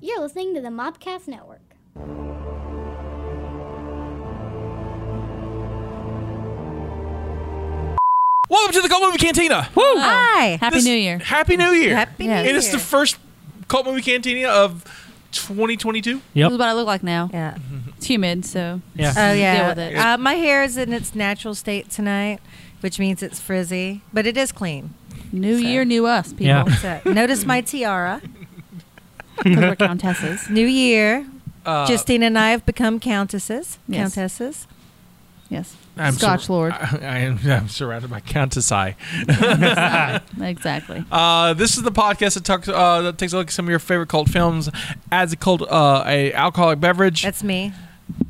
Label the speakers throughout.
Speaker 1: You're listening to the Mobcast Network.
Speaker 2: Welcome to the Cult Movie Cantina.
Speaker 3: Woo!
Speaker 4: Hi.
Speaker 3: Happy
Speaker 2: This-
Speaker 3: New Year.
Speaker 2: Happy New Year.
Speaker 4: Happy
Speaker 3: Yeah.
Speaker 4: New
Speaker 2: and it's
Speaker 4: Year.
Speaker 2: the first Cult Movie Cantina of 2022.
Speaker 3: This is what I look like now.
Speaker 4: yeah.
Speaker 3: It's humid, so
Speaker 5: Yeah.
Speaker 4: Mm-hmm. Oh
Speaker 3: Deal
Speaker 4: yeah.
Speaker 3: with it.
Speaker 4: Uh, my hair is in its natural state tonight, which means it's frizzy, but it is clean.
Speaker 3: New
Speaker 4: So-
Speaker 3: Year, new us, people.
Speaker 5: Yeah.
Speaker 4: So notice my tiara.
Speaker 3: 'Cause we're countesses.
Speaker 4: New year.
Speaker 2: Uh,
Speaker 4: Justine and I have become countesses.
Speaker 3: Yes.
Speaker 4: Countesses.
Speaker 3: Yes.
Speaker 2: I'm
Speaker 3: Scotch
Speaker 2: sur-
Speaker 3: Lord.
Speaker 2: I, I am I'm surrounded by countessi.
Speaker 3: exactly.
Speaker 2: Uh, this is the podcast that talks uh, that takes a look at some of your favorite cult films, adds a cult uh, a alcoholic beverage,
Speaker 4: That's me.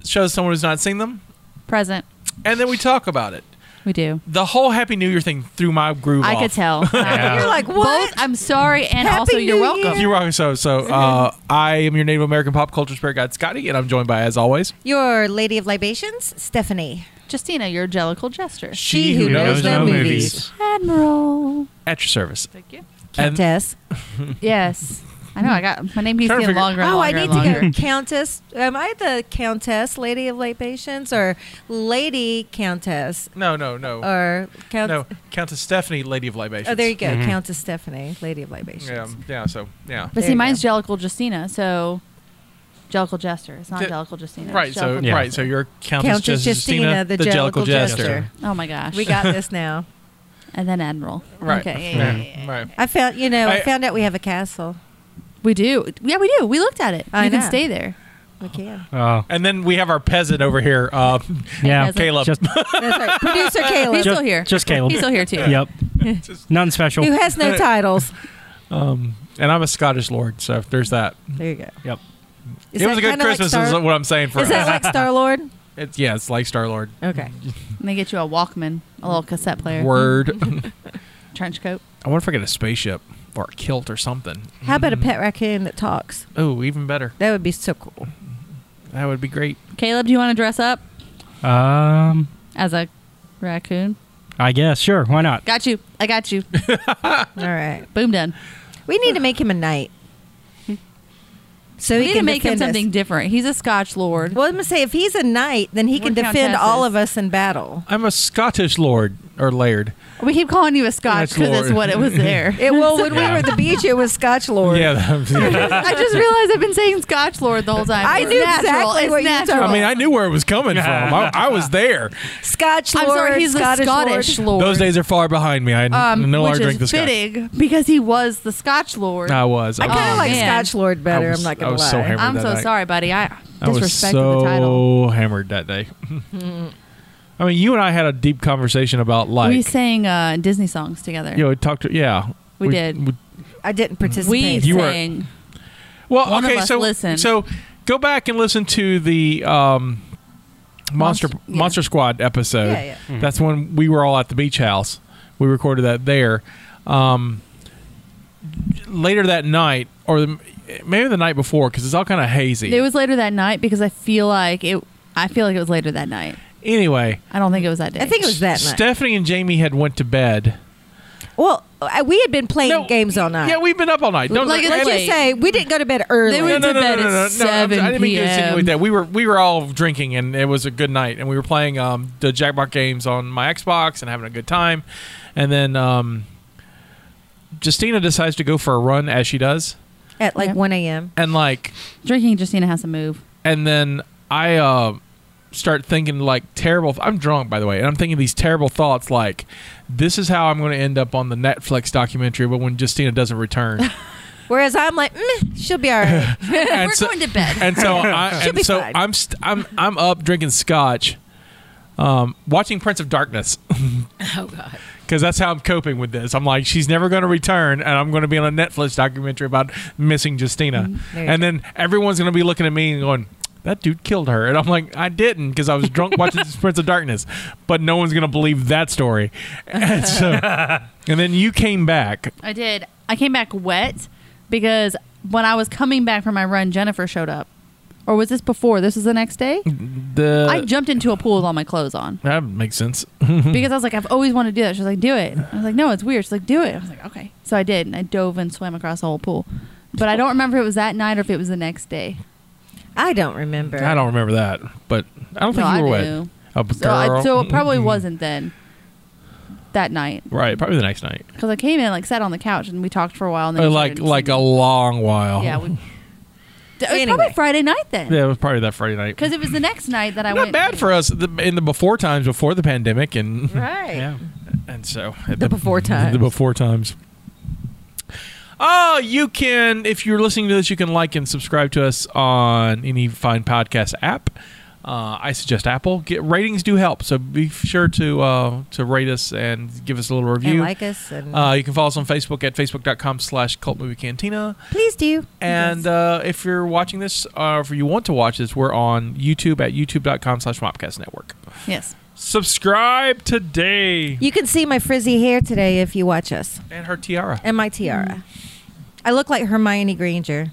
Speaker 2: shows someone who's not seen them,
Speaker 3: Present.
Speaker 2: and then we talk about it.
Speaker 3: We do.
Speaker 2: The whole Happy New Year thing threw my groove.
Speaker 3: I
Speaker 2: off.
Speaker 3: could tell.
Speaker 5: Yeah.
Speaker 4: You're like
Speaker 3: Both,
Speaker 4: what?
Speaker 3: I'm sorry, and
Speaker 4: Happy
Speaker 3: also you're
Speaker 4: New
Speaker 3: welcome.
Speaker 4: Year.
Speaker 2: You're welcome. So, so uh, I am your Native American pop culture spirit guide, Scotty, and I'm joined by, as always,
Speaker 4: Your lady of libations, Stephanie.
Speaker 3: Justina, your angelical gesture.
Speaker 4: She who knows no movies.
Speaker 3: Admiral.
Speaker 2: at your service.
Speaker 3: Thank you.
Speaker 2: And-
Speaker 4: Countess.
Speaker 3: Yes. I know. I got my name keeps
Speaker 2: Trying to
Speaker 3: getting
Speaker 2: figure-
Speaker 3: longer. And
Speaker 4: Oh, I
Speaker 3: longer
Speaker 4: need
Speaker 3: and longer.
Speaker 4: to go countess. Am I the countess, lady of libations, or lady countess,
Speaker 2: No, no, no,
Speaker 4: or count?
Speaker 2: Oh. no. Countess Stephanie, Lady of Libations.
Speaker 4: Oh, there you go, Countess Stephanie, lady of libations.
Speaker 2: Yeah, yeah. So, yeah.
Speaker 3: But
Speaker 4: There
Speaker 3: see,
Speaker 4: you
Speaker 3: mine's
Speaker 4: go.
Speaker 3: Jellicle Justina, so Jellicle Jester. It's not
Speaker 2: Ju-
Speaker 3: Jellicle Justina.
Speaker 2: Right.
Speaker 3: it's
Speaker 2: So,
Speaker 3: Jellicle
Speaker 5: Yeah.
Speaker 2: right. So
Speaker 3: Jester.
Speaker 2: you're Countess,
Speaker 4: Countess Justina, the,
Speaker 2: Jellicle
Speaker 4: Jellicle Jester.
Speaker 3: Oh my gosh.
Speaker 4: We got this now.
Speaker 3: and then Admiral.
Speaker 2: Right.
Speaker 3: Okay. Yeah, yeah, yeah, yeah.
Speaker 2: Right.
Speaker 4: I found, you know, I,
Speaker 2: I-
Speaker 4: found out we have a castle.
Speaker 3: We do. Yeah, we do. We looked at it.
Speaker 4: I
Speaker 3: you
Speaker 4: know.
Speaker 3: can stay there.
Speaker 4: We can.
Speaker 5: Oh,
Speaker 2: And then we have our peasant over here, uh,
Speaker 5: yeah.
Speaker 3: Hasn't-
Speaker 2: Caleb.
Speaker 5: Just,
Speaker 4: That's right. Producer
Speaker 3: He's
Speaker 4: Caleb,
Speaker 3: still
Speaker 5: Ju-
Speaker 3: here.
Speaker 5: just Caleb.
Speaker 3: He's still here too.
Speaker 5: yep. None special.
Speaker 4: who has no titles.
Speaker 2: um, and I'm a Scottish lord, so there's that.
Speaker 4: There you go.
Speaker 5: Yep.
Speaker 4: Is
Speaker 2: it was
Speaker 4: that
Speaker 2: a good
Speaker 4: kinda like
Speaker 2: Christmas,
Speaker 4: Star-
Speaker 2: is what I'm saying for
Speaker 4: is that
Speaker 2: us.
Speaker 4: like Star Lord?
Speaker 2: it's, yeah, it's like Star Lord.
Speaker 4: Okay.
Speaker 3: And they get you a Walkman, a little cassette player,
Speaker 2: Word.
Speaker 3: trench coat.
Speaker 2: I wonder if I get a spaceship or a kilt or something.
Speaker 4: How about a pet raccoon that talks?
Speaker 2: Oh, even better.
Speaker 4: That would be so cool.
Speaker 2: That would be great.
Speaker 3: Caleb, do you want to dress up
Speaker 5: Um,
Speaker 3: as a raccoon?
Speaker 5: I guess. Sure. Why not?
Speaker 3: Got you. I got you.
Speaker 4: All right.
Speaker 3: Boom done.
Speaker 4: We need to make him a knight. So
Speaker 3: We
Speaker 4: he
Speaker 3: need
Speaker 4: can
Speaker 3: to make him
Speaker 4: defend us.
Speaker 3: something different. He's a Scotch lord.
Speaker 4: Well, I'm gonna say if he's a knight, then he can
Speaker 3: We're
Speaker 4: defend all
Speaker 3: countesses.
Speaker 4: of us in battle.
Speaker 2: I'm a Scottish lord or laird.
Speaker 3: We keep calling you a Scotch
Speaker 2: Scotch
Speaker 3: because that's
Speaker 2: lord.
Speaker 3: what it was there.
Speaker 4: It, well, when we
Speaker 5: Yeah.
Speaker 4: were at the beach, it was Scotch Lord.
Speaker 2: Yeah.
Speaker 3: I just realized I've been saying Scotch Lord the whole time.
Speaker 4: I
Speaker 3: It's
Speaker 4: knew
Speaker 3: natural.
Speaker 4: exactly
Speaker 3: it's
Speaker 4: what you were
Speaker 3: natural.
Speaker 4: talking
Speaker 2: I mean, I knew where it was coming from. I, I was there.
Speaker 4: Scotch Lord.
Speaker 3: I'm sorry, he's
Speaker 4: Scottish
Speaker 3: the Scottish
Speaker 4: Lord.
Speaker 3: Lord.
Speaker 2: Those days are far behind me. I n-
Speaker 3: um,
Speaker 2: no
Speaker 3: which
Speaker 2: longer drink
Speaker 3: is
Speaker 2: the scotch.
Speaker 3: fitting because he was the Scotch Lord.
Speaker 2: I was.
Speaker 4: I
Speaker 2: was-
Speaker 4: kind of
Speaker 3: Oh,
Speaker 4: like
Speaker 3: man.
Speaker 4: Scotch Lord better.
Speaker 2: was-
Speaker 4: I'm not
Speaker 2: I
Speaker 4: gonna
Speaker 2: was
Speaker 4: lie.
Speaker 2: so hammered.
Speaker 3: I'm
Speaker 2: that
Speaker 3: so
Speaker 2: night.
Speaker 3: sorry, buddy. I
Speaker 2: I was
Speaker 3: disrespected
Speaker 2: so
Speaker 3: the title.
Speaker 2: hammered that day. I mean, you and I had a deep conversation about like
Speaker 3: we sang uh, Disney songs together.
Speaker 2: you know, we talked to yeah.
Speaker 3: We did.
Speaker 4: I didn't
Speaker 3: we
Speaker 4: participate.
Speaker 2: You were-
Speaker 3: sang.
Speaker 2: well,
Speaker 3: One of
Speaker 2: okay,
Speaker 3: us
Speaker 2: so
Speaker 3: listened.
Speaker 2: so go back and listen to the um, Monster
Speaker 3: Monster-
Speaker 2: Monster,
Speaker 3: yeah.
Speaker 2: Squad episode.
Speaker 4: Yeah, yeah.
Speaker 2: That's when we were all at the beach house. We recorded that there. Um, later that night, or the, maybe the night before, because it's all kind of hazy.
Speaker 3: It was later that night because I feel like it. I feel like it was later that night.
Speaker 2: anyway.
Speaker 3: I don't think it was that day.
Speaker 4: I think it was that night.
Speaker 2: Stephanie and Jamie had went to bed.
Speaker 4: well, I- we had been playing
Speaker 2: No,
Speaker 4: games all night.
Speaker 2: Yeah, we've been up all night. Don't
Speaker 3: Like,
Speaker 2: no,
Speaker 3: it's
Speaker 4: Let's
Speaker 3: late.
Speaker 4: just say we didn't go to bed early.
Speaker 3: They were- went to bed at
Speaker 2: I'm-
Speaker 3: 7
Speaker 2: I didn't mean to
Speaker 3: PM.
Speaker 2: insinuate that. We were we were all drinking and it was a good night and we were playing um, the Jackbox games on my Xbox and having a good time. And then um, Justina decides to go for a run as she does.
Speaker 4: at like
Speaker 3: Yeah.
Speaker 4: 1 a.m.
Speaker 2: And like
Speaker 3: drinking. Justina has to move.
Speaker 2: and then I uh, start thinking like terrible. I'm drunk, by the way, and I'm thinking these terrible thoughts like, "This is how I'm going to end up on the Netflix documentary." But when Justina doesn't return,
Speaker 4: Whereas I'm like, mm, she'll be all right.
Speaker 2: and
Speaker 3: We're
Speaker 2: so,
Speaker 3: going to bed.
Speaker 2: and so, I,
Speaker 4: She'll be
Speaker 2: and so
Speaker 4: fine.
Speaker 2: I'm st- I'm I'm up drinking scotch, um, watching Prince of Darkness.
Speaker 6: Oh God!
Speaker 2: Because that's how I'm coping with this. I'm like, she's never going to return, and I'm going to be on a Netflix documentary about missing Justina.
Speaker 4: Mm-hmm. There you
Speaker 2: And then everyone's going to be looking at me and going, that dude killed her. And I'm like, I didn't because I was drunk watching Prince of Darkness. But no one's going to believe that story. And, so, and then you came back.
Speaker 3: I did. I came back wet because when I was coming back from my run, Jennifer showed up. Or was this before? This was the next day.
Speaker 2: The,
Speaker 3: I jumped into a pool with all my clothes on
Speaker 2: that makes sense.
Speaker 3: because I was like, I've always wanted to do that. She was like, do it. I was like, no, it's weird. She's like, do it. I was like, okay. So I did, and I dove and swam across the whole pool. but I don't remember if it was that night or if it was the next day.
Speaker 4: I don't remember.
Speaker 2: I don't remember that, but I don't think
Speaker 3: No,
Speaker 2: you were
Speaker 3: I
Speaker 2: wet.
Speaker 3: do.
Speaker 2: A
Speaker 3: So, I,
Speaker 2: girl. Mm-hmm.
Speaker 3: so it probably
Speaker 2: Mm-mm.
Speaker 3: wasn't then that night
Speaker 2: Right, probably the next night.
Speaker 3: because I came in like sat on the couch and we talked for a while and then
Speaker 2: Uh,
Speaker 3: we
Speaker 2: like
Speaker 3: started
Speaker 2: like a
Speaker 3: singing.
Speaker 2: long while.
Speaker 3: yeah we, it was
Speaker 4: Anyway.
Speaker 3: probably Friday night then
Speaker 2: Yeah, it was probably that Friday night.
Speaker 3: because it was the next night that I
Speaker 2: not
Speaker 3: went
Speaker 2: bad for us the, in the before times before the pandemic and
Speaker 4: Right.
Speaker 5: Yeah.
Speaker 2: and so
Speaker 4: The before times.
Speaker 2: the before times. Oh, you can if you're listening to this, you can like and subscribe to us on any fine podcast app. Uh, I suggest Apple. Get ratings do help, so be sure to uh, to rate us and give us a little
Speaker 4: And
Speaker 2: review.
Speaker 4: like us and
Speaker 2: uh, you can follow us on Facebook at facebook.com/slash cult movie cantina.
Speaker 4: please do.
Speaker 2: And uh, if you're watching this, or if you want to watch this, we're on YouTube at youtube.com slash mopcast network.
Speaker 3: yes
Speaker 2: Subscribe today.
Speaker 4: you can see my frizzy hair today if you watch us
Speaker 2: And her tiara.
Speaker 4: and my tiara.
Speaker 3: Hmm.
Speaker 4: I look like Hermione Granger.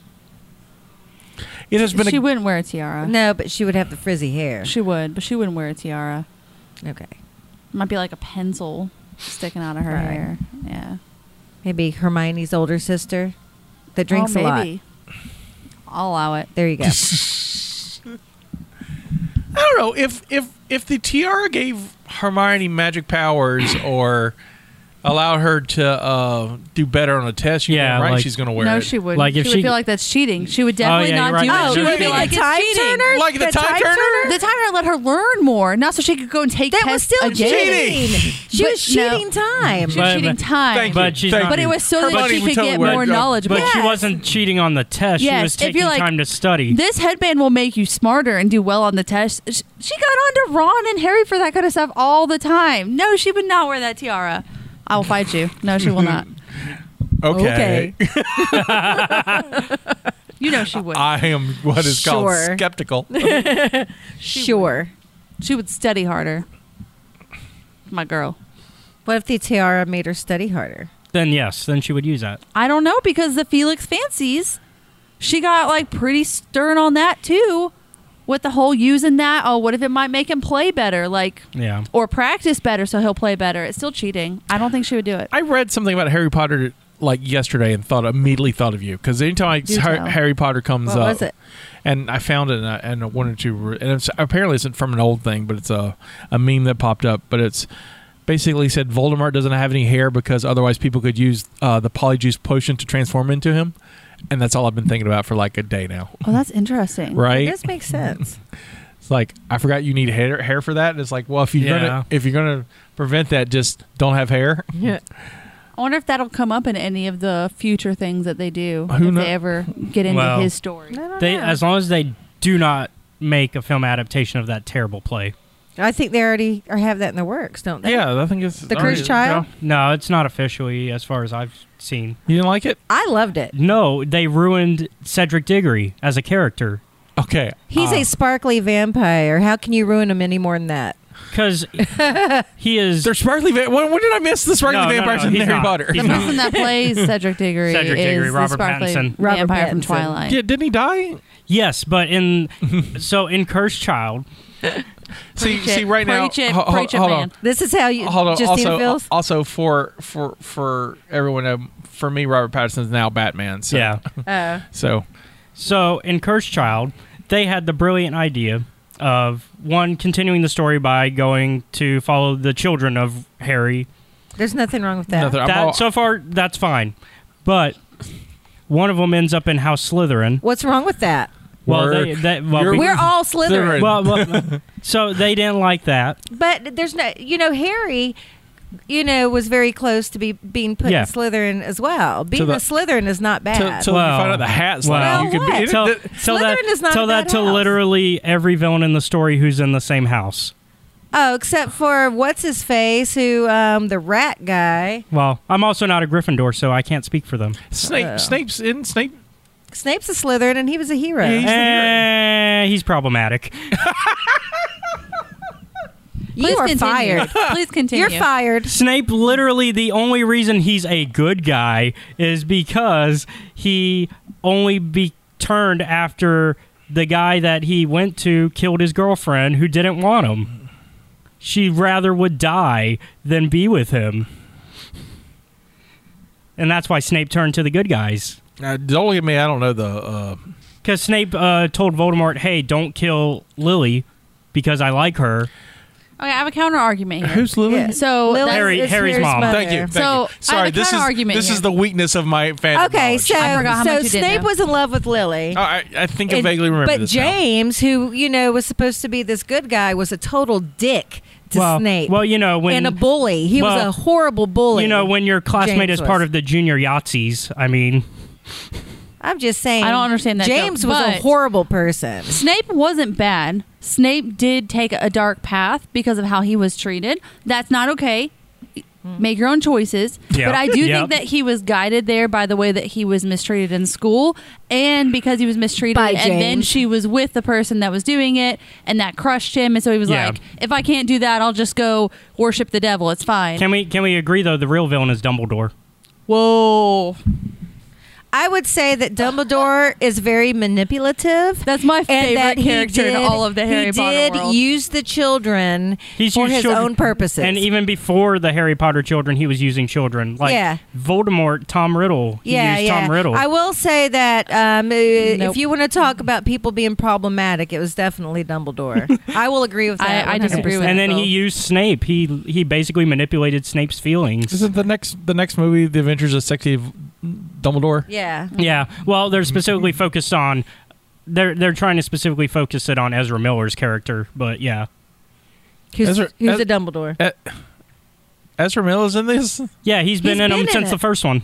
Speaker 2: It has been
Speaker 3: she
Speaker 2: a,
Speaker 3: wouldn't wear a tiara
Speaker 4: No, but she would have the frizzy hair.
Speaker 3: Uh. she would but she wouldn't wear a tiara
Speaker 4: Okay.
Speaker 3: might be like a pencil sticking out of her
Speaker 4: Right.
Speaker 3: hair yeah
Speaker 4: Maybe Hermione's older sister that drinks a
Speaker 3: oh,
Speaker 4: lot.
Speaker 3: maybe. I'll allow it
Speaker 4: There you go.
Speaker 2: I don't know if if if the tiara gave Hermione magic powers or allowed her to uh, do better on a test, you
Speaker 5: Yeah,
Speaker 2: know, right?
Speaker 5: like-
Speaker 2: she's going to wear
Speaker 3: no
Speaker 2: it.
Speaker 3: she wouldn't
Speaker 5: Like, if
Speaker 3: she would
Speaker 5: she-
Speaker 3: feel like that's cheating she would definitely
Speaker 5: yeah,
Speaker 3: not do
Speaker 5: you're right. Oh,
Speaker 3: it she
Speaker 5: you
Speaker 3: would be
Speaker 5: mean
Speaker 3: like
Speaker 4: the
Speaker 3: it's
Speaker 4: time
Speaker 3: cheating
Speaker 4: turner?
Speaker 2: like the,
Speaker 4: The
Speaker 2: time,
Speaker 4: time
Speaker 2: turner.
Speaker 4: turner?
Speaker 3: The time I let her learn more, not so she could go and take
Speaker 4: That was
Speaker 3: tests
Speaker 4: still
Speaker 3: again.
Speaker 2: cheating.
Speaker 4: She
Speaker 3: But
Speaker 4: was
Speaker 3: no.
Speaker 4: cheating time.
Speaker 3: She
Speaker 5: But-
Speaker 3: was cheating time.
Speaker 2: Thank
Speaker 5: But
Speaker 2: you.
Speaker 5: she's
Speaker 2: Thank
Speaker 5: not-
Speaker 3: But it was so that
Speaker 2: Hermione
Speaker 3: she
Speaker 2: would
Speaker 3: could
Speaker 2: totally
Speaker 3: get
Speaker 2: wear it.
Speaker 3: more
Speaker 2: No.
Speaker 3: knowledge.
Speaker 5: But she
Speaker 3: Yes.
Speaker 5: wasn't cheating on the test.
Speaker 3: Yes,
Speaker 5: She was
Speaker 3: if you're
Speaker 5: taking
Speaker 3: like-
Speaker 5: time to study.
Speaker 3: This headband will make you smarter and do well on the test. Sh- She got on to Ron and Harry for that kind of stuff all the time. No, she would not wear that tiara. I will fight you. No, she will not.
Speaker 2: Okay.
Speaker 3: You know she would.
Speaker 2: I am what is
Speaker 4: Sure.
Speaker 2: called skeptical.
Speaker 4: Sure.
Speaker 3: She would study harder. My girl.
Speaker 4: What if the tiara made her study harder?
Speaker 5: then yes, then she would use that.
Speaker 3: I don't know because the Felix fancies, she got like pretty stern on that too, with the whole using that. Oh, what if it might make him play better, like
Speaker 5: Yeah.
Speaker 3: or practice better so he'll play better? It's still cheating. I don't think she would do it.
Speaker 2: I read something about Harry Potter like yesterday and thought immediately thought of you because anytime I,
Speaker 3: Do
Speaker 2: Har-
Speaker 3: tell.
Speaker 2: Harry Potter comes
Speaker 4: What
Speaker 2: up,
Speaker 4: was it?
Speaker 2: and I found it and I, and I wanted to, re- and it's, apparently it's from an old thing, but it's a a meme that popped up, but it's basically said Voldemort doesn't have any hair because otherwise people could use uh, the polyjuice potion to transform into him, and that's all I've been thinking about for like a day now,
Speaker 3: Oh, that's
Speaker 4: Mm,
Speaker 3: interesting.
Speaker 2: right?
Speaker 4: This makes sense.
Speaker 2: It's like I forgot you need hair hair for that. And it's like, well, if you're
Speaker 5: Yeah.
Speaker 2: gonna if you're gonna prevent that, just don't have hair.
Speaker 4: yeah.
Speaker 3: I wonder if that'll come up in any of the future things that they do
Speaker 2: Who
Speaker 3: if
Speaker 2: kno-
Speaker 3: they ever get into
Speaker 5: Well.
Speaker 3: his story.
Speaker 5: They
Speaker 4: know.
Speaker 5: as long as they do not make a film adaptation of that terrible play.
Speaker 4: I think they already or have that in the works, don't they?
Speaker 2: Yeah, I think it's
Speaker 4: The Cursed Child?
Speaker 5: No, it's not officially as far as I've seen.
Speaker 2: You didn't like it?
Speaker 4: I loved it.
Speaker 5: No, they ruined Cedric Diggory as a character
Speaker 2: Okay,
Speaker 4: He's a
Speaker 2: uh,
Speaker 4: sparkly vampire. How can you ruin him any more than that?
Speaker 5: because he is
Speaker 2: They're sparkly. Va- when, when did I miss the sparkly
Speaker 5: No, no,
Speaker 2: vampires
Speaker 5: no,
Speaker 2: in
Speaker 5: he's
Speaker 2: Harry
Speaker 5: not.
Speaker 2: Potter?
Speaker 5: He's
Speaker 3: The person that plays Cedric Diggory
Speaker 5: Cedric
Speaker 3: is
Speaker 5: Diggory,
Speaker 3: the
Speaker 5: Robert
Speaker 3: sparkly
Speaker 5: Pattinson.
Speaker 4: Robert
Speaker 3: vampire from
Speaker 4: Pattinson.
Speaker 3: Twilight.
Speaker 2: Yeah, didn't he die?
Speaker 5: yes, but in so in Cursed Child,
Speaker 2: See,
Speaker 3: Preach it.
Speaker 2: see, right now,
Speaker 3: Preach it,
Speaker 2: ho- ho-
Speaker 3: preach it,
Speaker 2: hold
Speaker 3: man.
Speaker 4: This is how you
Speaker 2: on, hold on.
Speaker 4: Justina
Speaker 2: also,
Speaker 4: feels.
Speaker 2: also for for for everyone, um, for me, Robert Pattinson's now Batman. So,
Speaker 5: yeah.
Speaker 4: Oh.
Speaker 2: So
Speaker 5: So in Cursed Child, they had the brilliant idea of one continuing the story by going to follow the children of Harry.
Speaker 4: There's nothing wrong with that.
Speaker 2: nothing- I'm
Speaker 5: That
Speaker 2: all-
Speaker 5: so far that's fine, but one of them ends up in House Slytherin.
Speaker 4: What's wrong with that?
Speaker 5: Well, they,
Speaker 2: Word.
Speaker 5: they, well,
Speaker 2: You're-
Speaker 5: be-
Speaker 4: We're all Slytherin.
Speaker 2: Slytherin.
Speaker 5: well, well, so they didn't like that.
Speaker 4: But there's no, you know, Harry, you know, was very close to be being put
Speaker 5: Yeah.
Speaker 4: in Slytherin as well. Being
Speaker 2: the-
Speaker 4: a Slytherin is not bad.
Speaker 2: till you find out the hat's like
Speaker 5: well,
Speaker 2: you could be.
Speaker 4: what?
Speaker 2: it-
Speaker 5: tell,
Speaker 2: it-
Speaker 5: tell that,
Speaker 4: Slytherin is not
Speaker 5: tell
Speaker 4: a
Speaker 5: that
Speaker 4: bad
Speaker 5: to
Speaker 4: house.
Speaker 5: literally every villain in the story who's in the same house.
Speaker 4: oh, except for what's his face, who um, the rat guy.
Speaker 5: Well, I'm also not a Gryffindor, so I can't speak for them.
Speaker 2: Snape,
Speaker 4: Uh.
Speaker 2: Snape's in Snape.
Speaker 4: Snape's a Slytherin, and he was a hero.
Speaker 2: Yeah, he's-
Speaker 5: Eh, he's problematic.
Speaker 4: you are fired.
Speaker 3: Please continue.
Speaker 4: You're fired.
Speaker 5: Snape literally the only reason he's a good guy is because he only be turned after the guy that he went to killed his girlfriend who didn't want him. She rather would die than be with him. And that's why Snape turned to the good guys.
Speaker 2: Uh, don't look at me. I don't know the. Uh,
Speaker 5: Because Snape uh, told Voldemort, "Hey, don't kill Lily, because I like her."
Speaker 3: I have a counter argument here.
Speaker 2: who's Lily?
Speaker 4: Yeah.
Speaker 3: So
Speaker 4: Lily
Speaker 3: that's-
Speaker 5: Harry-
Speaker 4: is
Speaker 5: Harry's
Speaker 4: Harry's
Speaker 5: mom.
Speaker 4: mother.
Speaker 2: Thank you. Thank
Speaker 3: So, I
Speaker 2: you.
Speaker 3: have a
Speaker 2: Sorry, this is
Speaker 3: counter-argument
Speaker 2: this
Speaker 3: here.
Speaker 2: is the weakness of my fandom.
Speaker 4: Okay,
Speaker 2: knowledge.
Speaker 4: so
Speaker 3: I forgot how
Speaker 4: so
Speaker 3: much you didn't
Speaker 4: Snape
Speaker 3: know.
Speaker 4: was in love with Lily.
Speaker 2: Oh, I, I think I
Speaker 4: And-
Speaker 2: vaguely remember
Speaker 4: But
Speaker 2: this. now.
Speaker 4: James, who you know was supposed to be this good guy, was a total dick to
Speaker 5: well,
Speaker 4: Snape
Speaker 5: well, you know when
Speaker 4: and a bully. He was
Speaker 5: well,
Speaker 4: a horrible bully.
Speaker 5: you know when your classmate
Speaker 4: James
Speaker 5: is part
Speaker 4: was.
Speaker 5: of the junior Yahtzees. I mean,
Speaker 4: I'm just saying.
Speaker 3: I don't understand that
Speaker 4: James
Speaker 3: joke,
Speaker 4: was a
Speaker 3: but-
Speaker 4: horrible person.
Speaker 3: Snape wasn't bad. Snape did take a dark path because of how he was treated. That's not okay. Make your own choices.
Speaker 5: Yeah.
Speaker 3: But I do
Speaker 5: Yeah.
Speaker 3: think that he was guided there by the way that he was mistreated in school and because he was mistreated
Speaker 4: By
Speaker 3: and then
Speaker 4: James.
Speaker 3: she was with the person that was doing it and that crushed him and so he was
Speaker 5: Yeah.
Speaker 3: like, If I can't do that, I'll just go worship the devil. It's fine.
Speaker 5: can we can we agree though? The real villain is Dumbledore.
Speaker 3: Whoa.
Speaker 4: I would say that Dumbledore is very manipulative.
Speaker 3: That's my
Speaker 4: and that
Speaker 3: favorite
Speaker 4: he
Speaker 3: character in
Speaker 4: did-
Speaker 3: all of the Harry
Speaker 4: he
Speaker 3: Potter
Speaker 4: did
Speaker 3: world.
Speaker 4: use the children
Speaker 5: He's
Speaker 4: for
Speaker 5: used
Speaker 4: his
Speaker 5: children-
Speaker 4: own purposes.
Speaker 5: And even before the Harry Potter children, he was using children. Like
Speaker 4: Yeah.
Speaker 5: Voldemort, Tom Riddle. He
Speaker 4: yeah,
Speaker 5: used
Speaker 4: yeah.
Speaker 5: Tom Riddle.
Speaker 4: I will say that um, uh,
Speaker 3: Nope.
Speaker 4: if you want to talk about people being problematic, it was definitely Dumbledore. I will agree with that.
Speaker 3: I- I
Speaker 4: 100%.
Speaker 3: disagree with
Speaker 5: and then
Speaker 3: Well-
Speaker 5: he used Snape. He he basically manipulated Snape's feelings.
Speaker 2: Isn't the next the next movie The Adventures of Sexy Dumbledore?
Speaker 4: Yeah.
Speaker 5: Yeah. Well, they're specifically focused on they're they're trying to specifically focus it on Ezra Miller's character, but yeah.
Speaker 4: Who's,
Speaker 2: Ezra-
Speaker 4: who's
Speaker 2: Ez-
Speaker 4: a Dumbledore?
Speaker 2: Ezra Miller's in this.
Speaker 5: Yeah, he's been
Speaker 4: He's
Speaker 5: in them
Speaker 4: been in
Speaker 5: since
Speaker 4: it.
Speaker 5: the first one.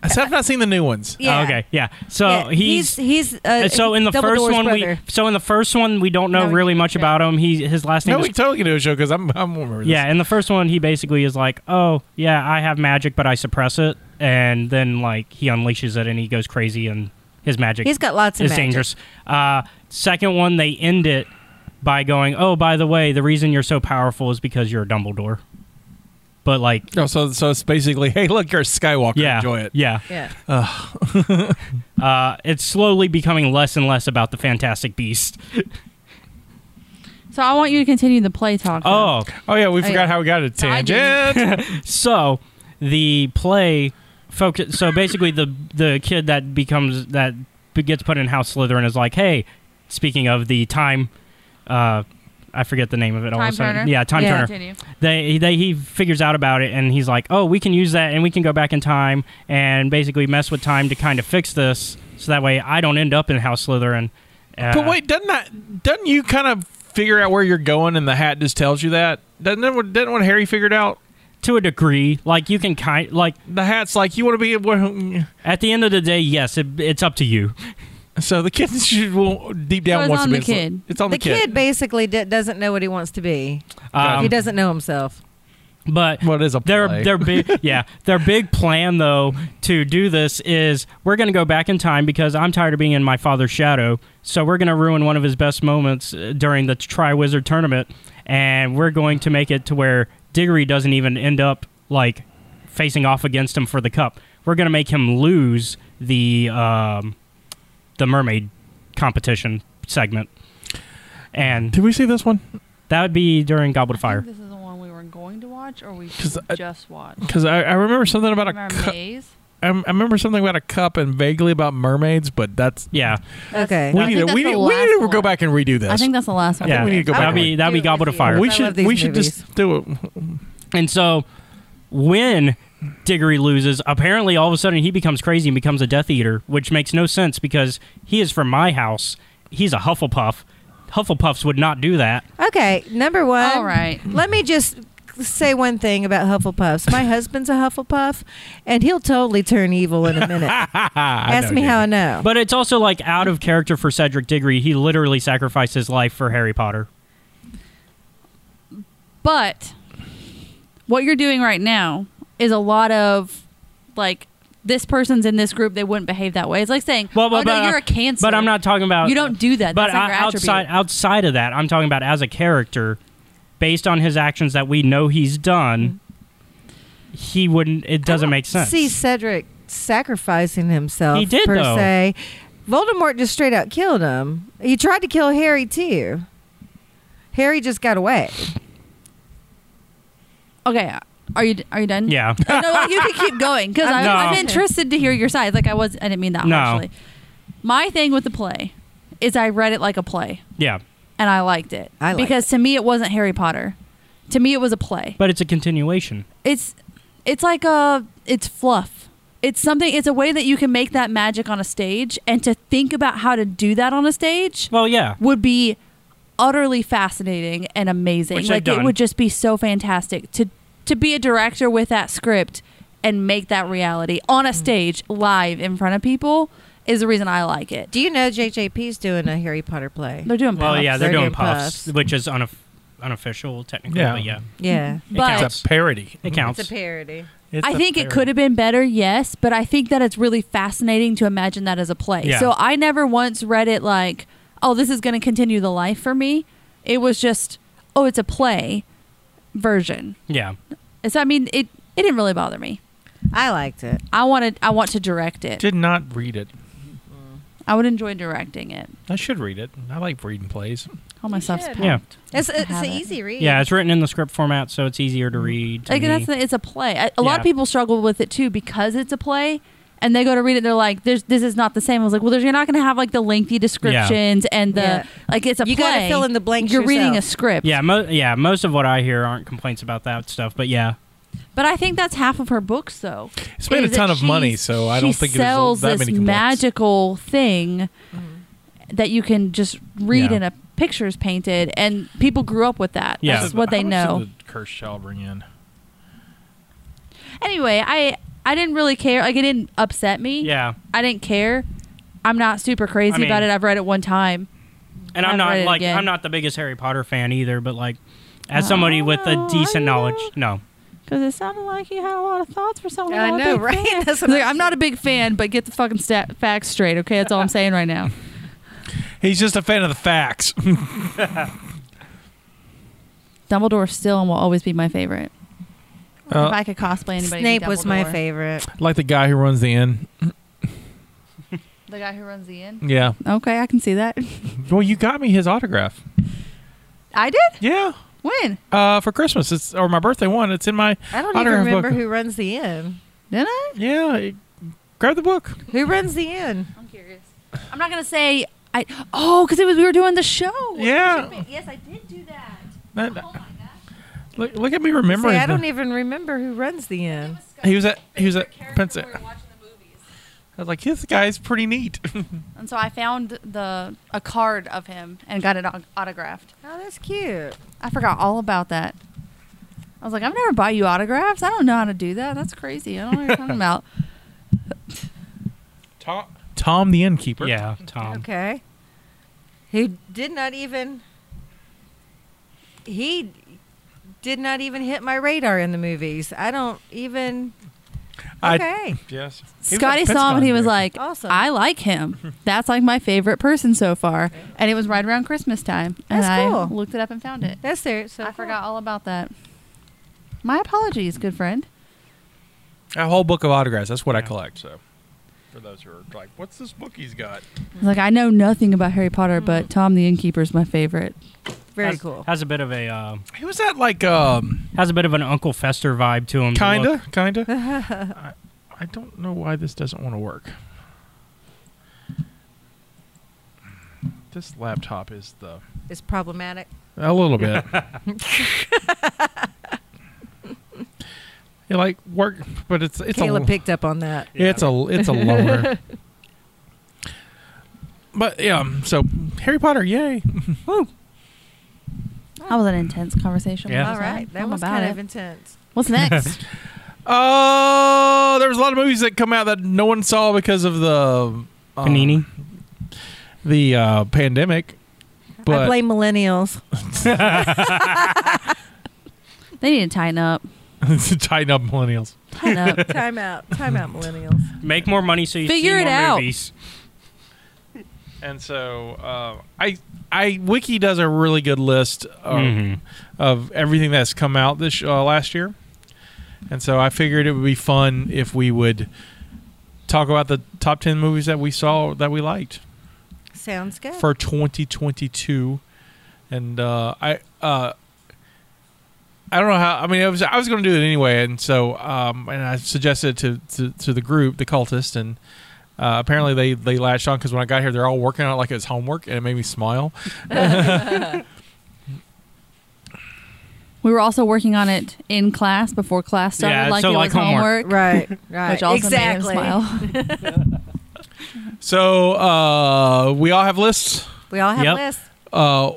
Speaker 2: I said I've not seen the new ones.
Speaker 4: Yeah.
Speaker 5: Oh, okay. Yeah. So
Speaker 4: Yeah,
Speaker 5: he's,
Speaker 4: he's, uh,
Speaker 5: uh, so in the first
Speaker 4: Dumbledore's
Speaker 5: one
Speaker 4: brother.
Speaker 5: we so in the first one we don't know
Speaker 3: No, we
Speaker 5: really
Speaker 3: can
Speaker 5: much
Speaker 3: check.
Speaker 5: about him. He his last name
Speaker 2: No, we
Speaker 5: is
Speaker 2: totally can do a show because I'm I'm remember this.
Speaker 5: Yeah, in the first one he basically is like, "Oh, yeah, I have magic but I suppress it." And then like he unleashes it and he goes crazy and his magic
Speaker 4: he's got lots of
Speaker 5: is
Speaker 4: magic.
Speaker 5: dangerous. Uh, second one, they end it by going, "Oh, by the way, the reason you're so powerful is because you're a Dumbledore." But like,
Speaker 2: Oh, so so it's basically, hey, look, you're a Skywalker.
Speaker 5: yeah,
Speaker 2: Enjoy it.
Speaker 5: Yeah,
Speaker 4: Yeah.
Speaker 5: uh, it's slowly becoming less and less about the Fantastic Beast.
Speaker 3: so I want you to continue the play talk. though.
Speaker 5: Oh,
Speaker 2: Oh yeah, we
Speaker 4: Oh,
Speaker 2: forgot
Speaker 4: yeah.
Speaker 2: how we got a
Speaker 3: I
Speaker 2: tangent.
Speaker 5: so the play focus. So basically, the the kid that becomes that be- gets put in House Slytherin is like, hey, speaking of the time, uh, I forget the name of it. all of
Speaker 3: Time
Speaker 5: a sudden.
Speaker 3: Turner?
Speaker 5: Yeah, time
Speaker 4: Yeah.
Speaker 5: turner.
Speaker 3: Continue.
Speaker 5: they, they he figures out about it and he's like oh we can use that and we can go back in time and basically mess with time to kind of fix this so that way i don't end up in house slytherin uh,
Speaker 2: but wait, doesn't that doesn't you kind of figure out where you're going, and the hat just tells you that? Doesn't that what, doesn't what Harry figured out?
Speaker 5: to a degree like you can kind like
Speaker 2: The hat's like you want to be. where-
Speaker 5: at the end of the day yes it, it's up to you
Speaker 2: So the kid should, well, deep down
Speaker 3: So it's
Speaker 2: wants
Speaker 3: on
Speaker 2: to
Speaker 3: the
Speaker 2: be. a Sly-
Speaker 3: kid.
Speaker 2: It's on the,
Speaker 4: The kid basically d- doesn't know what he wants to be.
Speaker 5: um,
Speaker 4: he doesn't know himself.
Speaker 5: but
Speaker 2: Well, it is a play.
Speaker 5: their their big yeah their big plan though to do this is we're gonna go back in time because I'm tired of being in my father's shadow so we're gonna ruin one of his best moments uh, during the Tri Wizard tournament and we're going to make it to where Diggory doesn't even end up like facing off against him for the cup we're gonna make him lose the um, the mermaid competition segment and
Speaker 2: Did we see this one?
Speaker 5: that would be during Goblet of Fire uh,
Speaker 3: This is the one we were going to watch, or we
Speaker 2: 'Cause I-
Speaker 3: just watched.
Speaker 2: Because I, I remember something about a cup. I I remember something about a cup and vaguely about mermaids, but that's
Speaker 5: yeah
Speaker 4: Okay.
Speaker 2: we
Speaker 3: I
Speaker 2: need
Speaker 3: think
Speaker 2: to, we
Speaker 3: that's
Speaker 2: need,
Speaker 3: the
Speaker 2: we
Speaker 3: last
Speaker 2: need to
Speaker 3: one.
Speaker 2: go back and redo this.
Speaker 3: I think that's the last one.
Speaker 5: yeah
Speaker 2: we need to go
Speaker 5: that'd
Speaker 2: back
Speaker 5: be that'd be Goblet of Fire
Speaker 2: we
Speaker 4: I
Speaker 2: should
Speaker 4: love these
Speaker 2: we should
Speaker 4: movies.
Speaker 2: just do it.
Speaker 5: And so when Diggory loses, apparently all of a sudden he becomes crazy and becomes a Death Eater, which makes no sense because he is from my house. He's a Hufflepuff. Hufflepuffs would not do that.
Speaker 4: Okay. Number one.
Speaker 3: All right.
Speaker 4: Let me just say one thing about Hufflepuffs. My husband's a Hufflepuff, and he'll totally turn evil in a minute. Ask me how I know.
Speaker 5: But it's also like out of character for Cedric Diggory. He literally sacrificed his life for Harry Potter.
Speaker 3: But what you're doing right now is a lot of like this person's in this group. They wouldn't behave that way. It's like saying,
Speaker 5: Well, well,
Speaker 3: "Oh no,
Speaker 5: but- uh,
Speaker 3: you're a cancer."
Speaker 5: But I'm not talking about
Speaker 3: You don't do that.
Speaker 5: But
Speaker 3: That's not
Speaker 5: o-
Speaker 3: your
Speaker 5: outside
Speaker 3: attribute.
Speaker 5: outside of that, I'm talking about as a character, based on his actions that we know he's done.
Speaker 3: Mm-hmm.
Speaker 5: He wouldn't. It doesn't make sense.
Speaker 4: see Cedric sacrificing himself.
Speaker 5: He did,
Speaker 4: per
Speaker 5: though.
Speaker 4: se. Voldemort just straight out killed him. He tried to kill Harry too. Harry just got away.
Speaker 3: Okay, Are you are you done?
Speaker 5: Yeah.
Speaker 3: Oh, no, you can keep going because I'm,
Speaker 5: No.
Speaker 3: I'm interested to hear your side. Like I was, I didn't mean that
Speaker 5: No.
Speaker 3: harshly. My thing with the play is I read it like a play
Speaker 5: Yeah.
Speaker 3: and I liked it
Speaker 4: I liked
Speaker 3: because to me it wasn't Harry Potter. To me it was a play.
Speaker 5: But it's a continuation.
Speaker 3: It's it's like a it's fluff. It's something. It's a way that you can make that magic on a stage, and to think about how to do that on a stage
Speaker 5: Well, yeah.
Speaker 3: would be utterly fascinating and amazing.
Speaker 5: Which they've
Speaker 3: like it
Speaker 5: done.
Speaker 3: would just be so fantastic to to be a director with that script and make that reality on
Speaker 4: Mm.
Speaker 3: a stage live in front of people is the reason I like it.
Speaker 4: Do you know JJP's doing a Harry Potter play?
Speaker 3: They're doing
Speaker 5: Well,
Speaker 3: puffs.
Speaker 5: yeah, they're
Speaker 4: They're
Speaker 5: doing
Speaker 4: doing
Speaker 5: puffs,
Speaker 4: puffs.
Speaker 5: which is unof- unofficial technically,
Speaker 2: Yeah.
Speaker 5: but yeah,
Speaker 4: Yeah.
Speaker 3: But-
Speaker 5: counts.
Speaker 2: It's a parody. Mm-hmm.
Speaker 5: it counts.
Speaker 4: parody.
Speaker 2: It's
Speaker 3: I
Speaker 2: a
Speaker 3: think it
Speaker 2: parody.
Speaker 3: could have been better, yes, but I think that it's really fascinating to imagine that as a play.
Speaker 5: Yeah.
Speaker 3: So I never once read it like, oh, this is going to continue the life for me. It was just, oh, it's a play version.
Speaker 5: yeah,
Speaker 3: So I mean, it it didn't really bother me.
Speaker 4: I liked it.
Speaker 3: I wanted I want to direct it.
Speaker 2: Did not read it.
Speaker 3: I would enjoy directing it.
Speaker 2: I should read it. I like reading plays.
Speaker 3: All my stuff's
Speaker 4: should.
Speaker 3: packed.
Speaker 5: yeah,
Speaker 4: It's, it's
Speaker 3: have
Speaker 4: an
Speaker 3: it.
Speaker 4: easy read.
Speaker 5: yeah. It's written in the script format, so it's easier to read. to
Speaker 3: Mm-hmm. Like
Speaker 5: me.
Speaker 3: that's the, it's a play. A, a lot
Speaker 5: Yeah.
Speaker 3: of people struggle with it too because it's a play, and they go to read it. They're like, "There's this is not the same." I was like, "Well, there's, you're not going to have like the lengthy descriptions and the
Speaker 4: Yeah.
Speaker 3: like. It's a
Speaker 4: You
Speaker 3: play.
Speaker 4: gotta fill in the blanks
Speaker 3: You're reading a
Speaker 4: yourself.
Speaker 3: script.
Speaker 5: yeah, mo- yeah. Most of what I hear aren't complaints about that stuff, but yeah,
Speaker 3: But I think that's half of her books, though.
Speaker 2: It's made a
Speaker 3: is that
Speaker 2: ton of money,
Speaker 3: she's-
Speaker 2: so I don't
Speaker 3: she
Speaker 2: think it was
Speaker 3: sells
Speaker 2: that
Speaker 3: this
Speaker 2: many complaints.
Speaker 3: magical thing
Speaker 4: Mm-hmm.
Speaker 3: that you can just read
Speaker 5: Yeah.
Speaker 3: in a picture's painted, and people grew up with that.
Speaker 5: Yeah.
Speaker 3: That's what they
Speaker 2: How much
Speaker 3: know.
Speaker 2: did the curse shall bring in.
Speaker 3: anyway, I I didn't really care. Like it didn't upset me.
Speaker 5: yeah.
Speaker 3: I didn't care. I'm not super crazy
Speaker 5: I mean-
Speaker 3: about it. I've read it one time.
Speaker 5: And I'm
Speaker 3: I've
Speaker 5: not
Speaker 3: read it
Speaker 5: like
Speaker 3: again.
Speaker 5: I'm not the biggest Harry Potter fan either, but like as somebody with a decent knowledge, no.
Speaker 3: Because it sounded like you had a lot of thoughts for someone.
Speaker 4: I know, right? That's what
Speaker 3: I'm not a big fan, but get the fucking stat- facts straight, okay? That's all I'm saying right now.
Speaker 2: He's just a fan of the facts.
Speaker 3: Dumbledore still and will always be my favorite. if
Speaker 2: Uh,
Speaker 3: I could cosplay anybody, it'd be
Speaker 4: Snape was my
Speaker 3: Dumbledore.
Speaker 4: favorite.
Speaker 2: like the guy who runs the inn.
Speaker 3: The guy who runs the inn.
Speaker 2: Yeah.
Speaker 3: Okay, I can see that.
Speaker 2: Well, you got me his autograph.
Speaker 3: I did.
Speaker 2: Yeah.
Speaker 3: When
Speaker 2: Uh, for Christmas, it's or my birthday one. It's in my.
Speaker 4: I don't even
Speaker 2: Autograph book.
Speaker 4: remember who runs the inn.
Speaker 3: did I?
Speaker 2: Yeah. it- grab the book.
Speaker 4: Who runs the inn?
Speaker 3: I'm curious. I'm not gonna say I. Oh, because it was we were doing the show.
Speaker 2: Yeah.
Speaker 3: Yes, I did do that.
Speaker 2: That- look, look at me remembering.
Speaker 4: See, I don't
Speaker 2: the-
Speaker 4: even remember who runs the inn.
Speaker 2: he was at. He was at. Pensac- I was like, this guy's pretty neat.
Speaker 3: And so I found the a card of him and got it au- autographed.
Speaker 4: Oh, that's cute.
Speaker 3: I forgot all about that. I was like, I've never bought you autographs. I don't know how to do that. That's crazy. I don't know what you're talking about.
Speaker 2: Tom. Tom the innkeeper.
Speaker 5: Yeah, Tom.
Speaker 4: Okay. Who did not even. He did not even hit my radar in the movies. I don't even.
Speaker 2: I-
Speaker 4: Okay.
Speaker 2: Yes. He was at
Speaker 3: Scotty saw him and he was
Speaker 2: Pittsburgh.
Speaker 3: like,
Speaker 4: Awesome.
Speaker 3: I like him. That's like my favorite person so far. And it was right around Christmas time. And
Speaker 4: That's
Speaker 3: I
Speaker 4: cool.
Speaker 3: looked it up and found it.
Speaker 4: That's there. So
Speaker 3: I
Speaker 4: cool.
Speaker 3: forgot all about that. My apologies, good friend.
Speaker 2: a whole book of autographs. That's what I
Speaker 5: Yeah.
Speaker 2: collect. So, for those who are like, what's this book he's got?
Speaker 3: I
Speaker 4: Mm-hmm.
Speaker 3: was like, I know nothing about Harry Potter, but Tom the Innkeeper's my favorite.
Speaker 4: Very
Speaker 5: Has-
Speaker 4: cool.
Speaker 5: Has a bit of a uh,
Speaker 2: He was at like um.
Speaker 5: has a bit of an Uncle Fester vibe to him. to look.
Speaker 2: Kinda, kinda. I, I don't know why this doesn't want to work. This laptop is the
Speaker 4: It's problematic.
Speaker 2: a little bit. it like work, but it's it's
Speaker 4: Kayla
Speaker 2: a
Speaker 4: picked up on that.
Speaker 2: it's a it's a lower. but yeah, um, so Harry Potter, yay!
Speaker 3: That was an intense conversation.
Speaker 5: Yeah.
Speaker 3: What
Speaker 4: All
Speaker 3: was
Speaker 4: right. That
Speaker 3: I'm
Speaker 4: was
Speaker 3: about
Speaker 4: kind
Speaker 3: it.
Speaker 4: of intense.
Speaker 3: What's next?
Speaker 2: Oh, there was a lot of movies that come out that no one saw because of the um,
Speaker 5: Panini.
Speaker 2: the uh, pandemic. But
Speaker 4: I blame millennials.
Speaker 3: they need to tighten up.
Speaker 2: to tighten up millennials.
Speaker 3: Tighten up.
Speaker 4: Time out. Time out, millennials.
Speaker 5: Make more money so you
Speaker 3: Figure
Speaker 5: see
Speaker 3: it
Speaker 5: more
Speaker 3: out.
Speaker 5: movies.
Speaker 2: And so uh, I I Wiki does a really good list of,
Speaker 5: Mhm.
Speaker 2: of everything that's come out this uh, last year. And so I figured it would be fun if we would talk about the top 10 movies that we saw that we liked
Speaker 4: Sounds good.
Speaker 2: for 2022. And uh, I uh, I don't know how. I mean, I was I was going to do it anyway, and so um, and I suggested it to, to to the group, the cultist, and uh, apparently they they latched on because when I got here, they're all working on it like it was homework, and it made me smile.
Speaker 3: We were also working on it in class before class started,
Speaker 5: Yeah,
Speaker 3: like
Speaker 5: so
Speaker 3: it
Speaker 5: like
Speaker 3: was homework,
Speaker 5: homework.
Speaker 4: Right, right.
Speaker 3: which also
Speaker 4: exactly.
Speaker 3: made him smile.
Speaker 2: So uh, we all have lists.
Speaker 4: We all have
Speaker 5: Yep.
Speaker 4: lists.
Speaker 2: Uh,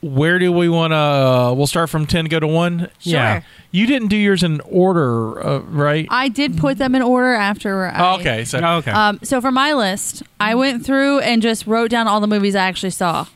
Speaker 2: where do we want to? We'll start from ten, go to one.
Speaker 5: Yeah.
Speaker 4: Sure.
Speaker 2: You didn't do yours in order, uh, right?
Speaker 3: I did put them in order after. I,
Speaker 2: Oh, okay, so
Speaker 5: Oh, okay.
Speaker 3: Um, so for my list, I went through and just wrote down all the movies I actually saw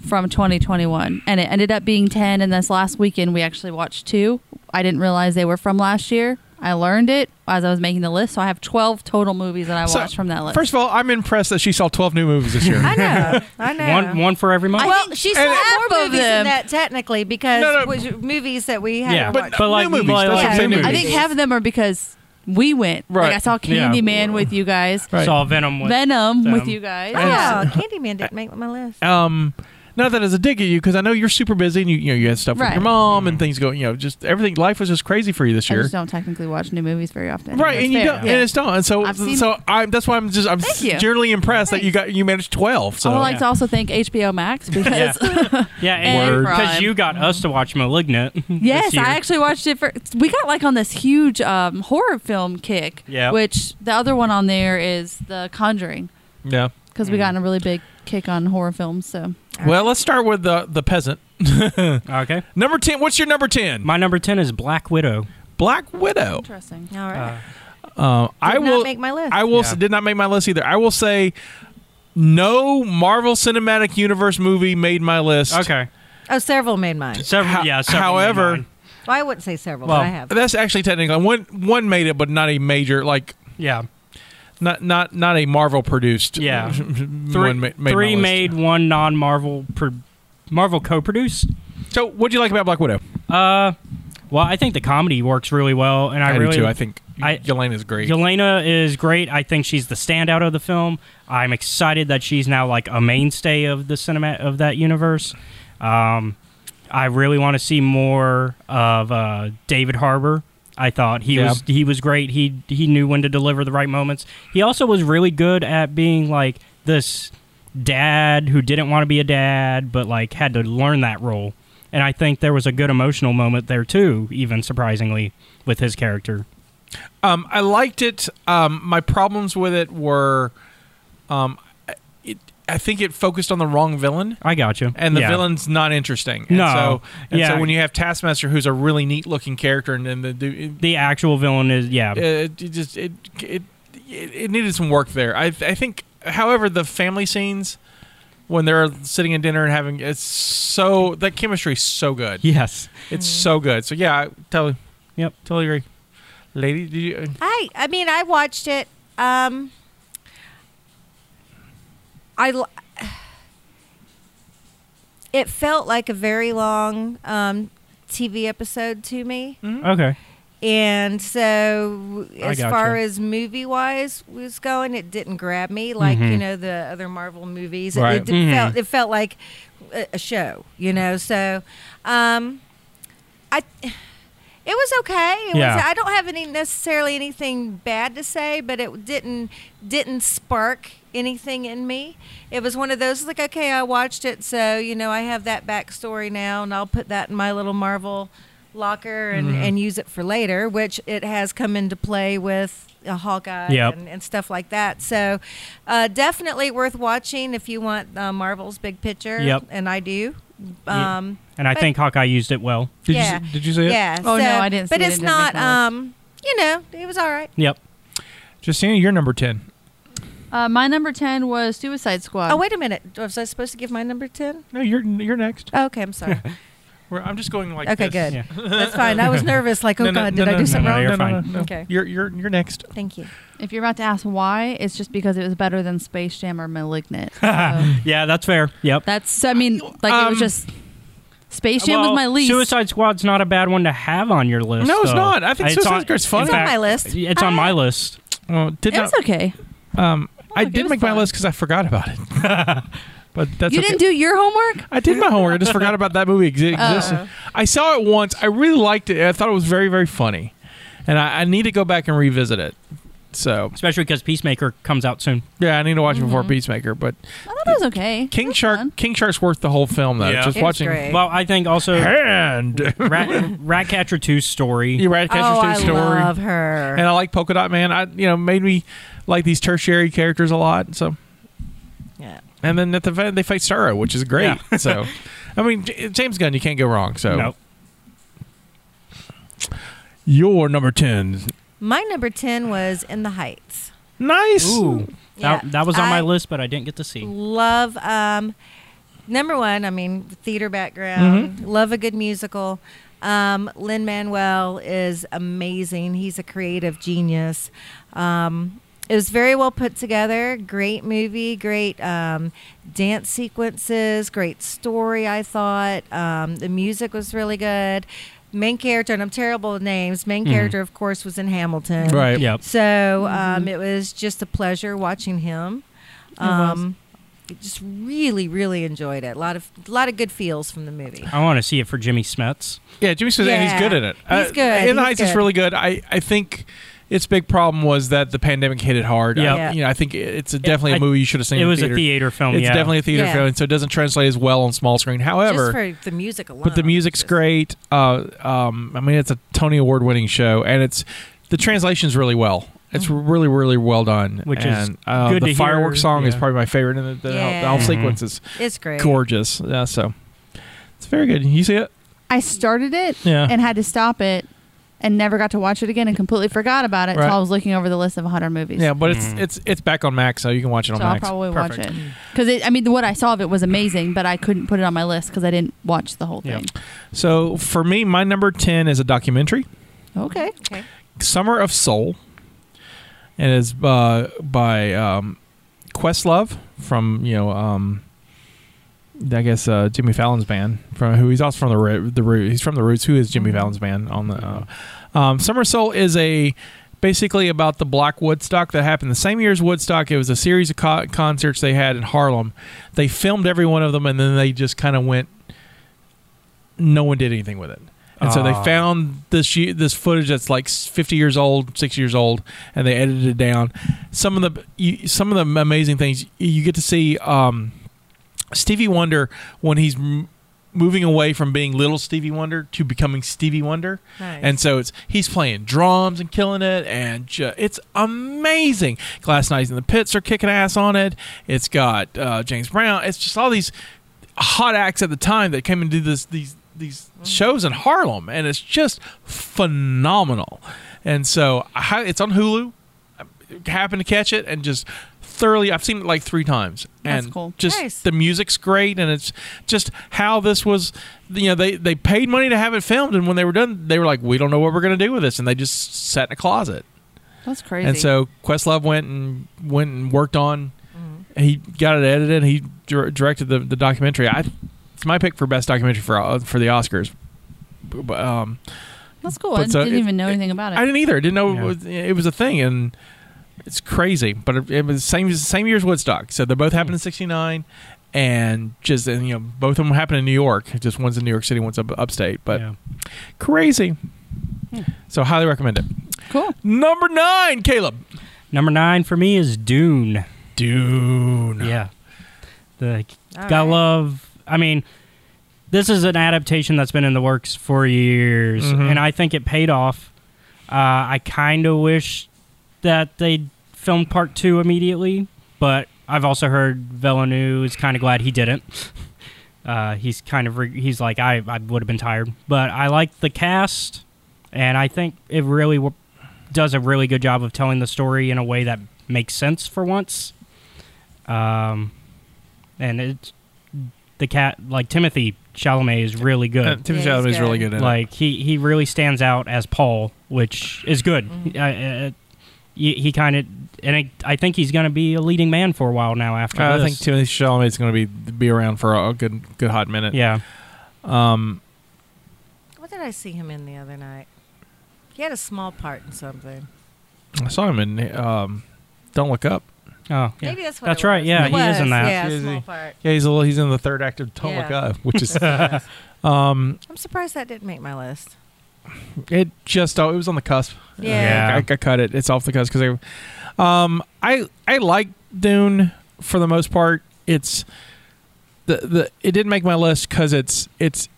Speaker 3: from 2021, and it ended up being 10. And this last weekend, we actually watched two. I didn't realize they were from last year. I learned it as I was making the list, so I have 12 total movies that I
Speaker 2: So,
Speaker 3: watched from that list.
Speaker 2: First of all, I'm impressed that she saw 12 new movies this year.
Speaker 4: I know. I know.
Speaker 5: one one for every month.
Speaker 4: well, she saw
Speaker 3: half
Speaker 4: more
Speaker 3: of
Speaker 4: movies than
Speaker 3: them.
Speaker 4: that technically because
Speaker 2: No, no.
Speaker 4: it was movies that we had.
Speaker 5: yeah,
Speaker 2: but-
Speaker 5: but,
Speaker 2: new
Speaker 5: like,
Speaker 2: movies, that's
Speaker 5: like,
Speaker 2: what
Speaker 5: like
Speaker 2: I'm
Speaker 5: new
Speaker 2: saying, new
Speaker 5: movies.
Speaker 3: I think half of them are because we went.
Speaker 2: Right.
Speaker 3: Like I saw
Speaker 5: Yeah.
Speaker 3: Candyman with you guys,
Speaker 2: Right.
Speaker 5: saw Venom. With,
Speaker 3: Venom with
Speaker 5: Them.
Speaker 3: you guys.
Speaker 4: Oh, Candyman didn't make my list.
Speaker 2: um not that as a dig at you because I know you're super busy and you you know you had stuff with
Speaker 3: Right.
Speaker 2: your mom
Speaker 5: Mm-hmm.
Speaker 2: and things going you know just everything life was just crazy for you this
Speaker 3: I
Speaker 2: year
Speaker 3: just don't technically watch new movies very often.
Speaker 2: right
Speaker 3: That's
Speaker 2: and you
Speaker 3: fair.
Speaker 2: don't
Speaker 3: Yeah.
Speaker 2: and it's not and so
Speaker 3: I've seen-
Speaker 2: so I'm that's why I'm just I'm
Speaker 3: Thank you.
Speaker 2: generally impressed that you
Speaker 3: Thanks. Oh,
Speaker 2: got you managed 12 so
Speaker 3: I would like
Speaker 5: yeah.
Speaker 3: to also thank HBO Max because
Speaker 5: yeah,
Speaker 3: And
Speaker 5: and because
Speaker 3: Prime.
Speaker 5: you got us to watch Malignant. this
Speaker 3: yes,
Speaker 5: year.
Speaker 3: I actually watched it for. We got like on this huge um, horror film kick.
Speaker 5: Yeah.
Speaker 3: Which the other one on there is The Conjuring
Speaker 2: yeah
Speaker 3: because
Speaker 5: Mm.
Speaker 3: we got in a really big kick on horror films. So
Speaker 2: well let's start with the the peasant
Speaker 5: Okay,
Speaker 2: number 10 what's your number 10
Speaker 5: my number ten is Black Widow.
Speaker 2: Black
Speaker 5: Oh.
Speaker 2: Widow
Speaker 3: interesting.
Speaker 4: All right.
Speaker 5: Uh,
Speaker 2: uh, I
Speaker 4: Did not
Speaker 2: will
Speaker 4: make my list.
Speaker 2: I will
Speaker 5: Yeah.
Speaker 2: did not make my list either I will say no Marvel Cinematic Universe movie made my list
Speaker 5: Uh, okay,
Speaker 4: oh, several made mine.
Speaker 5: several.
Speaker 2: Ho-
Speaker 5: yeah, several
Speaker 2: however-
Speaker 5: made mine.
Speaker 4: Well, I wouldn't say several.
Speaker 5: Well,
Speaker 4: but I have.
Speaker 2: That's actually technically one. One made it, but not a major like
Speaker 5: yeah,
Speaker 2: not not not a Marvel produced.
Speaker 5: Yeah. three,
Speaker 2: one ma- made my
Speaker 5: three
Speaker 2: list.
Speaker 5: made one non-Marvel pro- Marvel co-produced.
Speaker 2: So, what do you like about Black Widow?
Speaker 5: Uh, well, I think the comedy works really well, and I,
Speaker 2: do
Speaker 5: really
Speaker 2: too. I think
Speaker 5: I-
Speaker 2: Yelena is great.
Speaker 5: Yelena is great. I think she's the standout of the film. I'm excited that she's now like a mainstay of the cinema of that universe. Um, I really want to see more of uh, David Harbour. I thought he
Speaker 2: Yeah.
Speaker 5: was he was great. He he knew when to deliver the right moments. He also was really good at being like this dad who didn't want to be a dad, but like had to learn that role. And I think there was a good emotional moment there too, even surprisingly, with his character.
Speaker 2: Um, I liked it. Um, my problems with it were, um, it, I think it focused on the wrong villain.
Speaker 5: I got you.
Speaker 2: And the
Speaker 5: Yeah.
Speaker 2: villain's not interesting. And
Speaker 5: No.
Speaker 2: So, and
Speaker 5: Yeah.
Speaker 2: so when you have Taskmaster, who's a really neat looking character, and then the dude,
Speaker 5: the actual villain is yeah
Speaker 2: Uh, it it just it it, it it needed some work there. I I think, however, the family scenes when they're sitting at dinner and having it's so that chemistry is so good.
Speaker 5: yes
Speaker 2: It's so good. So yeah, I totally,
Speaker 5: Yep.
Speaker 2: totally agree. Lady, did you?
Speaker 4: I I mean I watched it. Um, I l- it felt like a very long um, TV episode to me,
Speaker 5: okay
Speaker 4: and so
Speaker 5: I
Speaker 4: as
Speaker 5: gotcha.
Speaker 4: far as movie wise was going, it didn't grab me like you
Speaker 5: Mhm.
Speaker 4: know the other Marvel movies. It-
Speaker 2: Right.
Speaker 4: It, did-
Speaker 5: Mhm.
Speaker 4: felt it felt like a, a show, you know. So, um, I. It was okay. It
Speaker 5: Yeah.
Speaker 4: was, I don't have any necessarily anything bad to say, but it didn't didn't spark anything in me. It was one of those like, okay, I watched it, so you know I have that backstory now, and I'll put that in my little Marvel locker and,
Speaker 5: Mm-hmm.
Speaker 4: and use it for later, which it has come into play with a Hawkeye
Speaker 5: Yep.
Speaker 4: and, and stuff like that. So uh, definitely worth watching if you want uh, Marvel's big picture.
Speaker 5: Yep.
Speaker 4: and I do.
Speaker 5: Yeah.
Speaker 4: Um,
Speaker 5: and i
Speaker 4: But-
Speaker 5: think hawkeye used it well
Speaker 2: Did
Speaker 4: Yeah.
Speaker 2: you? Did you see it?
Speaker 4: yeah.
Speaker 3: Oh, no,
Speaker 4: so-
Speaker 3: I didn't
Speaker 4: But
Speaker 3: see it. It
Speaker 4: it's
Speaker 3: didn't make
Speaker 4: not.
Speaker 3: my list.
Speaker 4: Um, you know, it was all right.
Speaker 5: yep
Speaker 2: Justina, you're number ten.
Speaker 3: Uh, my number ten was Suicide Squad.
Speaker 4: oh wait a minute. Was I supposed to give my number ten?
Speaker 2: No, you're you're next.
Speaker 4: Oh, okay, I'm sorry.
Speaker 2: We're, I'm just going like.
Speaker 4: okay,
Speaker 2: this.
Speaker 4: good.
Speaker 5: yeah
Speaker 4: That's fine. I was nervous. Like, oh
Speaker 2: No, no,
Speaker 4: god,
Speaker 2: no,
Speaker 4: did I
Speaker 2: no,
Speaker 4: do
Speaker 2: no,
Speaker 4: something
Speaker 2: no,
Speaker 4: wrong?
Speaker 2: No, no,
Speaker 5: You're fine.
Speaker 2: no, no.
Speaker 4: Okay.
Speaker 2: You're you're you're next.
Speaker 4: Thank you.
Speaker 3: If you're about to ask why, it's just because it was better than Space Jam or Malignant. So
Speaker 5: yeah that's fair yep
Speaker 3: that's. I mean, like it
Speaker 2: Um,
Speaker 3: was just Space Jam was my least.
Speaker 5: suicide squad's not a bad one to have on your list
Speaker 2: No, it's
Speaker 5: though.
Speaker 2: not. I think Suicide Squad's
Speaker 5: in
Speaker 2: fun.
Speaker 4: It's on
Speaker 5: fact,
Speaker 4: my list.
Speaker 5: it's on my list
Speaker 2: Well, did
Speaker 3: It
Speaker 2: not.
Speaker 3: was okay.
Speaker 2: Um, I
Speaker 3: Look, Oh, it
Speaker 2: did
Speaker 3: was
Speaker 2: make my
Speaker 3: fun.
Speaker 2: list because I forgot about it. But that's
Speaker 3: you
Speaker 2: okay.
Speaker 3: didn't do Uh-huh. your homework?
Speaker 2: I did my homework. I just forgot about that movie exi- existing. I saw it once. I really liked it. I thought it was very, very funny, and I, I need to go back and revisit it. So
Speaker 5: especially because Peacemaker comes out soon.
Speaker 2: yeah, I need to watch it before Peacemaker. But
Speaker 3: I thought it was okay.
Speaker 2: King
Speaker 3: It was
Speaker 2: Shark,
Speaker 3: Mm-hmm. fun.
Speaker 2: King Shark's worth the whole film though.
Speaker 6: Yeah.
Speaker 2: Just
Speaker 4: It was
Speaker 2: watching
Speaker 4: great.
Speaker 5: Well, I think also
Speaker 2: and
Speaker 5: Rat, Ratcatcher 2's story.
Speaker 2: you Ratcatcher's
Speaker 4: oh, I
Speaker 2: story.
Speaker 4: love her.
Speaker 2: and I like Polka Dot Man. I you know made me like these tertiary characters a lot. So
Speaker 4: yeah.
Speaker 2: and then at the end they fight Starro, which is great. so I mean J- James Gunn, you can't go wrong. So
Speaker 5: No.
Speaker 2: your number ten,
Speaker 4: My number 10 was In the Heights.
Speaker 2: nice.
Speaker 5: Ooh.
Speaker 4: Yeah.
Speaker 5: That, that was on
Speaker 4: I
Speaker 5: my list, but I didn't get to see.
Speaker 4: Love, um, number one, I mean, theater background, love a good musical. Um, Lin Manuel is amazing. He's a creative genius. Um, it was very well put together. Great movie, great um, dance sequences, great story, I thought. Um, the music was really good. Main character, and I'm terrible with names, main character, of course, was in Hamilton.
Speaker 2: Right.
Speaker 5: Yep.
Speaker 4: So
Speaker 5: Mm-hmm.
Speaker 4: um, it was just a pleasure watching him. Um, Just really, really enjoyed it. A lot of, a lot of good feels from the movie.
Speaker 5: I want to see it for Jimmy Smets.
Speaker 2: Yeah, Jimmy Smith, and he's
Speaker 4: Yeah.
Speaker 2: good at it.
Speaker 4: He's good.
Speaker 2: In the
Speaker 4: He's
Speaker 2: Heights is
Speaker 4: good.
Speaker 2: really good. I, I think its big problem was that the pandemic hit it hard. I-
Speaker 5: Yeah.
Speaker 2: you know, I think it's a, definitely a
Speaker 5: I-
Speaker 2: movie you should have seen.
Speaker 5: It
Speaker 2: in
Speaker 5: was
Speaker 2: theater.
Speaker 5: a theater film.
Speaker 2: It's
Speaker 5: yeah.
Speaker 2: definitely a theater
Speaker 4: Yeah.
Speaker 2: film, so it doesn't translate as well on small screen. However,
Speaker 4: just for the music alone.
Speaker 2: but the music's
Speaker 4: Just-
Speaker 2: great. Uh, um, I mean, it's a Tony Award winning show, and it's the translation's really well. It's really, really well done.
Speaker 5: Which is
Speaker 2: and, uh,
Speaker 5: good
Speaker 2: the
Speaker 5: to
Speaker 2: fireworks
Speaker 5: hear,
Speaker 2: song is
Speaker 5: yeah.
Speaker 2: probably my favorite, and the, the, whole- the whole
Speaker 4: Yeah.
Speaker 2: sequence is
Speaker 4: It's great.
Speaker 2: gorgeous. Yeah, so it's very good. You see it?
Speaker 3: I started it
Speaker 2: Yeah.
Speaker 3: and had to stop it and never got to watch it again and completely forgot about it until
Speaker 2: Right.
Speaker 3: I was looking over the list of 100 movies.
Speaker 2: Yeah, but it's
Speaker 5: Mm.
Speaker 2: it's it's back on Max, so you can watch it
Speaker 3: So
Speaker 2: on
Speaker 3: I'll
Speaker 2: Max.
Speaker 3: probably watch
Speaker 5: Perfect.
Speaker 3: it because I mean what I saw of it was amazing, but I couldn't put it on my list because I didn't watch the whole
Speaker 5: Yeah.
Speaker 3: thing.
Speaker 2: So for me, my number ten is a documentary,
Speaker 3: Okay,
Speaker 4: Okay.
Speaker 2: "Summer of Soul," and it's uh, by um, Questlove from you know, um, I guess uh, Jimmy Fallon's band from who he's also from the Ro- the Roots. He's from the Roots. Who is Jimmy Fallon's band on the uh, um, "Summer of Soul" is a basically about the Black Woodstock that happened the same year as Woodstock. It was a series of co- concerts they had in Harlem. They filmed every one of them, and then they just kind of went. No one did anything with it, and so they
Speaker 5: Ah.
Speaker 2: found this y- this footage that's like s- fifty years old, six years old, and they edited it down. Some of the you, some of the amazing things you get to see. Um, Stevie Wonder when he's m- moving away from being little Stevie Wonder to becoming Stevie Wonder.
Speaker 4: Nice.
Speaker 2: And so it's he's playing drums and killing it and ju- it's amazing. Glass Knights in the Pits are kicking ass on it. It's got uh, James Brown. It's just all these hot acts at the time that came and did this these these shows in Harlem and it's just phenomenal. And so I, hi- it's on Hulu. I happened to catch it and just thoroughly I've seen it like 3 times
Speaker 3: That's
Speaker 2: and
Speaker 3: cool.
Speaker 2: just
Speaker 4: Nice.
Speaker 2: the music's great and it's just how this was you know they they paid money to have it filmed and when they were done they were like we don't know what we're going to do with this and they just sat in a closet
Speaker 3: that's crazy.
Speaker 2: and so questlove went and went and worked on
Speaker 3: Mm-hmm.
Speaker 2: he got it edited he dir- directed the, the documentary i it's my pick for best documentary for uh, for the oscars B- but, um,
Speaker 3: that's cool.
Speaker 2: but
Speaker 3: I
Speaker 2: so
Speaker 3: didn't
Speaker 2: it-
Speaker 3: even know
Speaker 2: it-
Speaker 3: anything about it.
Speaker 2: I didn't either. I didn't know
Speaker 5: Yeah.
Speaker 2: it, was, it was a thing, and it's crazy. But it, it was same same year as Woodstock, so they both happened in '69, and just and, you know both of them happened in New York. Just one's in New York City, one's up upstate, but
Speaker 5: Yeah.
Speaker 2: crazy.
Speaker 4: Hmm.
Speaker 2: So highly recommend it.
Speaker 3: cool.
Speaker 2: Number nine, Caleb.
Speaker 5: Number nine for me is Dune.
Speaker 2: Dune.
Speaker 5: Yeah. The
Speaker 4: All
Speaker 5: gotta
Speaker 4: right.
Speaker 5: love. I mean, this is an adaptation that's been in the works for years,
Speaker 2: Mhm.
Speaker 5: and I think it paid off. Uh, I kind of wish that they filmed part two immediately, but I've also heard Villeneuve is kind of glad he didn't. Uh, he's kind of re- he's like I I would have been tired, but I like the cast, and I think it really w- does a really good job of telling the story in a way that makes sense for once. Um, and it's the cat like Timothy Chalamet is really good.
Speaker 2: Uh, Timothy
Speaker 4: Yeah, he's
Speaker 2: Chalamet is really
Speaker 4: good.
Speaker 2: good in it.
Speaker 5: like he he really stands out as Paul, which is good.
Speaker 4: Mm-hmm.
Speaker 5: I- I- he he kind of and I, I think he's going to be a leading man for a while now after
Speaker 2: I
Speaker 5: this.
Speaker 2: think Timothy Chalamet is going to be be around for a good good hot minute.
Speaker 5: yeah.
Speaker 2: Um,
Speaker 4: What did I see him in the other night? He had a small part in something.
Speaker 2: I saw him in um, Don't Look Up.
Speaker 5: Oh, yeah.
Speaker 4: Maybe that's what
Speaker 5: That's
Speaker 4: it
Speaker 5: right.
Speaker 4: was.
Speaker 5: Yeah,
Speaker 4: It
Speaker 5: he is
Speaker 4: was,
Speaker 5: in that.
Speaker 4: Yeah,
Speaker 2: He is,
Speaker 4: small
Speaker 2: he-
Speaker 4: part.
Speaker 2: Yeah, he's a little. He's in the third act of Tomoka,
Speaker 4: Yeah.
Speaker 2: which is
Speaker 4: I'm surprised that didn't make my list.
Speaker 2: it. Just oh, it was on the cusp.
Speaker 4: Yeah.
Speaker 2: I, I cut it. It's off the cusp because I, um, I I like Dune for the most part. It's the the it didn't make my list because it's it's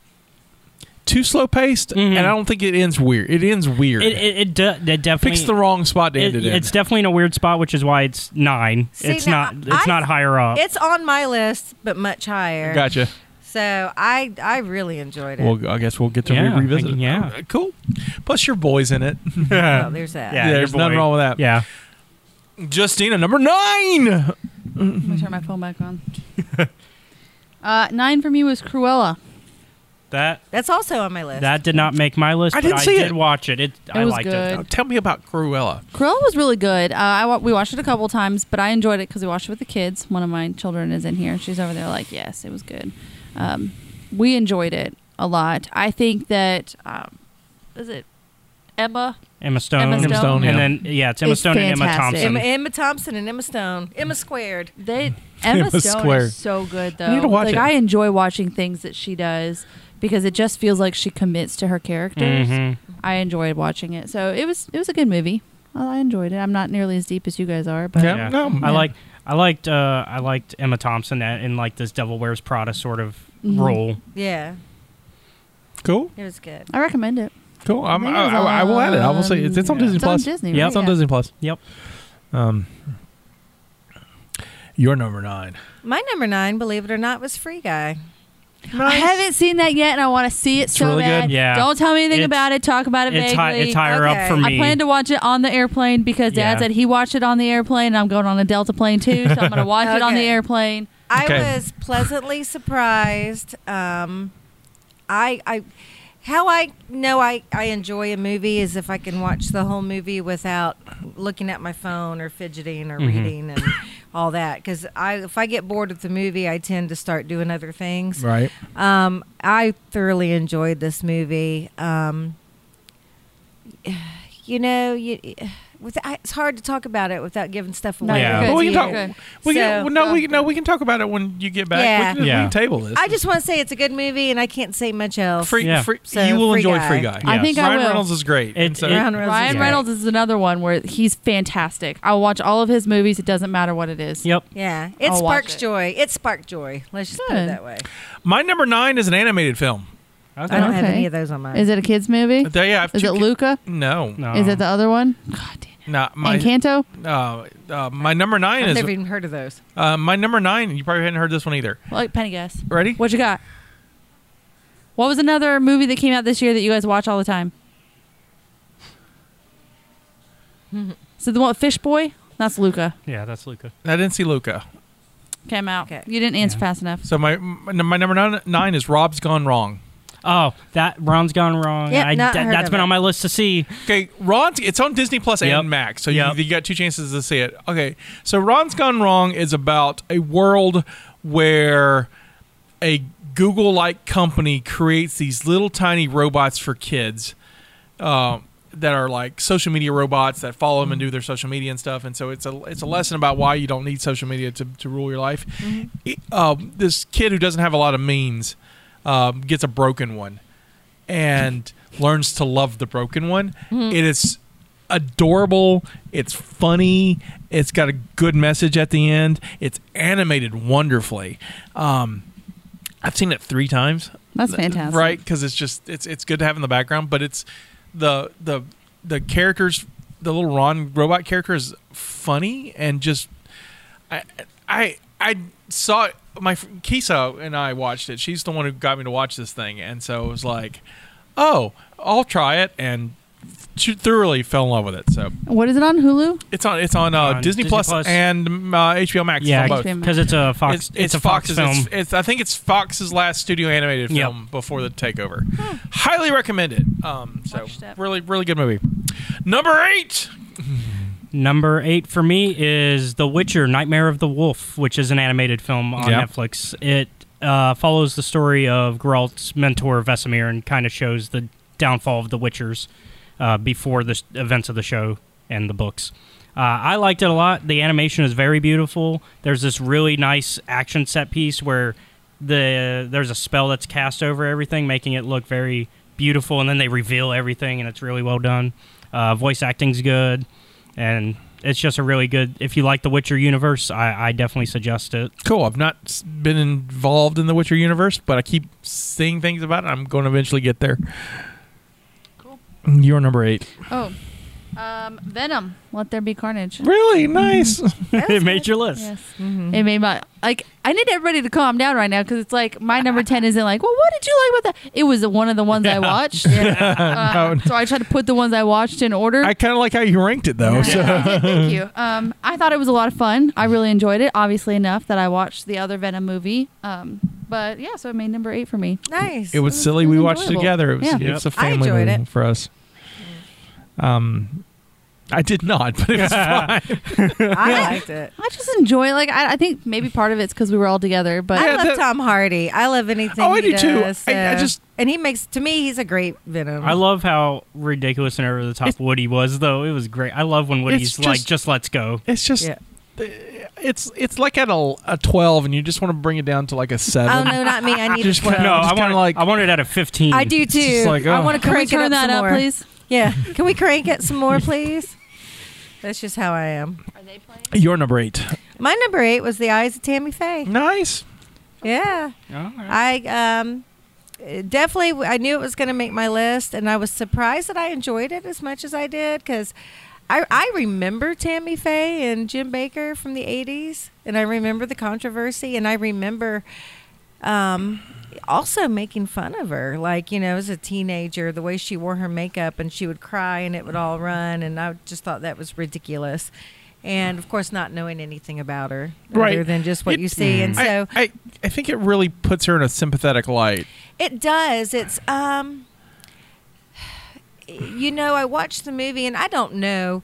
Speaker 2: too slow paced,
Speaker 5: Mhm.
Speaker 2: and I don't think it ends weird. It ends weird.
Speaker 5: It it, it, de- it definitely
Speaker 2: picks the wrong spot to end
Speaker 5: it-
Speaker 2: it in.
Speaker 5: It's definitely in a weird spot, which is why it's nine.
Speaker 4: See,
Speaker 5: it's
Speaker 4: now,
Speaker 5: not.
Speaker 4: I-
Speaker 5: It's not higher up.
Speaker 4: It's on my list, but much higher.
Speaker 2: gotcha.
Speaker 4: So I I really enjoyed it.
Speaker 2: Well, I guess we'll get to
Speaker 5: Yeah,
Speaker 2: re- revisit. it.
Speaker 5: yeah.
Speaker 2: Uh, cool. Plus, your boy's in it.
Speaker 4: Oh, there's that.
Speaker 5: Yeah,
Speaker 2: there's
Speaker 5: your
Speaker 2: nothing
Speaker 5: boy.
Speaker 2: wrong with that.
Speaker 5: yeah.
Speaker 2: Justina, number nine.
Speaker 3: I'm gonna turn my phone back on. uh, nine for me was Cruella.
Speaker 5: That
Speaker 4: That's also on my list.
Speaker 5: that did not make my list.
Speaker 2: I
Speaker 5: but
Speaker 2: didn't see
Speaker 5: I did
Speaker 2: it.
Speaker 5: watch it. It, I
Speaker 3: was
Speaker 5: liked
Speaker 3: good.
Speaker 5: it.
Speaker 2: Now, tell me about Cruella.
Speaker 3: Cruella was really good. Uh, I wa- we watched it a couple times, but I enjoyed it because we watched it with the kids. One of my children is in here. She's over there like, yes, it was good. Um, we enjoyed it a lot. I think that um, is it Emma.
Speaker 5: Emma Stone.
Speaker 3: Emma Emma
Speaker 2: Stone, Stone, yeah.
Speaker 5: And then yeah, it's Emma
Speaker 3: It's
Speaker 5: Stone and Emma
Speaker 3: fantastic.
Speaker 5: Thompson.
Speaker 4: Emma, Emma Thompson and Emma Stone. Emma squared.
Speaker 3: They Emma,
Speaker 2: Emma
Speaker 3: Stone
Speaker 2: Square.
Speaker 3: is so good though.
Speaker 2: I need to watch
Speaker 3: like
Speaker 2: it.
Speaker 3: I enjoy watching things that she does because it just feels like she commits to her characters.
Speaker 2: Mm-hmm.
Speaker 5: Mhm.
Speaker 3: I enjoyed watching it. So it was it was a good movie. I I enjoyed it. I'm not nearly as deep as you guys are, but
Speaker 2: Yeah. no,
Speaker 5: I
Speaker 3: yeah.
Speaker 5: like I liked uh, I liked Emma Thompson a- in like this Devil Wears Prada sort of
Speaker 3: Mhm.
Speaker 5: role.
Speaker 4: Yeah,
Speaker 2: Cool,
Speaker 4: it was good.
Speaker 3: I recommend it.
Speaker 2: cool. I'm,
Speaker 3: I
Speaker 2: I,
Speaker 3: think it was
Speaker 2: I- I will add it. I will say it's, it's on
Speaker 3: on-
Speaker 2: Disney
Speaker 3: It's on
Speaker 2: Plus.
Speaker 3: Disney,
Speaker 2: Yeah,
Speaker 3: right?
Speaker 2: it's on
Speaker 3: Yeah.
Speaker 2: Disney Plus.
Speaker 5: Yep.
Speaker 2: Um, your number nine.
Speaker 4: My number nine, believe it or not, was Free Guy.
Speaker 3: I haven't seen that yet, and I want to see it so
Speaker 2: really good.
Speaker 3: bad.
Speaker 5: Yeah.
Speaker 3: Don't tell me anything
Speaker 5: It's-
Speaker 3: about it. Talk about it
Speaker 5: It's,
Speaker 3: vaguely.
Speaker 5: hi- it's higher
Speaker 4: Okay.
Speaker 5: up for
Speaker 3: I
Speaker 5: me.
Speaker 3: plan to watch it on the airplane because Dad
Speaker 5: Yeah.
Speaker 3: said he watched it on the airplane, and I'm going on a Delta plane too, so I'm going to watch it on the
Speaker 4: Okay.
Speaker 3: airplane.
Speaker 4: I
Speaker 2: Okay.
Speaker 4: was pleasantly surprised. Um, I, I, how I know I, I enjoy a movie is if I can watch the whole movie without looking at my phone or fidgeting or
Speaker 5: Mhm.
Speaker 4: reading and all that. Because I, if I get bored with the movie, I tend to start doing other things.
Speaker 2: Right.
Speaker 4: Um, I thoroughly enjoyed this movie. Um, you know, you, with, I, it's hard to talk about it without giving stuff
Speaker 3: No,
Speaker 4: away.
Speaker 5: Yeah.
Speaker 3: you're good.
Speaker 2: Well, we can
Speaker 3: You're
Speaker 2: talk-
Speaker 3: good.
Speaker 2: We can,
Speaker 4: So-
Speaker 2: well, no, we no, we can talk about it when you get back.
Speaker 4: Yeah.
Speaker 2: We, can, we
Speaker 5: Yeah.
Speaker 2: can table this.
Speaker 4: I just want to say it's a good movie, and I can't say much else.
Speaker 2: free.
Speaker 5: Yeah.
Speaker 2: free
Speaker 4: So,
Speaker 2: you will
Speaker 4: Free
Speaker 2: enjoy
Speaker 4: Guy.
Speaker 2: Free Guy.
Speaker 5: I
Speaker 2: Yes.
Speaker 3: think I
Speaker 2: Ryan
Speaker 3: will.
Speaker 2: Reynolds is great.
Speaker 5: It-
Speaker 2: and so-
Speaker 5: it-
Speaker 4: Ryan Reynolds
Speaker 3: Ryan
Speaker 5: Yeah.
Speaker 3: Reynolds is another one where he's fantastic. I'll watch all of his movies. It doesn't matter what it is.
Speaker 5: Yep.
Speaker 4: Yeah, it
Speaker 3: I'll watch
Speaker 4: sparks
Speaker 3: it.
Speaker 4: joy. It sparked joy. Let's just put it
Speaker 3: Good.
Speaker 4: that way.
Speaker 2: My number nine is an animated film.
Speaker 4: I don't have
Speaker 3: Okay.
Speaker 4: any of those on mine.
Speaker 3: Is it a kids movie?
Speaker 2: There- yeah, I have
Speaker 3: Is
Speaker 2: two
Speaker 3: it
Speaker 2: ki-
Speaker 3: Luca?
Speaker 2: No,
Speaker 5: No.
Speaker 3: Is it the other one? God damn.
Speaker 2: not
Speaker 3: My,
Speaker 2: my.
Speaker 3: Encanto.
Speaker 2: Uh, uh, my number nine
Speaker 4: I've
Speaker 2: is
Speaker 4: never even heard of those.
Speaker 2: uh, my number nine. You probably hadn't heard this one either.
Speaker 3: Like Penny Guess.
Speaker 2: Ready?
Speaker 3: What you got? What was another movie that came out this year that you guys watch all the time? so the one Fish Boy? That's Luca.
Speaker 5: Yeah, that's Luca.
Speaker 2: I didn't see Luca.
Speaker 3: Came out.
Speaker 4: Okay.
Speaker 3: You didn't answer
Speaker 5: Yeah.
Speaker 3: fast enough.
Speaker 2: So my my my number nine, nine is Rob's Gone Wrong.
Speaker 5: Oh, that Ron's gone wrong.
Speaker 4: Yep,
Speaker 5: I,
Speaker 4: not heard
Speaker 5: that's
Speaker 4: of
Speaker 5: been
Speaker 4: it.
Speaker 5: on my list to see.
Speaker 2: Okay, Ron's. It's on Disney Plus
Speaker 5: Yep.
Speaker 2: and Max, so
Speaker 5: Yep.
Speaker 2: you, you got two chances to see it. Okay, so Ron's Gone Wrong is about a world where a Google-like company creates these little tiny robots for kids um, that are like social media robots that follow them and do their social media and stuff. And so it's a it's a lesson about why you don't need social media to, to rule your life. It- um, this kid who doesn't have a lot of means um, gets a broken one and learns to love the broken one. It is adorable. It's funny. It's got a good message at the end. It's animated wonderfully. Um, I've seen it three times
Speaker 3: That's fantastic.
Speaker 2: right because it's just it's it's good to have in the background but it's the the the characters the little ron robot character is funny and just i i i saw it- my fr- kisa and i watched it she's the one who got me to watch this thing and so it was like oh i'll try it and she thoroughly fell in love with it so
Speaker 3: What is it on Hulu?
Speaker 2: it's on it's on, uh,
Speaker 5: On
Speaker 2: disney,
Speaker 5: Disney
Speaker 2: Plus
Speaker 5: Plus.
Speaker 2: and uh, hbo max It's
Speaker 5: Yeah,
Speaker 2: on both.
Speaker 3: HBO
Speaker 5: because it's a Fox.
Speaker 2: It's, it's,
Speaker 5: a Fox
Speaker 2: Fox's.
Speaker 5: film.
Speaker 2: It's, it's I think it's Fox's last studio animated
Speaker 5: Yep.
Speaker 2: film before the takeover. Highly recommend it. Um, so
Speaker 3: Watched it.
Speaker 2: really, really good movie. Number eight.
Speaker 5: Number eight for me is The Witcher: Nightmare of the Wolf, which is an animated film on
Speaker 2: Yeah.
Speaker 5: Netflix. It uh, follows the story of Geralt's mentor Vesemir and kind of shows the downfall of the Witchers uh, before the s- events of the show and the books. Uh, I liked it a lot. The animation is very beautiful. There's this really nice action set piece where the there's a spell that's cast over everything, making it look very beautiful, and then they reveal everything, and it's really well done. Uh, voice acting's good, and it's just a really good. If you like the Witcher universe, I, I definitely suggest it.
Speaker 2: Cool. I've not s- been involved in the Witcher universe, but I keep seeing things about it. I'm going to eventually get there.
Speaker 3: Cool.
Speaker 2: You're number eight.
Speaker 3: Oh, um, Venom. Let there be carnage.
Speaker 2: Really nice.
Speaker 5: it made your list.
Speaker 3: Yes. Mm-hmm. It made my like. I need everybody to calm down right now because it's like my number ten isn't like. Well, what did you like about that? It was one of the ones I watched. Uh,
Speaker 2: No.
Speaker 3: So I tried to put the ones I watched in order.
Speaker 2: I kind of like how you ranked it though. Oh, So
Speaker 3: Yeah, Thank you. Um, I thought it was a lot of fun. I really enjoyed it. Obviously enough that I watched the other Venom movie. Um, but yeah, so it made number eight for me.
Speaker 4: Nice.
Speaker 2: it was silly.
Speaker 3: It was
Speaker 2: We watched it
Speaker 3: enjoyable.
Speaker 2: together. It was,
Speaker 3: Yeah.
Speaker 2: it was a
Speaker 4: I
Speaker 2: family
Speaker 4: enjoyed
Speaker 2: movie
Speaker 4: it.
Speaker 2: for us. Um, I did not, but it was fine.
Speaker 4: I liked it.
Speaker 3: I just enjoy it. Like I, I think maybe part of it's because we were all together, but
Speaker 4: I love
Speaker 2: that-
Speaker 4: Tom Hardy. I love anything.
Speaker 2: Oh, I
Speaker 4: he
Speaker 2: do too.
Speaker 4: does,
Speaker 2: I- I
Speaker 4: so-
Speaker 2: just-
Speaker 4: and he makes to me he's a great Venom.
Speaker 5: I love how ridiculous and over the top
Speaker 2: It's-
Speaker 5: Woody was, though. It was great. I love when Woody's
Speaker 2: It's
Speaker 5: like,
Speaker 2: just-
Speaker 5: "Just let's go."
Speaker 2: It's just
Speaker 4: Yeah.
Speaker 2: it's it's like at a, a twelve, and you just want to bring it down to like a
Speaker 4: Oh
Speaker 2: seven.
Speaker 4: no, not me. I need
Speaker 2: Just
Speaker 4: a 12.
Speaker 2: Yeah,
Speaker 5: no,
Speaker 2: I'm just
Speaker 5: I want
Speaker 2: kinda like-
Speaker 5: I want it at a fifteen.
Speaker 4: I do
Speaker 2: just
Speaker 4: too.
Speaker 2: like,
Speaker 4: I
Speaker 2: oh.
Speaker 4: want to
Speaker 3: can we
Speaker 4: crank
Speaker 3: turn
Speaker 4: it up
Speaker 3: that
Speaker 4: some
Speaker 3: up,
Speaker 4: more.
Speaker 3: please?
Speaker 4: Yeah, can we crank it some more, please? That's just how I am.
Speaker 2: You're number eight.
Speaker 4: My number eight was the eyes of Tammy Faye.
Speaker 2: Nice.
Speaker 4: Yeah,
Speaker 5: All right.
Speaker 4: I um, definitely I knew it was going to make my list, and I was surprised that I enjoyed it as much as I did because I I remember Tammy Faye and Jim Baker from the '80s, and I remember the controversy, and I remember. Um, also making fun of her like you know as a teenager the way she wore her makeup and she would cry and it would all run and i just thought that was ridiculous and of course not knowing anything about her
Speaker 2: Right.
Speaker 4: other than just what
Speaker 2: It-
Speaker 4: you see and so
Speaker 2: I, I I think it really puts her in a sympathetic light.
Speaker 4: it does. It's um you know, I watched the movie and I don't know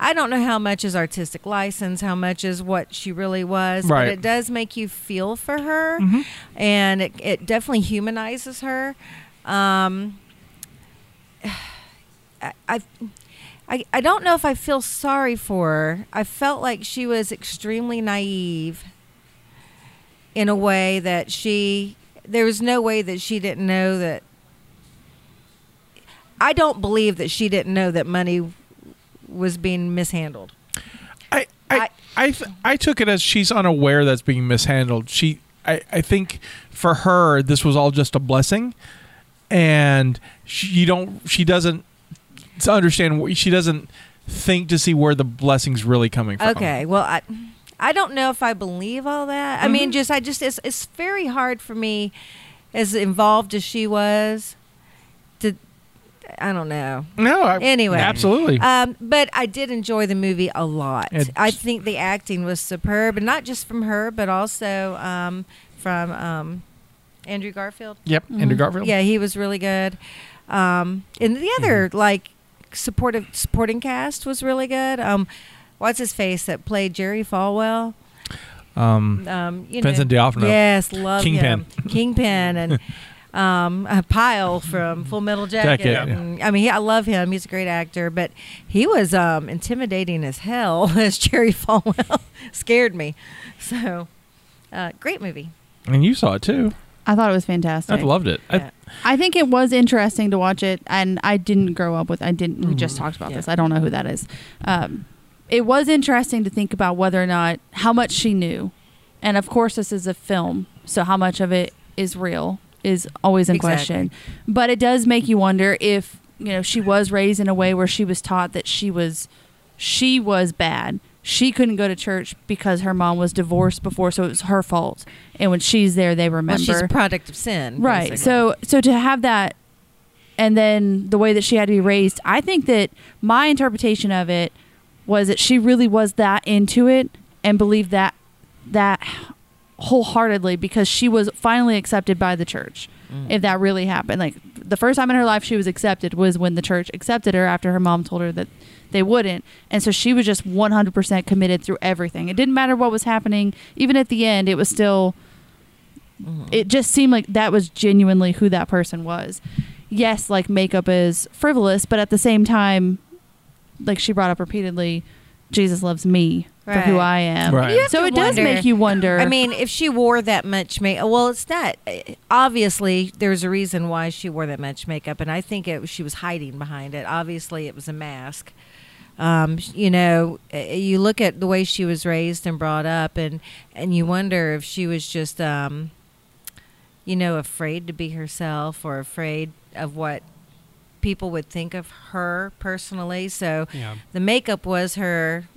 Speaker 4: I don't know how much is artistic license, how much is what she really was,
Speaker 2: Right.
Speaker 4: but it does make you feel for her and it, it definitely humanizes her. Um I, I I, I don't know if I feel sorry for her. I felt like she was extremely naive in a way that she there was no way that she didn't know that I don't believe that she didn't know that money was being mishandled.
Speaker 2: I I
Speaker 4: I-
Speaker 2: I, th- I took it as she's unaware that's being mishandled. She I, I think for her this was all just a blessing, and she you don't she doesn't to understand wh- she doesn't think to see where the blessings really coming from.
Speaker 4: Okay, well I I don't know if I believe all that. I mean just I just it's it's very hard for me as involved as she was to I don't know.
Speaker 2: No. I,
Speaker 4: Anyway.
Speaker 2: Absolutely.
Speaker 4: Um, but I did enjoy the movie a lot.
Speaker 2: Mm. It's-
Speaker 4: I think the acting was superb, and not just from her, but also um, from um, Andrew Garfield.
Speaker 2: yep. Andrew Garfield.
Speaker 4: mm-hmm. Yeah, he was really good. Um, and the other like supportive supporting cast was really good. Um, what's his face that played Jerry Falwell?
Speaker 2: Um.
Speaker 4: Um, you
Speaker 2: Vincent
Speaker 4: know,
Speaker 2: D'Onofrio.
Speaker 4: Yes, love
Speaker 2: Kingpin.
Speaker 4: him. Kingpin and. Um, a pile from Full Metal Jacket.
Speaker 2: Jacket, yeah.
Speaker 4: And, I mean, he, I love him. He's a great actor, but he was um, intimidating as hell as Jerry Falwell. Scared me. So, uh, great movie.
Speaker 2: And you saw it too.
Speaker 3: I thought it was fantastic.
Speaker 2: I loved it. I-
Speaker 4: Yeah.
Speaker 3: I think it was interesting to watch it, and I didn't grow up with. I didn't. We just talked about
Speaker 4: Mm-hmm. Yeah.
Speaker 3: this. I don't know who that is. Um, it was interesting to think about whether or not how much she knew, and of course, this is a film, so how much of it is real is always in
Speaker 4: Exactly.
Speaker 3: question. But it does make you wonder if you know she was raised in a way where she was taught that she was she was bad. She couldn't go to church because her mom was divorced before, so it was her fault. And when she's there, they
Speaker 4: Well,
Speaker 3: remember
Speaker 4: she's a product of sin.
Speaker 3: right
Speaker 4: basically.
Speaker 3: so so to have that and then the way that she had to be raised i think that my interpretation of it was that she really was that into it and believed that that wholeheartedly because she was finally accepted by the church Mm. if that really happened like the first time in her life she was accepted was when the church accepted her after her mom told her that they wouldn't and so she was just 100% committed through everything it didn't matter what was happening even at the end it was still
Speaker 4: Mm.
Speaker 3: it just seemed like that was genuinely who that person was. Yes, like makeup is frivolous, but at the same time, like she brought up repeatedly, Jesus loves me for who
Speaker 4: Right.
Speaker 3: I am.
Speaker 2: Right. You have
Speaker 3: So
Speaker 4: to
Speaker 3: it does
Speaker 4: wonder-
Speaker 3: make you wonder.
Speaker 4: I mean, if she wore that much makeup, well, it's not. Obviously, there's a reason why she wore that much makeup, and I think it, she was hiding behind it. Obviously, it was a mask. Um, sh- you know, uh, you look at the way she was raised and brought up, and and you wonder if she was just, um, you know, afraid to be herself or afraid of what people would think of her personally. So
Speaker 5: Yeah.
Speaker 4: the makeup was her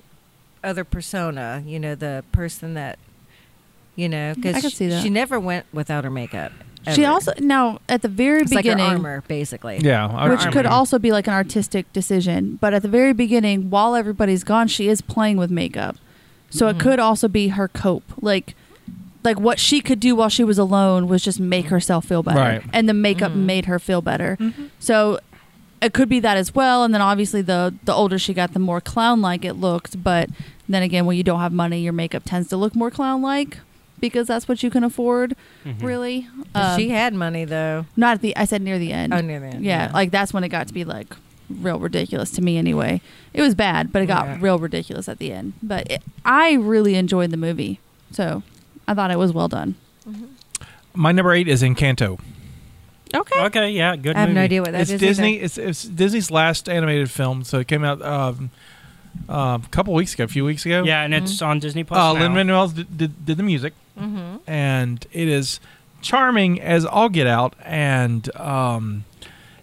Speaker 4: other persona, you know, the person that, you know,
Speaker 3: Mm, I can
Speaker 4: because
Speaker 3: see that.
Speaker 4: she never went without her makeup.
Speaker 3: she
Speaker 4: ever.
Speaker 3: also now at the very
Speaker 4: it's like her
Speaker 3: beginning,
Speaker 4: armor, basically.
Speaker 2: Yeah, I-
Speaker 3: which
Speaker 2: I
Speaker 3: could
Speaker 2: mean,
Speaker 3: also be like an artistic decision. But at the very beginning, while everybody's gone, she is playing with makeup, so it could also be her cope. Like, like what she could do while she was alone was just make herself feel better,
Speaker 2: Right.
Speaker 3: and the makeup
Speaker 4: Mm-hmm.
Speaker 3: made her feel better. So it could be that as well. And then obviously the the older she got, the more clown like it looked. But then again, when you don't have money, your makeup tends to look more clown like because that's what you can afford,
Speaker 5: Mm-hmm.
Speaker 3: really.
Speaker 4: But
Speaker 3: Um,
Speaker 4: she had money, though.
Speaker 3: not at the I said near the end.
Speaker 4: Oh, near the end,
Speaker 3: Yeah,
Speaker 4: yeah.
Speaker 3: like that's when it got to be like real ridiculous to me anyway. It was bad, but it got
Speaker 4: Yeah.
Speaker 3: real ridiculous at the end. But it, I really enjoyed the movie. So, I thought it was well done.
Speaker 2: My number eight is Encanto.
Speaker 3: Okay.
Speaker 5: Okay, yeah, good
Speaker 4: I have
Speaker 5: movie.
Speaker 4: no idea what that is.
Speaker 2: it's Disney. It's, it's Disney's last animated film, so it came out um, um, a couple weeks ago, a few weeks ago.
Speaker 5: Yeah, and it's on Disney Plus.
Speaker 2: Uh,
Speaker 5: now.
Speaker 2: Lin Manuel did, did, did the music,
Speaker 4: Mm-hmm.
Speaker 2: and it is charming as all get out, and um,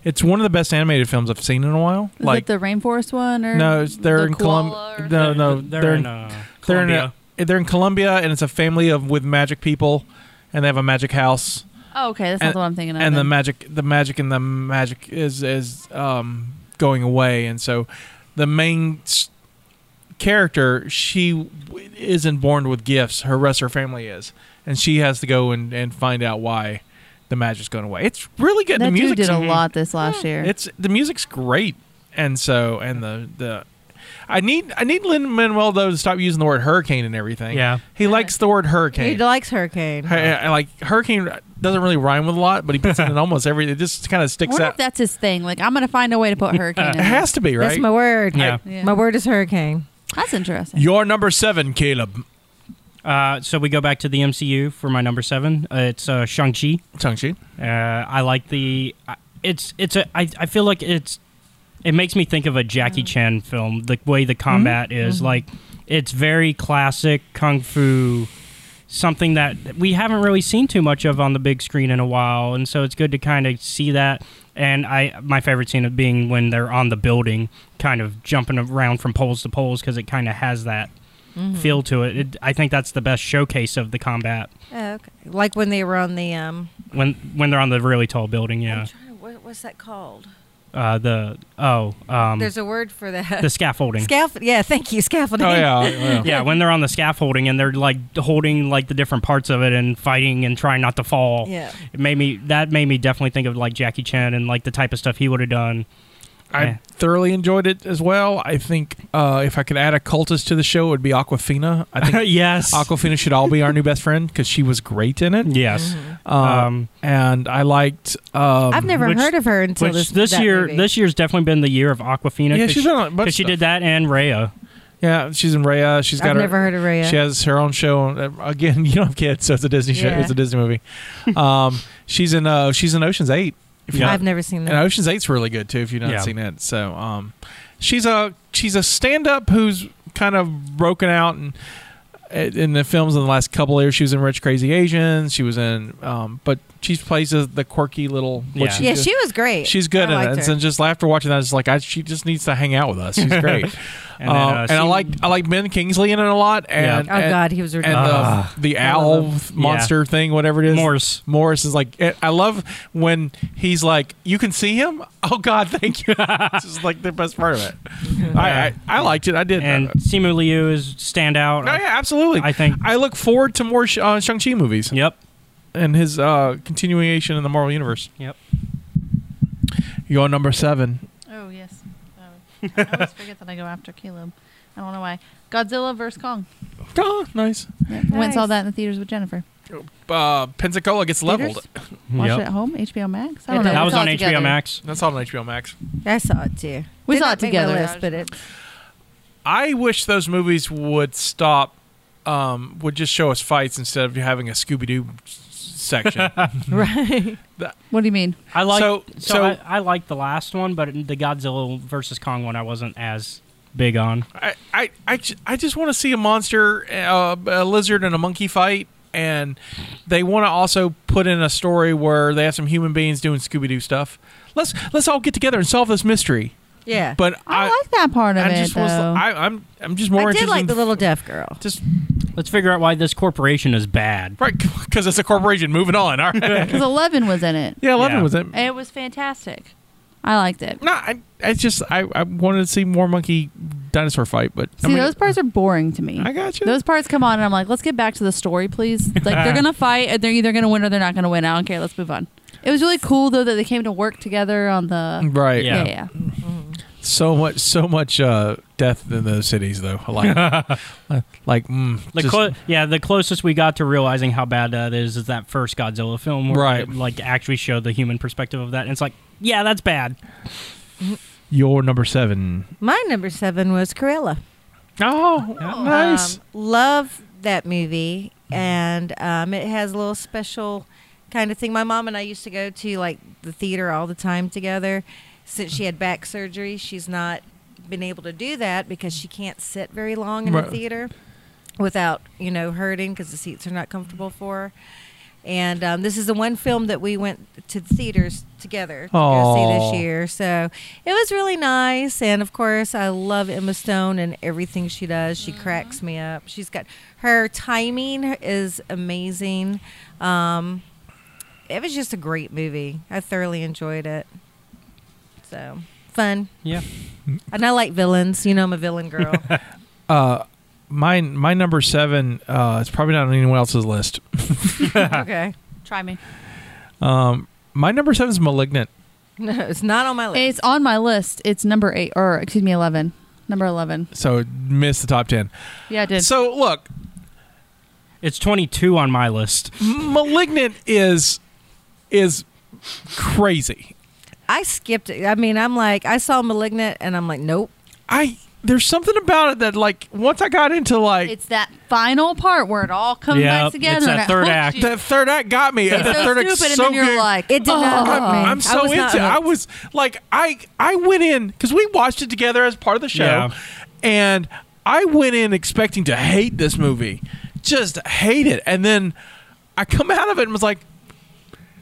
Speaker 2: it's one of the best animated films I've seen in a while.
Speaker 3: Is
Speaker 2: like
Speaker 3: it the rainforest one or
Speaker 2: no, it's, they're
Speaker 3: the
Speaker 2: in
Speaker 3: koala
Speaker 2: Colombia. No,
Speaker 3: or-
Speaker 2: no,
Speaker 5: they're,
Speaker 2: they're
Speaker 5: in.
Speaker 2: in
Speaker 5: Uh,
Speaker 2: they're in,
Speaker 5: Colombia.
Speaker 2: a- they're in Colombia, and it's a family of with magic people, and they have a magic house,
Speaker 3: Oh, okay, that's not
Speaker 2: and-
Speaker 3: the one I'm thinking of.
Speaker 2: and the
Speaker 3: then.
Speaker 2: magic, the magic, and the magic is is um, going away, and so the main s- character she w- isn't born with gifts; her rest of her family is, and she has to go and, and find out why the magic's going away. It's really good.
Speaker 3: that
Speaker 2: the
Speaker 3: dude
Speaker 2: music Mm-hmm.
Speaker 3: did a lot this last year.
Speaker 2: it's the music's great, and so and the the I need I need Lin Manuel though to stop using the word hurricane and everything.
Speaker 5: Yeah.
Speaker 2: he likes the word hurricane.
Speaker 4: He likes Hurricane.
Speaker 2: Hey, I- I like hurricane doesn't really rhyme with a lot, but he puts it in almost every. It just kind of
Speaker 3: I
Speaker 2: sticks
Speaker 3: wonder
Speaker 2: out.
Speaker 3: if that's his thing. Like I'm gonna find a way to put hurricane. in
Speaker 2: it
Speaker 3: there.
Speaker 2: has to be
Speaker 4: That's
Speaker 2: right.
Speaker 4: my word.
Speaker 5: Yeah.
Speaker 3: Yeah.
Speaker 4: My word is Hurricane.
Speaker 3: That's interesting.
Speaker 2: Your number seven, Caleb.
Speaker 5: Uh, so we go back to the MCU for my number seven. Uh, it's uh, Shang Chi.
Speaker 2: Tongue Chi.
Speaker 5: Uh, I like the. I- It's it's a. I, I feel like it's. It makes me think of a Jackie Chan film. The way the combat is like, it's very classic kung fu. Something that we haven't really seen too much of on the big screen in a while, and so it's good to kind of see that. And I, my favorite scene of being when they're on the building, kind of jumping around from poles to poles because it kind of has that
Speaker 3: Mm-hmm.
Speaker 4: Mm-hmm.
Speaker 5: feel to it. it. I think that's the best showcase of the combat
Speaker 4: Oh, okay. Like when they were on the um.
Speaker 5: when when they're on the really tall building. Yeah,
Speaker 4: I'm trying to, what, what's that called?
Speaker 5: uh, the oh um,
Speaker 4: There's a word for that.
Speaker 5: the scaffolding.
Speaker 4: Scaffold. Yeah, thank you, scaffolding.
Speaker 2: Oh yeah, yeah.
Speaker 5: yeah, when they're on the scaffolding and they're like holding like the different parts of it and fighting and trying not to fall.
Speaker 4: Yeah.
Speaker 5: It made me that made me definitely think of like Jackie Chan and like the type of stuff he would have done.
Speaker 2: I
Speaker 5: Yeah.
Speaker 2: thoroughly enjoyed it as well. I think uh, if I could add a cultist to the show, it would be Aquafina. I think
Speaker 5: yes.
Speaker 2: Aquafina should all be our new best friend because she was great in it.
Speaker 5: Yes.
Speaker 4: Mm-hmm.
Speaker 2: Um, and I liked. Um,
Speaker 4: I've never
Speaker 5: Which-
Speaker 4: heard of her until
Speaker 5: Which
Speaker 4: this
Speaker 5: this,
Speaker 4: that
Speaker 5: year
Speaker 4: movie.
Speaker 5: this year's definitely been the year of Aquafina.
Speaker 2: Yeah,
Speaker 5: 'cause
Speaker 2: she's
Speaker 5: she,
Speaker 2: done a bunch
Speaker 5: 'cause she
Speaker 2: of
Speaker 5: did that and Raya.
Speaker 2: Yeah, she's in Raya. She's got
Speaker 4: I've
Speaker 2: her.
Speaker 4: never heard of Rhea.
Speaker 2: She has her own show. Uh, Again, you don't have kids, so it's a Disney show.
Speaker 4: Yeah.
Speaker 2: It's a Disney movie. um, she's in. Uh, she's in Ocean's Eight. If you
Speaker 5: Yeah.
Speaker 4: I've never seen
Speaker 2: and
Speaker 4: that.
Speaker 2: Ocean's Eight's really good too. If you've not
Speaker 5: Yeah.
Speaker 2: seen it, so um, she's a she's a stand up who's kind of broken out and uh, in the films in the last couple of years. She was in Rich Crazy Asians. She was in, um, but she plays the- the quirky little. what
Speaker 5: Yeah.
Speaker 2: she's
Speaker 4: Yeah,
Speaker 2: doing.
Speaker 4: she was great.
Speaker 2: She's good at
Speaker 4: I
Speaker 2: it.
Speaker 4: liked
Speaker 2: And
Speaker 4: her.
Speaker 2: so just after watching that, it's like I, she just needs to hang out with us. She's great.
Speaker 5: And then,
Speaker 2: Um,
Speaker 5: uh,
Speaker 2: and I
Speaker 5: she-
Speaker 2: like I like Ben Kingsley in it a lot.
Speaker 5: Yeah.
Speaker 2: And
Speaker 4: Oh
Speaker 2: and-
Speaker 4: God, he was
Speaker 2: and uh,
Speaker 4: ridiculous.
Speaker 2: the, the
Speaker 4: I love
Speaker 2: owl
Speaker 4: him.
Speaker 2: monster thing, whatever it is.
Speaker 5: Morse.
Speaker 2: Morris is like, eh, I love when he's like, you can see him. Oh God, thank you. This is like the best part of it. I, I I liked it. I did.
Speaker 5: And
Speaker 2: Uh,
Speaker 5: Simu Liu is standout.
Speaker 2: no, Oh, yeah, absolutely.
Speaker 5: I think-
Speaker 2: I look forward to more Sh- uh, Shang Chi movies
Speaker 5: Yep.
Speaker 2: and his uh, continuation in the Marvel universe.
Speaker 5: Yep.
Speaker 2: You're number seven.
Speaker 3: Oh yes. Oh, I always forget that I go after Caleb. I don't know why. Godzilla vs Kong.
Speaker 2: Oh, nice.
Speaker 3: Went and saw
Speaker 4: Nice.
Speaker 3: that in the theaters with Jennifer.
Speaker 2: Uh, Pensacola gets leveled.
Speaker 3: Theaters? Watch
Speaker 5: Yep.
Speaker 3: it at home, HBO Max. I
Speaker 4: It
Speaker 3: don't know.
Speaker 4: does.
Speaker 5: That
Speaker 3: We
Speaker 5: was
Speaker 3: saw
Speaker 5: on
Speaker 3: it
Speaker 5: HBO
Speaker 3: together.
Speaker 5: Max.
Speaker 2: That's all on HBO Max.
Speaker 4: I saw it too.
Speaker 3: We
Speaker 4: Did
Speaker 3: saw
Speaker 4: not
Speaker 3: it
Speaker 4: make my
Speaker 3: together.
Speaker 4: list, but it
Speaker 2: I wish those movies would stop, um, would just show us fights instead of having a Scooby Doo section. Mm-hmm.
Speaker 4: right.
Speaker 3: What do you mean?
Speaker 5: I like
Speaker 2: So-
Speaker 5: so,
Speaker 2: so-
Speaker 5: I, I like the last one, but the Godzilla versus Kong one I wasn't as big on.
Speaker 2: I, I, I, ju- I just want to see a monster, uh, a lizard, and a monkey fight. And they want to also put in a story where they have some human beings doing Scooby Doo stuff. Let's let's all get together and solve this mystery.
Speaker 4: Yeah.
Speaker 2: But
Speaker 3: I,
Speaker 2: I,
Speaker 3: like that part of
Speaker 2: I
Speaker 3: it
Speaker 2: just
Speaker 3: though.
Speaker 2: was, I, I'm I'm just more
Speaker 4: I
Speaker 2: interested
Speaker 4: did like
Speaker 2: in
Speaker 4: the little deaf girl.
Speaker 2: just
Speaker 5: Let's figure out why this corporation is bad.
Speaker 2: right because it's a corporation. Moving on. All right.
Speaker 3: Because Eleven was in it.
Speaker 2: yeah, eleven
Speaker 5: Yeah.
Speaker 2: was it.
Speaker 3: And It was fantastic. I liked it.
Speaker 2: No, I, I just I, I wanted to see more monkey dinosaur fight, but
Speaker 3: See,
Speaker 2: I mean,
Speaker 3: those parts are boring to me.
Speaker 2: I got you.
Speaker 3: Those parts come on, and I'm like, let's get back to the story, please. Like, they're gonna fight, and they're either gonna win or they're not gonna win. I don't care. Let's move on. It was really cool though that they came to work together on the.
Speaker 2: right.
Speaker 5: Yeah.
Speaker 3: Yeah, yeah.
Speaker 2: So much, so much uh, death in those cities, though. I Like, like, mm,
Speaker 5: The
Speaker 2: just-
Speaker 5: clo- yeah, the closest we got to realizing how bad that is is that first Godzilla film, where
Speaker 2: Right.
Speaker 5: It, like actually showed the human perspective of that. And it's like, yeah, that's bad.
Speaker 2: your number seven.
Speaker 4: My number seven was Cruella.
Speaker 2: Oh, nice.
Speaker 4: Um, love that movie, and um, it has a little special kind of thing. My mom and I used to go to like the theater all the time together. Since she had back surgery, she's not been able to do that because she can't sit very long in
Speaker 2: Right.
Speaker 4: the theater without you know hurting because the seats are not comfortable for her. And um, this is the one film that we went to the theaters together to go
Speaker 2: Aw.
Speaker 4: see this year. So it was really nice. And of course, I love Emma Stone and everything she does. She cracks me up. She's got her timing is amazing. Um, it was just a great movie. I thoroughly enjoyed it. So fun.
Speaker 5: Yeah,
Speaker 4: And I like villains. You know, I'm a villain girl.
Speaker 2: Uh, mine, my number seven. Uh, it's probably not on anyone else's list.
Speaker 4: okay.
Speaker 3: Try me.
Speaker 2: Um, my number seven is malignant.
Speaker 4: No, it's not on my list.
Speaker 3: It's on my list. It's number eight, or excuse me, eleven. Number eleven.
Speaker 2: So missed the top ten.
Speaker 3: Yeah, I did.
Speaker 2: So look,
Speaker 5: it's 22 on my list.
Speaker 2: malignant is is crazy.
Speaker 4: I skipped it. I mean, I'm like, I saw Malignant and I'm like, nope.
Speaker 2: I there's something about it that like once I got into like
Speaker 3: it's that final part where it all comes
Speaker 5: Yeah,
Speaker 3: back together.
Speaker 5: it's that
Speaker 3: and I
Speaker 5: third
Speaker 3: hooked
Speaker 5: act.
Speaker 3: you.
Speaker 2: that third act got me.
Speaker 3: It's
Speaker 2: the
Speaker 3: so
Speaker 2: third
Speaker 3: stupid,
Speaker 2: act's
Speaker 3: and
Speaker 2: so
Speaker 3: then you're
Speaker 2: good.
Speaker 3: like,
Speaker 4: It did not hook me.
Speaker 2: I'm, I'm so
Speaker 4: "Oh." was
Speaker 2: into.
Speaker 4: not
Speaker 2: it. I
Speaker 4: hooked.
Speaker 2: was like, I I went in because we watched it together as part of the show,
Speaker 5: Yeah.
Speaker 2: and I went in expecting to hate this movie, just hate it, and then I come out of it and was like,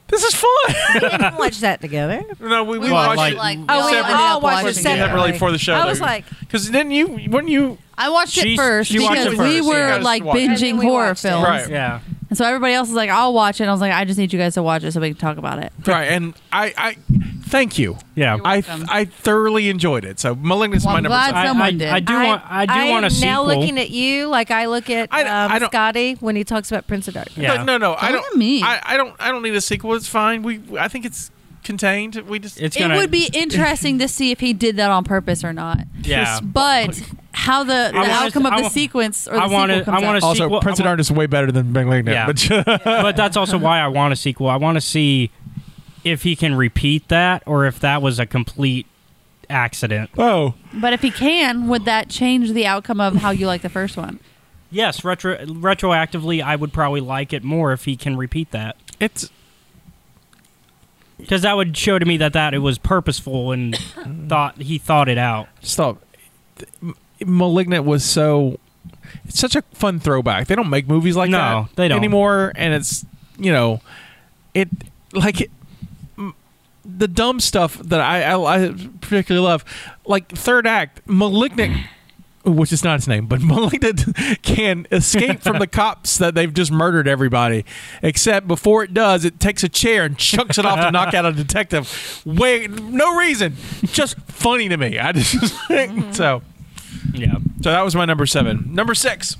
Speaker 2: this is fun.
Speaker 4: We didn't watch that together.
Speaker 2: no, we, we,
Speaker 5: Well,
Speaker 2: watched
Speaker 5: like-
Speaker 2: it.
Speaker 5: like,
Speaker 4: Oh, we
Speaker 2: Separately.
Speaker 4: all watched it
Speaker 2: Watching it separately
Speaker 4: separately.
Speaker 2: for the show.
Speaker 4: I was like-
Speaker 2: because then you, when you,
Speaker 3: I watched
Speaker 5: She-
Speaker 3: it first
Speaker 5: she watched
Speaker 3: because
Speaker 5: it first,
Speaker 3: we
Speaker 5: yeah.
Speaker 3: were
Speaker 5: You
Speaker 2: guys
Speaker 3: like
Speaker 2: watched it.
Speaker 4: And then
Speaker 3: binging
Speaker 4: we
Speaker 3: horror
Speaker 4: watched it.
Speaker 3: films,
Speaker 2: Right.
Speaker 5: Yeah,
Speaker 3: and so everybody else is like, "I'll watch it." And I was like, "I just need you guys to watch it so we can talk about it."
Speaker 2: right, and I, I, thank you.
Speaker 5: yeah.
Speaker 3: You're
Speaker 2: I,
Speaker 3: welcome.
Speaker 2: I thoroughly enjoyed it. So Malignant's
Speaker 3: Well,
Speaker 2: my
Speaker 3: I'm
Speaker 2: number.
Speaker 3: glad
Speaker 2: seven.
Speaker 5: I,
Speaker 3: Someone
Speaker 5: I,
Speaker 3: did.
Speaker 5: I do want. I do
Speaker 4: I
Speaker 5: want a
Speaker 4: am now
Speaker 5: sequel.
Speaker 4: looking at you like I look at
Speaker 2: I-
Speaker 4: um,
Speaker 2: I don't-
Speaker 4: Scotty when he talks about Prince of Darkness.
Speaker 5: Yeah.
Speaker 2: No, no, no. I
Speaker 3: That
Speaker 2: don't.
Speaker 3: wasn't me.
Speaker 2: I, I don't. I don't need a sequel. It's fine. We. I think it's contained. We just.
Speaker 5: it's
Speaker 3: it
Speaker 5: gonna.
Speaker 3: would be interesting to see if he did that on purpose or not.
Speaker 5: Yeah.
Speaker 3: But how the, the
Speaker 5: wanna-
Speaker 3: outcome of
Speaker 5: I
Speaker 3: the
Speaker 5: wa-
Speaker 3: sequence or the
Speaker 5: I wanna-
Speaker 3: sequel comes
Speaker 5: I wanna
Speaker 3: out.
Speaker 5: see-
Speaker 2: also,
Speaker 5: sequel-
Speaker 2: Prince
Speaker 5: I
Speaker 2: and
Speaker 5: want-
Speaker 2: Art is way better than Malignant.
Speaker 5: Yeah.
Speaker 2: But
Speaker 5: but that's also why I want a sequel. I want to see if he can repeat that or if that was a complete accident.
Speaker 2: oh,
Speaker 3: But if he can, would that change the outcome of how you like the first one?
Speaker 5: Yes, retro retroactively, I would probably like it more if he can repeat that
Speaker 2: it's
Speaker 5: because that would show to me that that it was purposeful and thought he thought it out.
Speaker 2: stop. M- Malignant was so. It's such a fun throwback. They don't make movies like
Speaker 5: No,
Speaker 2: that
Speaker 5: they don't.
Speaker 2: anymore, and it's you know, it like it, m- the dumb stuff that I, I I particularly love, like third act, Malignant. Which is not its name, but Malignant can escape from the cops that they've just murdered everybody. Except before it does, it takes a chair and chucks it off to knock out a detective. Wait, no reason. Just funny to me. I just so.
Speaker 5: Yeah.
Speaker 2: So that was my number seven. Number six.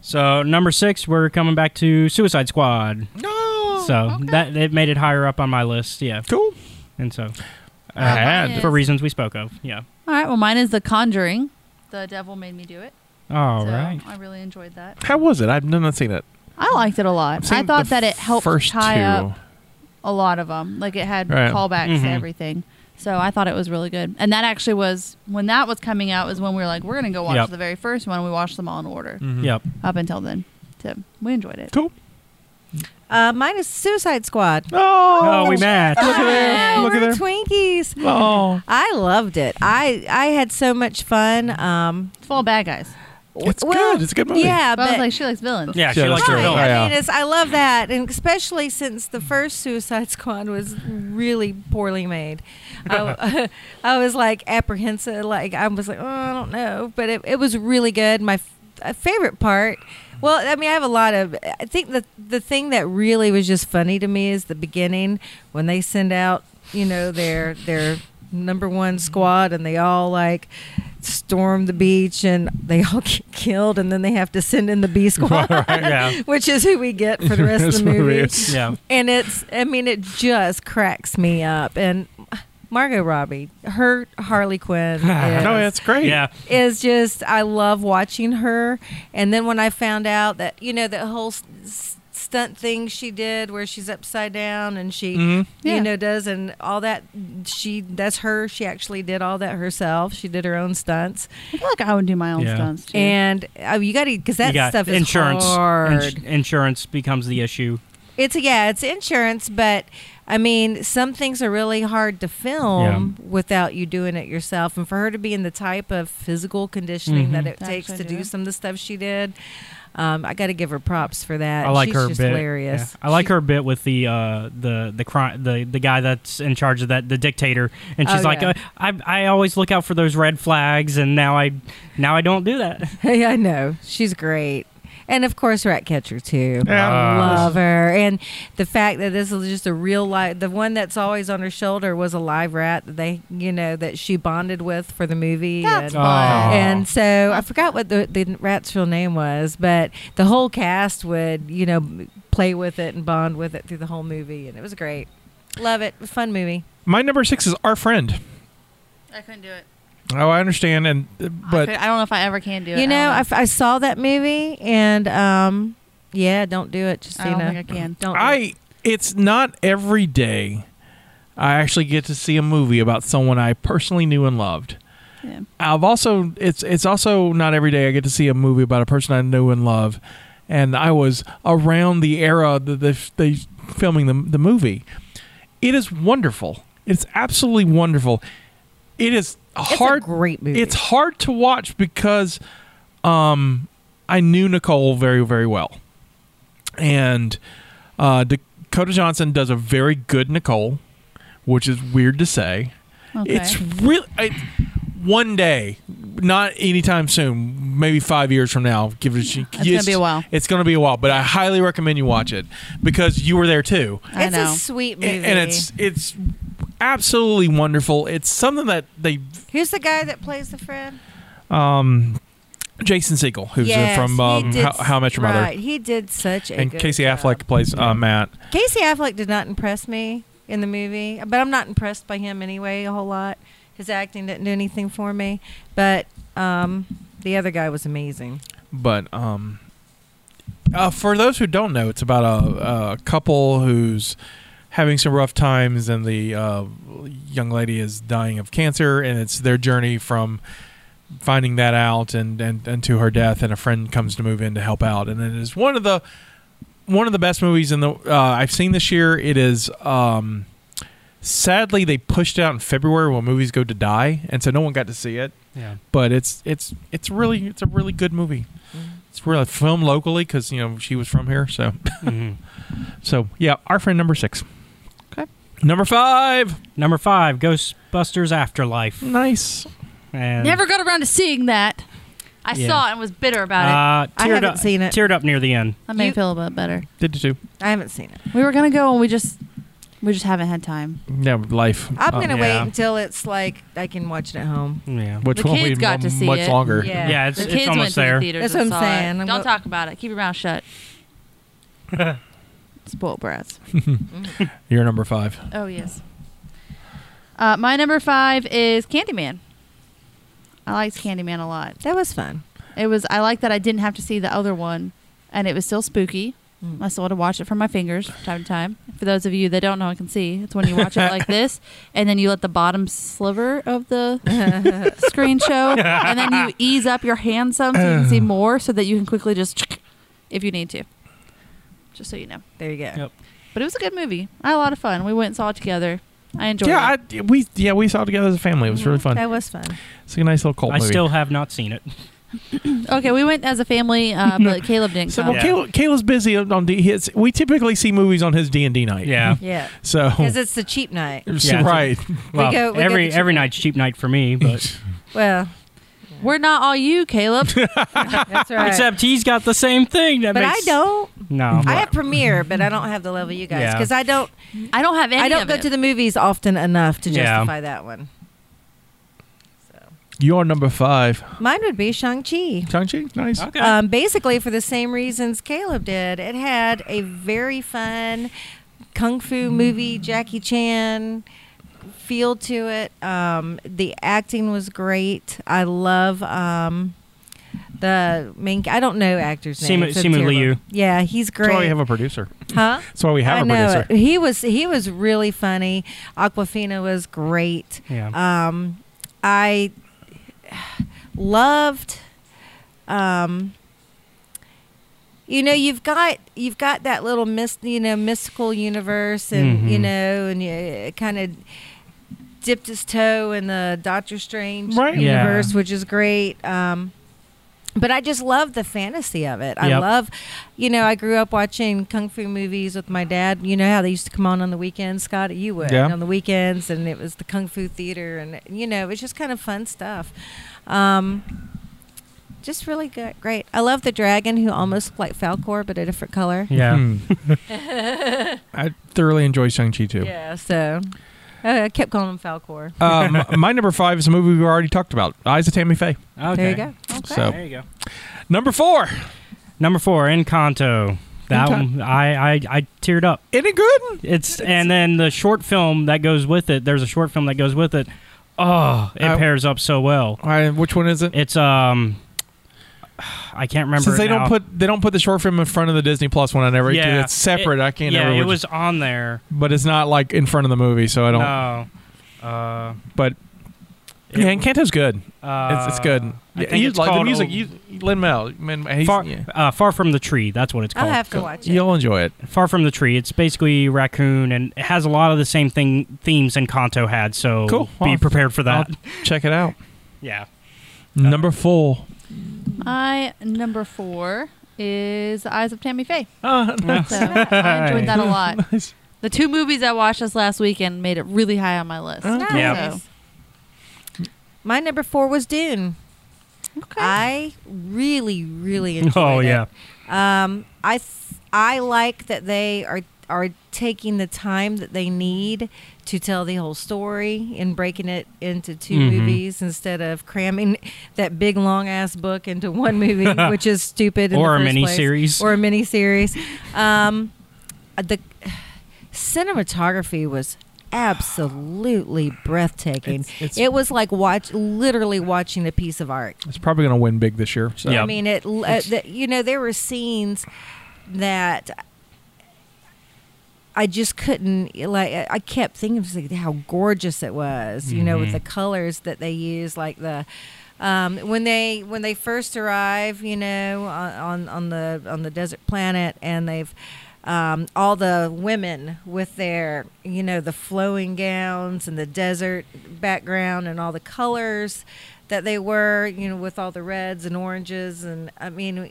Speaker 5: So number six, we're coming back to Suicide Squad.
Speaker 2: No.
Speaker 5: So that it made it higher up on my list. Yeah,
Speaker 2: cool.
Speaker 5: and so uh,
Speaker 2: And-
Speaker 3: mine is-
Speaker 5: for reasons we spoke of. Yeah.
Speaker 3: All right. Well, mine is The Conjuring. The Devil Made Me Do It.
Speaker 5: All
Speaker 3: so
Speaker 5: right.
Speaker 3: I really enjoyed that.
Speaker 2: How was it? I've not seen it.
Speaker 3: I liked it a lot. I
Speaker 2: Seen
Speaker 3: thought
Speaker 2: the
Speaker 3: that it helped
Speaker 2: first
Speaker 3: tie
Speaker 2: two.
Speaker 3: up a lot of them. Like it had
Speaker 2: Right.
Speaker 3: callbacks
Speaker 5: Mhm.
Speaker 3: to everything. So I thought it was really good. And that actually was when that was coming out was when we were like, we're gonna go watch
Speaker 5: Yep. Mm.
Speaker 3: the very first one. We watched them all in order
Speaker 2: Hmm.
Speaker 5: Yep.
Speaker 3: up until then. So we enjoyed it.
Speaker 2: Cool.
Speaker 4: Uh, mine is Suicide Squad.
Speaker 2: Oh,
Speaker 5: Oh, we matched.
Speaker 2: Look at there.
Speaker 4: Ah,
Speaker 2: Look at there.
Speaker 4: we're Twinkies.
Speaker 2: Oh,
Speaker 4: I loved it. I I had so much fun. Um,
Speaker 3: It's full of bad guys.
Speaker 2: it's
Speaker 4: well,
Speaker 2: good. It's a good movie.
Speaker 4: Yeah,
Speaker 3: But I was
Speaker 4: but
Speaker 3: like, she likes villains.
Speaker 5: Oh, Yeah, she
Speaker 2: Yeah,
Speaker 5: likes
Speaker 2: that's
Speaker 5: her
Speaker 2: true.
Speaker 4: Right.
Speaker 5: film.
Speaker 2: Oh, Yeah.
Speaker 4: I mean, it's, I love that, and especially since the first Suicide Squad was really poorly made. I, I was like apprehensive, like I was like, oh, I don't know, but it, it was really good. My f- uh, favorite part. Well, I mean, I have a lot of. I think the the thing that really was just funny to me is the beginning when they send out, you know, their their number one squad, and they all like storm the beach, and they all get killed, and then they have to send in the B squad
Speaker 5: yeah.
Speaker 4: which is who we get for the rest of
Speaker 2: This
Speaker 4: the
Speaker 2: movie
Speaker 4: movie.
Speaker 2: is-
Speaker 5: Yeah.
Speaker 4: And it's, I mean, it just cracks me up. And Margot Robbie, her Harley Quinn is,
Speaker 2: No, it's great.
Speaker 5: Yeah.
Speaker 4: is just, I love watching her. And then when I found out that, you know, that whole s- s- stunt thing she did where she's upside down and she,
Speaker 5: Mm-hmm.
Speaker 2: Mhm.
Speaker 3: Yeah.
Speaker 4: you know, does and all that, she, that's her. She actually did all that herself. She did her own stunts.
Speaker 3: I feel like I would do my own
Speaker 5: Yeah.
Speaker 3: stunts too.
Speaker 4: And oh, you got to, because that
Speaker 5: you got
Speaker 4: stuff is
Speaker 5: insurance. Ins-
Speaker 4: hard.
Speaker 5: insurance becomes the issue.
Speaker 4: It's yeah, it's insurance, but I mean, some things are really hard to film without you doing it yourself. And for her to be in the type of physical conditioning
Speaker 5: Mhm.
Speaker 4: that it
Speaker 3: To
Speaker 4: takes
Speaker 3: actually
Speaker 4: to
Speaker 3: do
Speaker 4: do
Speaker 3: it.
Speaker 4: some of the stuff she did, um, I got to give her props for that.
Speaker 5: I like
Speaker 4: She's
Speaker 5: her
Speaker 4: just
Speaker 5: bit.
Speaker 4: hilarious.
Speaker 5: Yeah. I like
Speaker 4: She-
Speaker 5: her bit with the uh, the the crime the the guy that's in charge of that the dictator, and she's
Speaker 4: Oh,
Speaker 5: like,
Speaker 4: yeah.
Speaker 5: uh, I I always look out for those red flags, and now I now I don't do that.
Speaker 4: Hey, I know she's great, and of course, Ratcatcher too.
Speaker 2: Yeah.
Speaker 5: Ah.
Speaker 4: Love her, and the fact that this is just a real life. The one that's always on her shoulder was a live rat that they, you know, that she bonded with for the movie.
Speaker 3: That's
Speaker 4: and-
Speaker 3: fun.
Speaker 5: Aw.
Speaker 4: And so I forgot what the, the rat's real name was, but the whole cast would, you know, play with it and bond with it through the whole movie, and it was great. Love it. Fun movie.
Speaker 2: My number six is Our Friend.
Speaker 3: I couldn't do it.
Speaker 2: Oh, I understand, and
Speaker 3: But
Speaker 2: but
Speaker 3: I, don't know if I ever can do it.
Speaker 4: You know, I, f- I saw that movie, and um, yeah, don't do it,
Speaker 3: I don't
Speaker 4: Justina.
Speaker 3: think I can.
Speaker 4: Don't. do it.
Speaker 2: I it's not every day I actually get to see a movie about someone I personally knew and loved.
Speaker 3: Yeah.
Speaker 2: I've also it's it's also not every day I get to see a movie about a person I knew and love, and I was around the era that they they filming the the movie. It is wonderful. It's absolutely wonderful. It is
Speaker 4: It's
Speaker 2: hard.
Speaker 4: a great movie.
Speaker 2: It's hard to watch because um, I knew Nicole very, very well. And uh, Dakota Johnson does a very good Nicole, which is weird to say.
Speaker 3: Okay.
Speaker 2: It's really it, one day, not anytime soon. Maybe five years from now. Give it. A,
Speaker 3: It's gonna be a while.
Speaker 2: It's gonna be a while, but I highly recommend you watch it because you were there too
Speaker 3: I
Speaker 4: It's
Speaker 3: know.
Speaker 4: a sweet movie.
Speaker 2: and, and it's it's absolutely wonderful. It's something that they
Speaker 4: who's the guy that plays the friend?
Speaker 2: um Jason Siegel, who's uh,
Speaker 4: Yes,
Speaker 2: from
Speaker 4: he
Speaker 2: um,
Speaker 4: did
Speaker 2: How, How I Met Your Mother,
Speaker 4: Right, he did such a
Speaker 2: and
Speaker 4: good
Speaker 2: Casey
Speaker 4: job.
Speaker 2: Affleck plays uh, Matt.
Speaker 4: Casey Affleck did not impress me in the movie, but I'm not impressed by him anyway a whole lot. His acting didn't do anything for me, but um, the other guy was amazing.
Speaker 2: But um, uh, for those who don't know, it's about a, a couple who's having some rough times, and the uh, young lady is dying of cancer, and it's their journey from finding that out and, and and to her death, and a friend comes to move in to help out, and it is one of the one of the best movies in the uh, I've seen this year. It is. Um, Sadly, they pushed it out in February when movies go to die, and so no one got to see it
Speaker 5: Yeah.
Speaker 2: but it's it's it's really it's a really good movie.
Speaker 3: Mm-hmm.
Speaker 2: It's really filmed locally because you know she was from here, so
Speaker 5: Mm-hmm.
Speaker 2: so yeah. Our friend number six.
Speaker 3: Okay.
Speaker 2: Number five.
Speaker 5: Number five, Ghostbusters Afterlife.
Speaker 2: Nice.
Speaker 5: And,
Speaker 3: Never got around to seeing that. I
Speaker 5: Yeah.
Speaker 3: saw it and was bitter about it.
Speaker 5: Uh, teared
Speaker 4: I haven't
Speaker 5: up,
Speaker 4: seen it.
Speaker 5: Teared up near the end.
Speaker 3: That made
Speaker 4: you-
Speaker 3: me feel a bit better.
Speaker 2: Did you do?
Speaker 4: I haven't seen it.
Speaker 3: We were gonna go and we just we just haven't had time.
Speaker 2: Yeah, life.
Speaker 4: I'm
Speaker 2: Uh,
Speaker 4: gonna
Speaker 5: yeah.
Speaker 4: wait until it's like I can watch it at home.
Speaker 5: Yeah.
Speaker 2: Which
Speaker 3: The
Speaker 2: one
Speaker 3: kids
Speaker 2: we
Speaker 3: got to see
Speaker 2: much
Speaker 3: it.
Speaker 2: longer.
Speaker 4: Yeah.
Speaker 5: Yeah, it's,
Speaker 3: The
Speaker 5: it's
Speaker 3: kids went
Speaker 5: almost
Speaker 3: to the
Speaker 5: there.
Speaker 3: theaters.
Speaker 4: That's what
Speaker 3: and
Speaker 4: I'm
Speaker 3: saw it.
Speaker 4: saying. I'm
Speaker 3: Don't
Speaker 4: go-
Speaker 3: talk about it. Keep your mouth shut. Spoiled brats.
Speaker 2: You're number five.
Speaker 3: Oh yes. Uh, my number five is Candyman. I liked Candyman a lot.
Speaker 4: That was fun.
Speaker 3: It was I like that I didn't have to see the other one, and it was still spooky.
Speaker 4: Mm.
Speaker 3: I still want to watch it from my fingers from time to time. For those of you that don't know, I can see. It's when you watch it like this, and then you let the bottom sliver of the screen show, and then you ease up your hand some so you can see more, so that you can quickly just, if you need to. Just so you know.
Speaker 4: There you go.
Speaker 5: Yep.
Speaker 3: But it was a good movie. I had a lot of fun. We went and saw it together. I enjoyed it.
Speaker 2: Yeah, I, we yeah we saw it together as a family. It was
Speaker 3: Mm-hmm.
Speaker 2: really fun.
Speaker 4: Mm. That was fun.
Speaker 2: It's a nice little cult
Speaker 5: I
Speaker 2: movie.
Speaker 5: still have not seen it.
Speaker 3: Okay, we went as a family, uh, but Caleb didn't
Speaker 2: so
Speaker 3: come.
Speaker 2: well,
Speaker 5: Yeah.
Speaker 2: Caleb, Caleb's busy on D. His, we typically see movies on his D and D night.
Speaker 5: Yeah.
Speaker 4: Yeah.
Speaker 2: so
Speaker 4: Because it's the cheap night.
Speaker 5: Yeah.
Speaker 2: right.
Speaker 5: Well,
Speaker 4: go- we go
Speaker 5: every
Speaker 4: to cheap
Speaker 5: every
Speaker 4: night.
Speaker 5: night's cheap night for me, but
Speaker 4: Well,
Speaker 3: We're not all you, Caleb.
Speaker 4: that's right.
Speaker 5: except he's got the same thing. That
Speaker 4: but I
Speaker 5: makes,
Speaker 4: don't.
Speaker 5: No,
Speaker 4: I have Premiere, but I don't have the level you guys
Speaker 5: Yeah.
Speaker 4: because I don't.
Speaker 3: I don't have any.
Speaker 4: I don't
Speaker 3: of
Speaker 4: go
Speaker 3: it.
Speaker 4: to the movies often enough to
Speaker 5: Yeah.
Speaker 4: justify that one.
Speaker 2: You are number five.
Speaker 4: Mine would be Shang Chi.
Speaker 2: Chang Chi, nice.
Speaker 5: okay.
Speaker 4: Um, basically, for the same reasons Caleb did, it had a very fun kung fu movie, Jackie Chan feel to it. Um, the acting was great. I love um, the main. I don't know actors'
Speaker 5: Simu-
Speaker 4: names. I'm
Speaker 5: Simu
Speaker 4: terrible.
Speaker 5: Liu.
Speaker 4: Yeah, he's
Speaker 2: That's why we
Speaker 4: great.
Speaker 2: have a producer.
Speaker 4: huh?
Speaker 2: That's why we
Speaker 4: I
Speaker 2: have a
Speaker 4: know
Speaker 2: producer.
Speaker 4: it. He was he was really funny. Aquafina was great.
Speaker 5: yeah.
Speaker 4: Um, I loved. Um, you know, you've got you've got that little mys- you know mystical universe, and
Speaker 2: Mm-hmm.
Speaker 4: you
Speaker 5: Mhm.
Speaker 4: know, and you kind of dipped his toe in the Doctor Strange
Speaker 2: Right.
Speaker 5: Yeah.
Speaker 4: universe, which is great. Um, but I just love the fantasy of it. I
Speaker 5: Yep.
Speaker 4: love, you know, I grew up watching kung fu movies with my dad. You know how they used to come on on the weekends, Scott? You would
Speaker 2: Yeah.
Speaker 4: on the weekends, and it was the kung fu theater, and you know, it was just kind of fun stuff. Um, just really good, great. I love the dragon who almost looked like Falcor, but a different color.
Speaker 5: yeah.
Speaker 2: Hmm. I thoroughly enjoy Shang Chi too.
Speaker 4: Yeah, so uh, I kept calling him Falcor.
Speaker 2: um, my number five is a movie we already talked about. Eyes of Tammy Faye.
Speaker 5: Okay.
Speaker 4: There you go.
Speaker 2: So
Speaker 5: There you go.
Speaker 2: number four.
Speaker 5: Number four, Encanto. That
Speaker 2: Encan-
Speaker 5: one, I, I I teared up.
Speaker 2: Isn't it good?
Speaker 5: It's and then the short film that goes with it. There's a short film that goes with it. Oh, it
Speaker 2: I-
Speaker 5: pairs up so well.
Speaker 2: All right, which one is it?
Speaker 5: It's um, I can't remember.
Speaker 2: Since
Speaker 5: it
Speaker 2: they
Speaker 5: now.
Speaker 2: don't put they don't put the short film in front of the Disney Plus one, I never
Speaker 5: yeah,
Speaker 2: it's separate.
Speaker 5: It,
Speaker 2: I can't.
Speaker 5: Yeah,
Speaker 2: ever,
Speaker 5: it was on there.
Speaker 2: but it's not like in front of the movie, so I don't.
Speaker 5: No. Uh,
Speaker 2: But yeah, Encanto's good.
Speaker 5: uh,
Speaker 2: It's, it's good.
Speaker 5: I
Speaker 2: Yeah,
Speaker 5: think
Speaker 2: you
Speaker 5: it's
Speaker 2: like the
Speaker 5: called
Speaker 2: music.
Speaker 5: O-
Speaker 2: You, Lin Mel, man, he's,
Speaker 5: far,
Speaker 2: yeah.
Speaker 5: uh, far from the tree. That's what it's
Speaker 4: I'll
Speaker 5: called.
Speaker 4: have to watch it.
Speaker 2: you'll enjoy it.
Speaker 5: Far from the tree. It's basically raccoon, and it has a lot of the same thing themes Encanto had. So
Speaker 2: Cool.
Speaker 5: be
Speaker 2: Well,
Speaker 5: prepared for that.
Speaker 2: I'll check it out.
Speaker 5: yeah. Uh,
Speaker 2: Number four.
Speaker 3: My number four is The Eyes of Tammy Faye.
Speaker 2: Uh,
Speaker 3: So I enjoyed that a lot. The two movies I watched this last weekend made it really high on my list.
Speaker 4: Okay.
Speaker 5: Yeah.
Speaker 3: So-
Speaker 4: My number four was Dune.
Speaker 3: okay.
Speaker 4: I really, really enjoyed
Speaker 5: Oh
Speaker 4: it.
Speaker 5: yeah.
Speaker 4: Um, I th- I like that they are are taking the time that they need to tell the whole story and breaking it into 2
Speaker 5: Mhm.
Speaker 4: movies instead of cramming that big long ass book into one movie, which is stupid. in the
Speaker 5: Or a
Speaker 4: first place.
Speaker 5: miniseries.
Speaker 4: Or a mini series. Um, the cinematography was absolutely breathtaking.
Speaker 2: It's- it's-
Speaker 4: it was like watch literally watching a piece of art.
Speaker 2: It's probably going to win big this year. So.
Speaker 5: Yeah.
Speaker 4: I mean, it. l- Uh, the, you know, there were scenes that I just couldn't like. I- I kept thinking just like, how gorgeous it was. You know, with
Speaker 5: Mhm.
Speaker 4: the colors that they use, like the. Um, when they when they first arrive, you know, on, on on the on the desert planet, and they've um, all the women with their you know the flowing gowns and the desert background and all the colors that they were, you know, with all the reds and oranges, and I mean,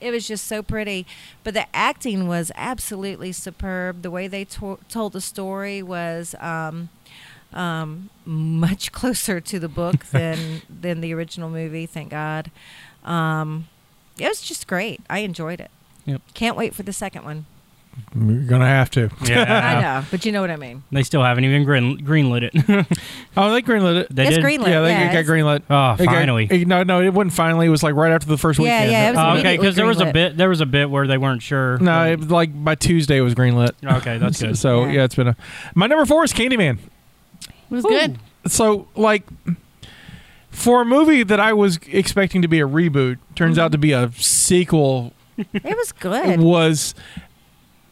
Speaker 4: it was just so pretty. But the acting was absolutely superb. The way they to- told the story was um, um, much closer to the book than than the original movie. Thank God. Um, it was just great. I enjoyed it.
Speaker 5: Yep.
Speaker 4: Can't wait for the second one.
Speaker 2: You're going to have to.
Speaker 4: I
Speaker 5: Yeah.
Speaker 4: know, but you know what I mean.
Speaker 5: They still haven't even green, greenlit it.
Speaker 2: Oh, they greenlit it.
Speaker 5: they
Speaker 4: it's
Speaker 5: did.
Speaker 4: greenlit.
Speaker 2: yeah, they
Speaker 4: yeah,
Speaker 2: got
Speaker 4: it's-
Speaker 2: greenlit.
Speaker 5: Oh,
Speaker 2: Uh, It got-
Speaker 5: finally.
Speaker 2: it- no, no, it wasn't finally. It was like right after the first
Speaker 4: Yeah,
Speaker 2: weekend.
Speaker 4: yeah, it was
Speaker 5: Oh, okay, because there was a
Speaker 4: Greenlit.
Speaker 5: bit. There was a bit where they weren't sure. Um,
Speaker 2: No, it, like by Tuesday it was greenlit.
Speaker 5: Okay, that's good.
Speaker 2: So
Speaker 4: Yeah.
Speaker 2: yeah, it's been a. My number four is Candyman.
Speaker 3: it was good.
Speaker 2: Oh. So like, for a movie that I was expecting to be a reboot, turns out to be a sequel
Speaker 4: It
Speaker 2: It
Speaker 4: was Mm-hmm. good.
Speaker 2: was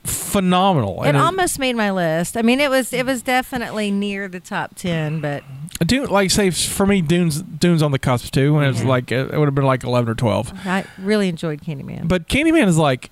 Speaker 2: phenomenal.
Speaker 4: It
Speaker 2: And
Speaker 4: almost made my list. I mean, it was it was definitely near the top ten, but
Speaker 2: Dune, like say for me, Dune's Dune's on the cusp too, and it's
Speaker 4: Yeah.
Speaker 2: like it would have been like eleven or twelve.
Speaker 4: I really enjoyed Candyman.
Speaker 2: But Candyman is like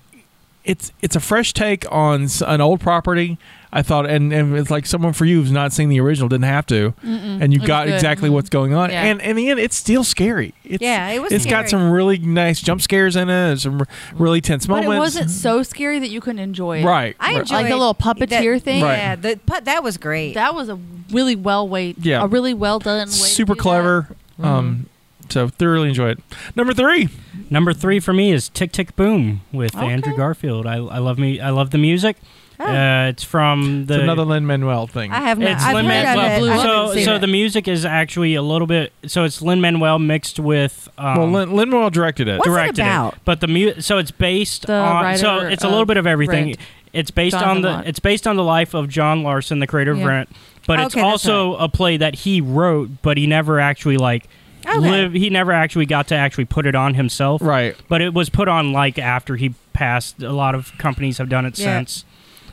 Speaker 2: it's it's a fresh take on s- an old property. I thought, and, and it's like someone for you who's not seen the original didn't have to, and you
Speaker 3: It was
Speaker 2: got
Speaker 3: Mm-hmm. good.
Speaker 2: exactly what's going on.
Speaker 3: Yeah.
Speaker 2: And in the end, it's still scary. It's,
Speaker 4: Yeah, it was
Speaker 2: It's got
Speaker 4: scary.
Speaker 2: some really nice jump scares in it. and Some r- really tense
Speaker 3: But
Speaker 2: moments.
Speaker 3: it wasn't so scary that you couldn't enjoy it.
Speaker 2: right.
Speaker 4: I
Speaker 2: right.
Speaker 4: enjoyed
Speaker 3: Like the little puppeteer
Speaker 4: that-
Speaker 3: thing?
Speaker 2: Right.
Speaker 4: Yeah, the pu- that was great.
Speaker 3: That was a really well way.
Speaker 2: Yeah.
Speaker 3: A really well done. Way
Speaker 2: super
Speaker 3: to do
Speaker 2: clever. Um, so thoroughly enjoy it. Number three,
Speaker 5: Number three for me is Tick Tick Boom with
Speaker 4: Okay.
Speaker 5: Andrew Garfield. I, I love me. I love the music.
Speaker 4: Oh.
Speaker 5: Uh, it's from the
Speaker 2: it's another Lin Manuel thing.
Speaker 4: I have not.
Speaker 5: It's
Speaker 4: I've
Speaker 5: Lin
Speaker 4: heard
Speaker 5: Manuel.
Speaker 4: of it. I haven't
Speaker 5: So,
Speaker 4: seen
Speaker 5: so
Speaker 4: it.
Speaker 5: the music is actually a little bit. So it's Lin Manuel mixed with. Um,
Speaker 2: well, Lin, Lin Manuel directed it.
Speaker 4: What's it
Speaker 5: directed
Speaker 4: about?
Speaker 5: But the mu- so it's based
Speaker 3: The
Speaker 5: on so
Speaker 3: writer
Speaker 5: it's a little
Speaker 3: of
Speaker 5: bit of everything.
Speaker 3: Rent.
Speaker 5: It's based
Speaker 3: John
Speaker 5: on the
Speaker 3: Lamont.
Speaker 5: it's based on the life of John Larson, the creator of
Speaker 3: Yeah.
Speaker 5: Rent. But it's
Speaker 4: Okay, that's
Speaker 5: also a play that he wrote, but he never actually like
Speaker 4: Okay.
Speaker 5: live. He never actually got to actually put it on himself.
Speaker 2: Right.
Speaker 5: But it was put on like after he passed. A lot of companies have done it
Speaker 4: Yeah.
Speaker 5: since.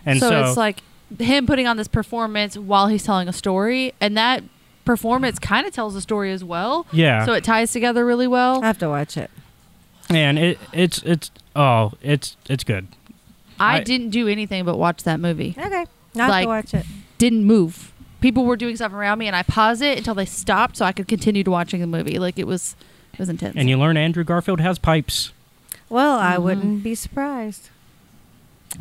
Speaker 5: And so,
Speaker 3: so, it's like him putting on this performance while he's telling a story, and that performance kind of tells the story as well.
Speaker 5: yeah.
Speaker 3: So it ties together really well.
Speaker 4: I have to watch it.
Speaker 5: and it it's it's oh it's it's good.
Speaker 3: I,
Speaker 5: I-
Speaker 3: didn't do anything but watch that movie.
Speaker 4: Okay, I have
Speaker 3: Like-
Speaker 4: to watch it.
Speaker 3: Didn't move. People were doing stuff around me, and I paused it until they stopped so I could continue to watching the movie. Like it was, it was intense.
Speaker 5: And you learn Andrew Garfield has pipes.
Speaker 4: Well, I
Speaker 3: Mhm.
Speaker 4: wouldn't be surprised.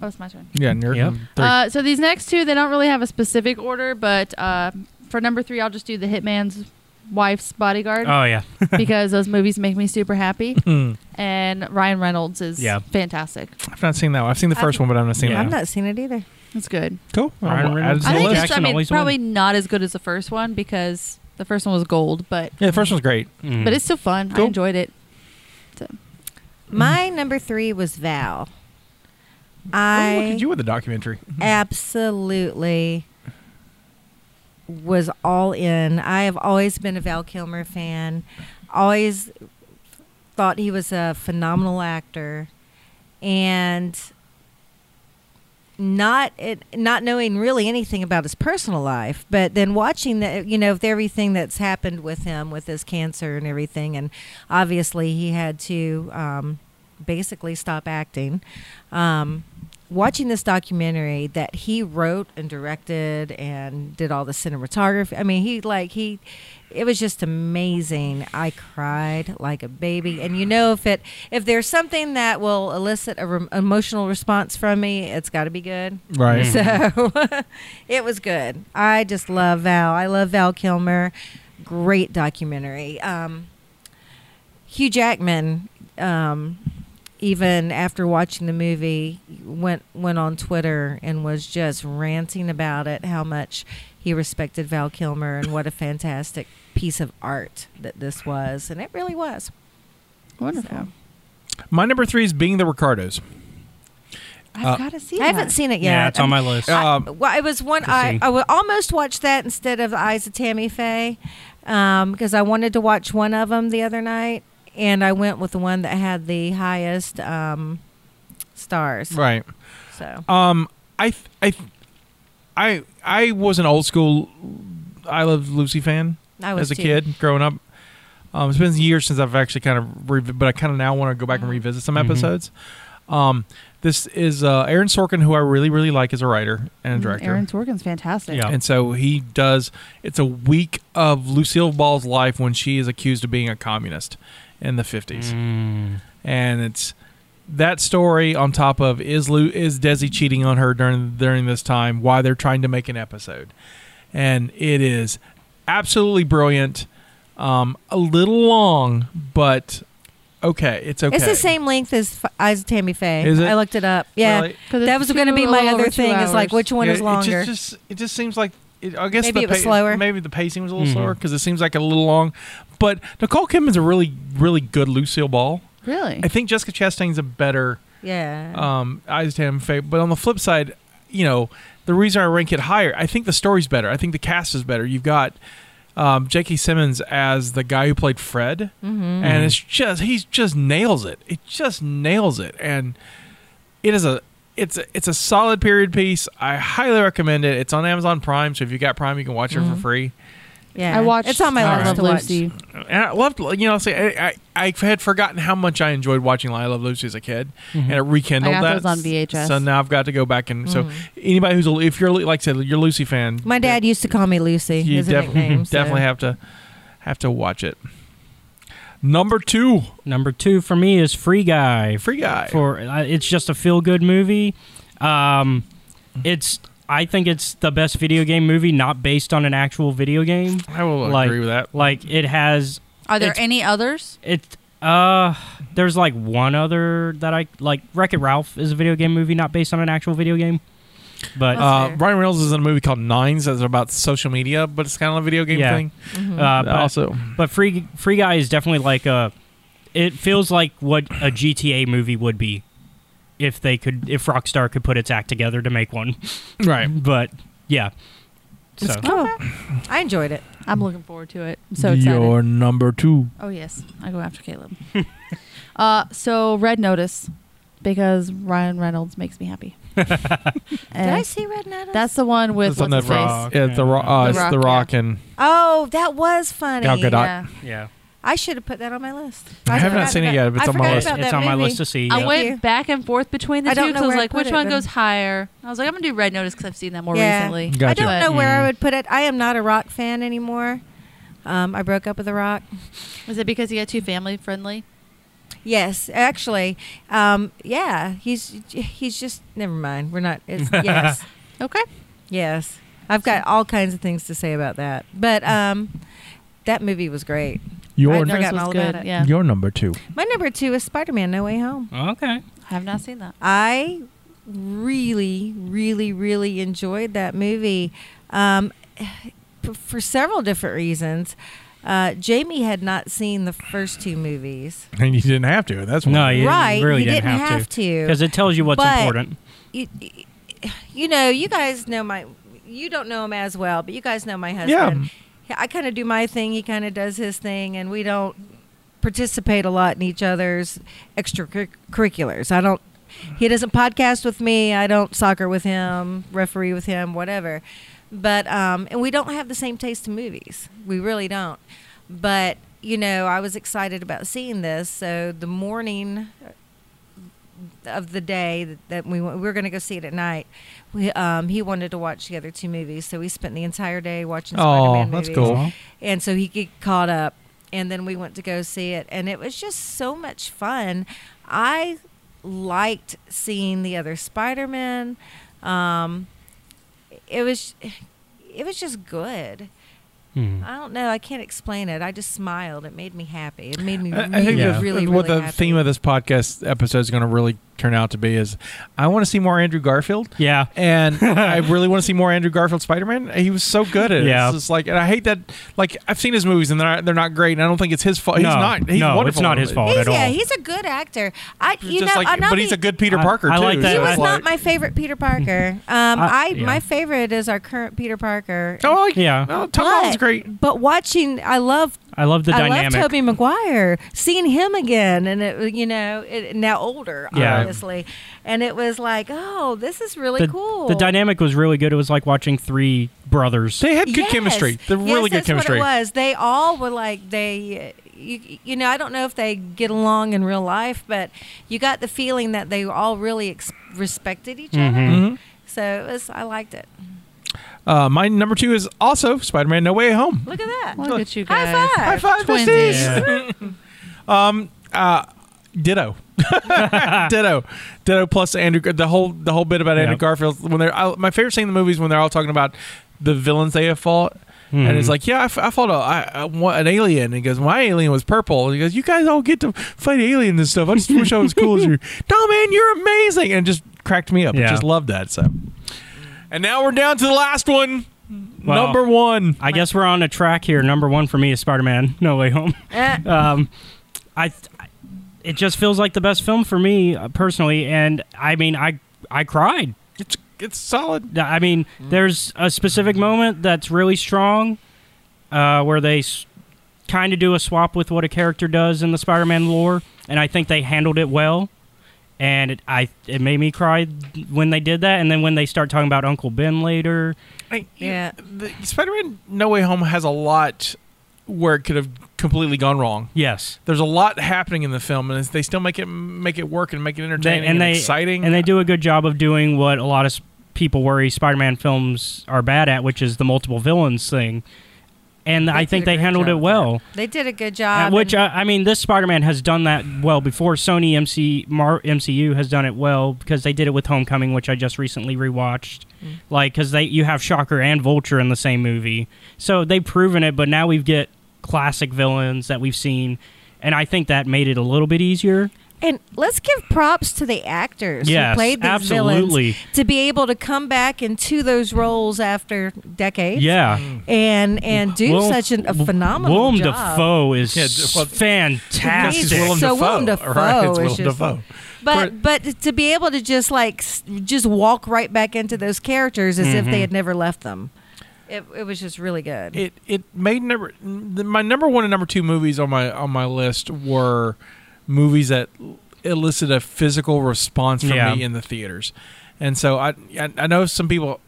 Speaker 3: oh, it's my turn.
Speaker 2: Yeah, near
Speaker 5: Yep.
Speaker 2: three.
Speaker 3: Uh, so these next two, they don't really have a specific order, but uh, for number three, I'll just do the Hitman's Wife's Bodyguard
Speaker 5: Oh yeah.
Speaker 3: because those movies make me super happy,
Speaker 2: Hmm.
Speaker 3: and Ryan Reynolds is
Speaker 5: Yeah.
Speaker 3: fantastic.
Speaker 2: I've not seen that one. I've seen the
Speaker 4: I've-
Speaker 2: 1st one, but I've not seen
Speaker 5: Yeah.
Speaker 2: that
Speaker 4: I've
Speaker 2: one.
Speaker 4: not seen it either.
Speaker 3: It's good.
Speaker 2: Cool.
Speaker 5: Iron
Speaker 2: I'll
Speaker 5: Man.
Speaker 2: add it to
Speaker 5: I
Speaker 3: I
Speaker 2: the
Speaker 3: think
Speaker 2: list.
Speaker 3: just, I
Speaker 5: Jackson
Speaker 3: mean,
Speaker 5: always
Speaker 3: probably
Speaker 5: wins.
Speaker 3: not as good as the first one because the first one was gold, but
Speaker 2: Yeah, the first one's great.
Speaker 5: Mm.
Speaker 3: but it's still fun.
Speaker 2: Cool.
Speaker 3: I enjoyed it.
Speaker 4: My number three was Val.
Speaker 2: oh, look
Speaker 4: I
Speaker 2: at you with the documentary.
Speaker 4: absolutely was all in. I have always been a Val Kilmer fan. Always thought he was a phenomenal actor, and not it, not knowing really anything about his personal life, but then watching that you know with everything that's happened with him with his cancer and everything, and obviously he had to um, basically stop acting. Um, watching this documentary that he wrote and directed and did all the cinematography. I mean, he like he it was just amazing. I cried like a baby. And you know if it if there's something that will elicit a re- emotional response from me, it's got to be good.
Speaker 2: Right.
Speaker 4: Mm. So it was good. I just love Val. I love Val Kilmer. Great documentary. Um, Hugh Jackman, um, even after watching the movie, went went on Twitter and was just ranting about it, how much he respected Val Kilmer and what a fantastic piece of art that this was, and it really was.
Speaker 3: Wonderful.
Speaker 2: My number three is Being the Ricardos.
Speaker 3: I've
Speaker 2: Uh,
Speaker 3: got to see.
Speaker 4: I haven't
Speaker 3: that.
Speaker 4: seen it yet.
Speaker 5: yeah, it's on my list.
Speaker 4: I-
Speaker 2: Um,
Speaker 4: well, it was one
Speaker 5: to
Speaker 4: I,
Speaker 5: see.
Speaker 4: I would almost watch that instead of Eyes of Tammy Faye because I wanted to watch one of them the other night, and I went with the one that had the highest um, stars.
Speaker 2: Right.
Speaker 4: So
Speaker 2: Um, I, th- I, th- I, I was an old school I Love Lucy fan
Speaker 4: I was
Speaker 2: as a
Speaker 4: too.
Speaker 2: kid growing up. Um, it's been years since I've actually kind of, rev- but I kind of now want to go back
Speaker 4: Mm-hmm.
Speaker 2: and revisit some
Speaker 5: Mhm.
Speaker 2: episodes. Um, this is uh, Aaron Sorkin, who I really, really like as a writer
Speaker 4: Mm,
Speaker 2: and a director.
Speaker 3: Aaron Sorkin's fantastic.
Speaker 5: Yeah.
Speaker 2: And so he does. It's a week of Lucille Ball's life when she is accused of being a communist in the fifties,
Speaker 5: Mm.
Speaker 2: and it's that story on top of is Lu- is Desi cheating on her during during this time? Why they're trying to make an episode, and it is absolutely brilliant. Um, a little long, but okay, it's okay.
Speaker 4: It's the same length as F- Eyes of Tammy Faye.
Speaker 2: Is it?
Speaker 4: I looked it up. Yeah,
Speaker 2: Really?
Speaker 3: 'Cause
Speaker 4: that
Speaker 3: it's
Speaker 4: was going to
Speaker 3: two-
Speaker 4: be
Speaker 3: a
Speaker 4: my
Speaker 3: little
Speaker 4: other
Speaker 3: over two
Speaker 4: thing. Is like
Speaker 3: hours.
Speaker 4: which one
Speaker 2: Yeah,
Speaker 4: is
Speaker 2: It
Speaker 4: longer?
Speaker 2: just, just it just seems like it, I guess
Speaker 4: Maybe
Speaker 2: the
Speaker 4: it was
Speaker 2: pa-
Speaker 4: slower.
Speaker 2: Maybe the pacing was a little
Speaker 5: Mhm.
Speaker 2: slower because it seems like a little long. But Nicole Kidman's a really really good Lucille Ball.
Speaker 3: Really?
Speaker 2: I think Jessica Chastain's a better
Speaker 4: yeah.
Speaker 2: um, Eisenham fave. But on the flip side, you know the reason I rank it higher, I think the story's better. I think the cast is better. You've got um, J.K. Simmons as the guy who played Fred, and it's just he's just nails it. It just nails it, and it is a it's a, it's a solid period piece. I highly recommend it. It's on Amazon Prime, so if you got Prime, you can watch it for free.
Speaker 3: Yeah, I watched.
Speaker 4: It's on my
Speaker 3: I
Speaker 4: list
Speaker 3: Love
Speaker 4: to watch.
Speaker 3: Lucy.
Speaker 2: And I loved, you know, say I, I I had forgotten how much I enjoyed watching I Love Lucy as a kid, and it rekindled
Speaker 3: I got
Speaker 2: that
Speaker 3: those on VHS.
Speaker 2: So now I've got to go back and so
Speaker 3: Mm-hmm.
Speaker 2: anybody who's a, if you're like I said you're a Lucy fan,
Speaker 4: My dad used to call me Lucy.
Speaker 2: you
Speaker 4: is a
Speaker 2: def-
Speaker 4: nickname, so-
Speaker 2: definitely have to have to watch it. Number two,
Speaker 5: Number two for me is Free Guy.
Speaker 2: Free Guy.
Speaker 5: For uh, it's just a feel good movie. Um, it's I think it's the best video game movie not based on an actual video game.
Speaker 2: I will
Speaker 5: Like-
Speaker 2: agree with that.
Speaker 5: Like it has
Speaker 3: Are there
Speaker 5: It's-
Speaker 3: any others?
Speaker 5: it. Uh, there's like one other that I like. Wreck It Ralph is a video game movie not based on an actual video game,
Speaker 3: Oh,
Speaker 5: but uh,
Speaker 2: Uh,
Speaker 3: fair.
Speaker 2: Brian Reynolds is in a movie called Nines that's about social media, but it's kind of a video game
Speaker 5: Yeah.
Speaker 2: thing.
Speaker 4: Mm-hmm.
Speaker 2: uh,
Speaker 5: but-
Speaker 2: also,
Speaker 5: But Free Free Guy is definitely like a. It feels like what a GTA movie would be, if they could, if Rockstar could put its act together to make one.
Speaker 2: right.
Speaker 5: But yeah, so
Speaker 4: Oh, I enjoyed it.
Speaker 3: I'm looking forward to it. I'm so excited.
Speaker 2: number two.
Speaker 3: Oh yes, I go after Caleb. uh, so Red Notice, because Ryan Reynolds makes me happy.
Speaker 4: Did I
Speaker 3: And
Speaker 4: see Red Notice?
Speaker 3: that's the one with what's his face.
Speaker 5: Rock.
Speaker 2: Yeah, the, ro- uh,
Speaker 3: The
Speaker 2: it's
Speaker 3: Rock,
Speaker 2: the
Speaker 3: yeah.
Speaker 2: Rock and
Speaker 4: oh, that was funny.
Speaker 2: Gal Gadot.
Speaker 3: Yeah.
Speaker 5: yeah,
Speaker 4: I should have put that on my list.
Speaker 2: I have not
Speaker 4: forgot
Speaker 2: seen it
Speaker 4: about-
Speaker 2: yet, but it's
Speaker 4: I
Speaker 2: on my
Speaker 4: forgot
Speaker 2: list.
Speaker 4: about
Speaker 5: it's
Speaker 4: that
Speaker 5: on my
Speaker 4: movie.
Speaker 5: list to see.
Speaker 3: I
Speaker 5: yeah.
Speaker 4: Thank
Speaker 3: went
Speaker 4: you.
Speaker 3: back and forth between the
Speaker 4: I
Speaker 3: two
Speaker 4: don't
Speaker 3: because
Speaker 4: know
Speaker 3: I was
Speaker 4: where I
Speaker 3: like,
Speaker 4: put
Speaker 3: which
Speaker 4: it,
Speaker 3: one
Speaker 4: but-
Speaker 3: goes higher? I was like, I'm gonna do Red Notice because I've seen that more
Speaker 4: Yeah.
Speaker 3: recently.
Speaker 2: Gotcha.
Speaker 4: I don't know where
Speaker 5: Mm.
Speaker 4: I would put it. I am not a rock fan anymore. Um, I broke up with a rock.
Speaker 3: Was it because he got too family friendly?
Speaker 4: Yes, actually, um, yeah. He's he's just never mind. We're not. It's, yes,
Speaker 3: Okay.
Speaker 4: yes. I've got all kinds of things to say about that, but um, that movie was great.
Speaker 2: Your
Speaker 4: I'd forgotten
Speaker 3: was
Speaker 4: all
Speaker 3: good.
Speaker 4: about it.
Speaker 3: Yeah,
Speaker 2: your number two.
Speaker 4: My number two is Spider-Man: No Way Home.
Speaker 5: Okay.
Speaker 3: I have not seen that.
Speaker 4: I really, really, really enjoyed that movie um, p- for several different reasons. Uh, Jamie had not seen the first two movies.
Speaker 2: And you didn't have to. That's
Speaker 5: No,
Speaker 2: why.
Speaker 5: you
Speaker 4: right.
Speaker 5: really
Speaker 4: you
Speaker 5: didn't, have, to. Because it tells you what's
Speaker 4: But-
Speaker 5: important.
Speaker 4: you, you know, you guys know my, you don't know him as well, but you guys know my
Speaker 2: Yeah.
Speaker 4: husband. Yeah. I kind of do my thing, he kind of does his thing, and we don't participate a lot in each other's extracurriculars. I don't, he doesn't podcast with me, I don't soccer with him, referee with him, whatever. But, um, and we don't have the same taste in movies. We really don't. But, you know, I was excited about seeing this. So the morning of the day that- that we went, we were going to go see it at night. We, um, he wanted to watch the other two movies, so we spent the entire day watching
Speaker 2: Oh,
Speaker 4: Spider-Man
Speaker 2: that's
Speaker 4: movies.
Speaker 2: cool.
Speaker 4: And so he get caught up, and then we went to go see it, and it was just so much fun. I liked seeing the other Spider-Man. Um, it was, it was just good.
Speaker 5: Hmm.
Speaker 4: I don't know. I can't explain it. I just smiled. It made me happy. It made me
Speaker 2: I,
Speaker 4: really,
Speaker 2: I think
Speaker 5: Yeah.
Speaker 2: that's
Speaker 4: really,
Speaker 2: what
Speaker 4: really
Speaker 2: the
Speaker 4: happy.
Speaker 2: theme of this podcast episode is going to really turn out to be is I want to see more Andrew Garfield.
Speaker 5: Yeah.
Speaker 2: and I really want to see more Andrew Garfield Spider Man. He was so good at it.
Speaker 5: Yeah.
Speaker 2: It's just like, and I hate that. Like, I've seen his movies, and they're not, they're not great. And I don't think it's his fault. He's
Speaker 5: No,
Speaker 2: not. He's
Speaker 5: no, it's
Speaker 2: wonderful
Speaker 5: not
Speaker 2: at
Speaker 5: his
Speaker 2: it.
Speaker 5: fault.
Speaker 4: He's,
Speaker 5: at
Speaker 4: yeah,
Speaker 5: all.
Speaker 4: he's a good actor. I,
Speaker 2: It's
Speaker 4: you know,
Speaker 2: just like-
Speaker 4: I'm not
Speaker 2: but he's
Speaker 4: the-
Speaker 2: a good Peter
Speaker 5: I-
Speaker 2: Parker
Speaker 5: I
Speaker 2: too.
Speaker 5: like that.
Speaker 4: He
Speaker 5: I-
Speaker 4: was
Speaker 2: it's
Speaker 4: not
Speaker 2: like-
Speaker 4: my favorite Peter Parker. Um,
Speaker 5: I-
Speaker 4: I,
Speaker 5: yeah.
Speaker 4: my favorite is our current Peter Parker.
Speaker 2: Oh, I like,
Speaker 5: Yeah.
Speaker 2: yeah. Oh, Tom Holland's
Speaker 4: But-
Speaker 2: great.
Speaker 4: But watching, I love,
Speaker 5: I love the
Speaker 4: I
Speaker 5: dynamic.
Speaker 4: love Tobey Maguire. Seeing him again, and it, you know, it, now older,
Speaker 5: Yeah.
Speaker 4: obviously, and it was like, oh, this is really
Speaker 5: the,
Speaker 4: cool.
Speaker 5: the dynamic was really good. It was like watching three brothers.
Speaker 2: They had good
Speaker 4: Yes.
Speaker 2: chemistry. They're
Speaker 4: Yes,
Speaker 2: really good
Speaker 4: that's
Speaker 2: chemistry.
Speaker 4: What it was. They all were like they. You, you know, I don't know if they get along in real life, but you got the feeling that they all really ex- respected each other.
Speaker 2: Mhm.
Speaker 4: So it was, I liked it.
Speaker 2: Uh, my number two is also Spider Man No Way Home.
Speaker 4: Look at that.
Speaker 3: Look at you guys.
Speaker 4: High five.
Speaker 2: High five,
Speaker 3: Twinsies.
Speaker 2: besties.
Speaker 5: Yeah.
Speaker 2: Ditto. Ditto. Ditto plus Andrew the whole the whole bit about Andrew
Speaker 5: Yep.
Speaker 2: Garfield when they're I, my favorite scene in the movies when they're all talking about the villains they have fought. And
Speaker 5: Hmm.
Speaker 2: it's like, yeah, I, f- I fought a, I, I, wa- an alien. And he goes, my alien was purple. And he goes, you guys all get to fight aliens and stuff. I just wish I was cool as you. No, man, you're amazing. And it just cracked me up. I
Speaker 5: Yeah.
Speaker 2: just loved that. So, and now we're down to the last one,
Speaker 5: Well,
Speaker 2: number one.
Speaker 5: I guess we're on a track here. Number one for me is Spider Man No Way Home.
Speaker 4: Eh.
Speaker 5: um, I, I- it just feels like the best film for me uh, personally, and I mean, I I cried.
Speaker 2: It's it's solid.
Speaker 5: I mean, there's a specific moment that's really strong, uh, where they s- kind of do a swap with what a character does in the Spider-Man lore, and I think they handled it well. And it, I, it made me cry when they did that, and then when they start talking about Uncle Ben later,
Speaker 2: Like, you-
Speaker 4: Yeah.
Speaker 2: the, Spider-Man No Way Home has a lot where it could have completely gone wrong.
Speaker 5: yes,
Speaker 2: There's a lot happening in the film, and it's- they still make it make it work and make it entertaining
Speaker 5: and
Speaker 2: and,
Speaker 5: they-
Speaker 2: exciting.
Speaker 5: and they do a good job of doing what a lot of s- people worry Spider-Man films are bad at, which is the multiple villains thing. And I
Speaker 3: did
Speaker 5: think
Speaker 3: a
Speaker 5: they
Speaker 3: great
Speaker 5: handled
Speaker 3: job Um,
Speaker 5: it
Speaker 3: with
Speaker 5: well.
Speaker 4: They did a good
Speaker 5: Uh,
Speaker 4: job.
Speaker 5: which
Speaker 4: and-
Speaker 5: uh, I mean, this Spider-Man has done that well before. Sony MC Mar- MCU has done it well because they did it with Homecoming, which I just recently rewatched.
Speaker 3: Mm.
Speaker 5: Like, because they you have Shocker and Vulture in the same movie, so they've proven it. But now we've get classic villains that we've seen, and I think that made it a little bit easier.
Speaker 4: and let's give props to the actors
Speaker 5: Yes,
Speaker 4: who played these
Speaker 5: absolutely.
Speaker 4: villains to be able to come back into those roles after decades.
Speaker 5: Yeah,
Speaker 4: And and do
Speaker 5: Wil-
Speaker 4: such an, a phenomenal
Speaker 5: Willem
Speaker 4: job.
Speaker 5: Dafoe is
Speaker 2: Yeah, d- well, Because
Speaker 5: fantastic.
Speaker 2: it's
Speaker 4: Amazing.
Speaker 2: Willem
Speaker 4: So
Speaker 2: Dafoe,
Speaker 4: Willem Dafoe
Speaker 2: right? It's
Speaker 4: is
Speaker 2: Willem
Speaker 4: just-
Speaker 2: Dafoe.
Speaker 4: But but to be able to just like s- just walk right back into those characters as
Speaker 5: Mm-hmm.
Speaker 4: if they had never left them, it, it was just really good.
Speaker 2: It it made number my number one and number two movies on my on my list were movies that elicited a physical response from
Speaker 5: Yeah.
Speaker 2: me in the theaters, and so I I I know some people,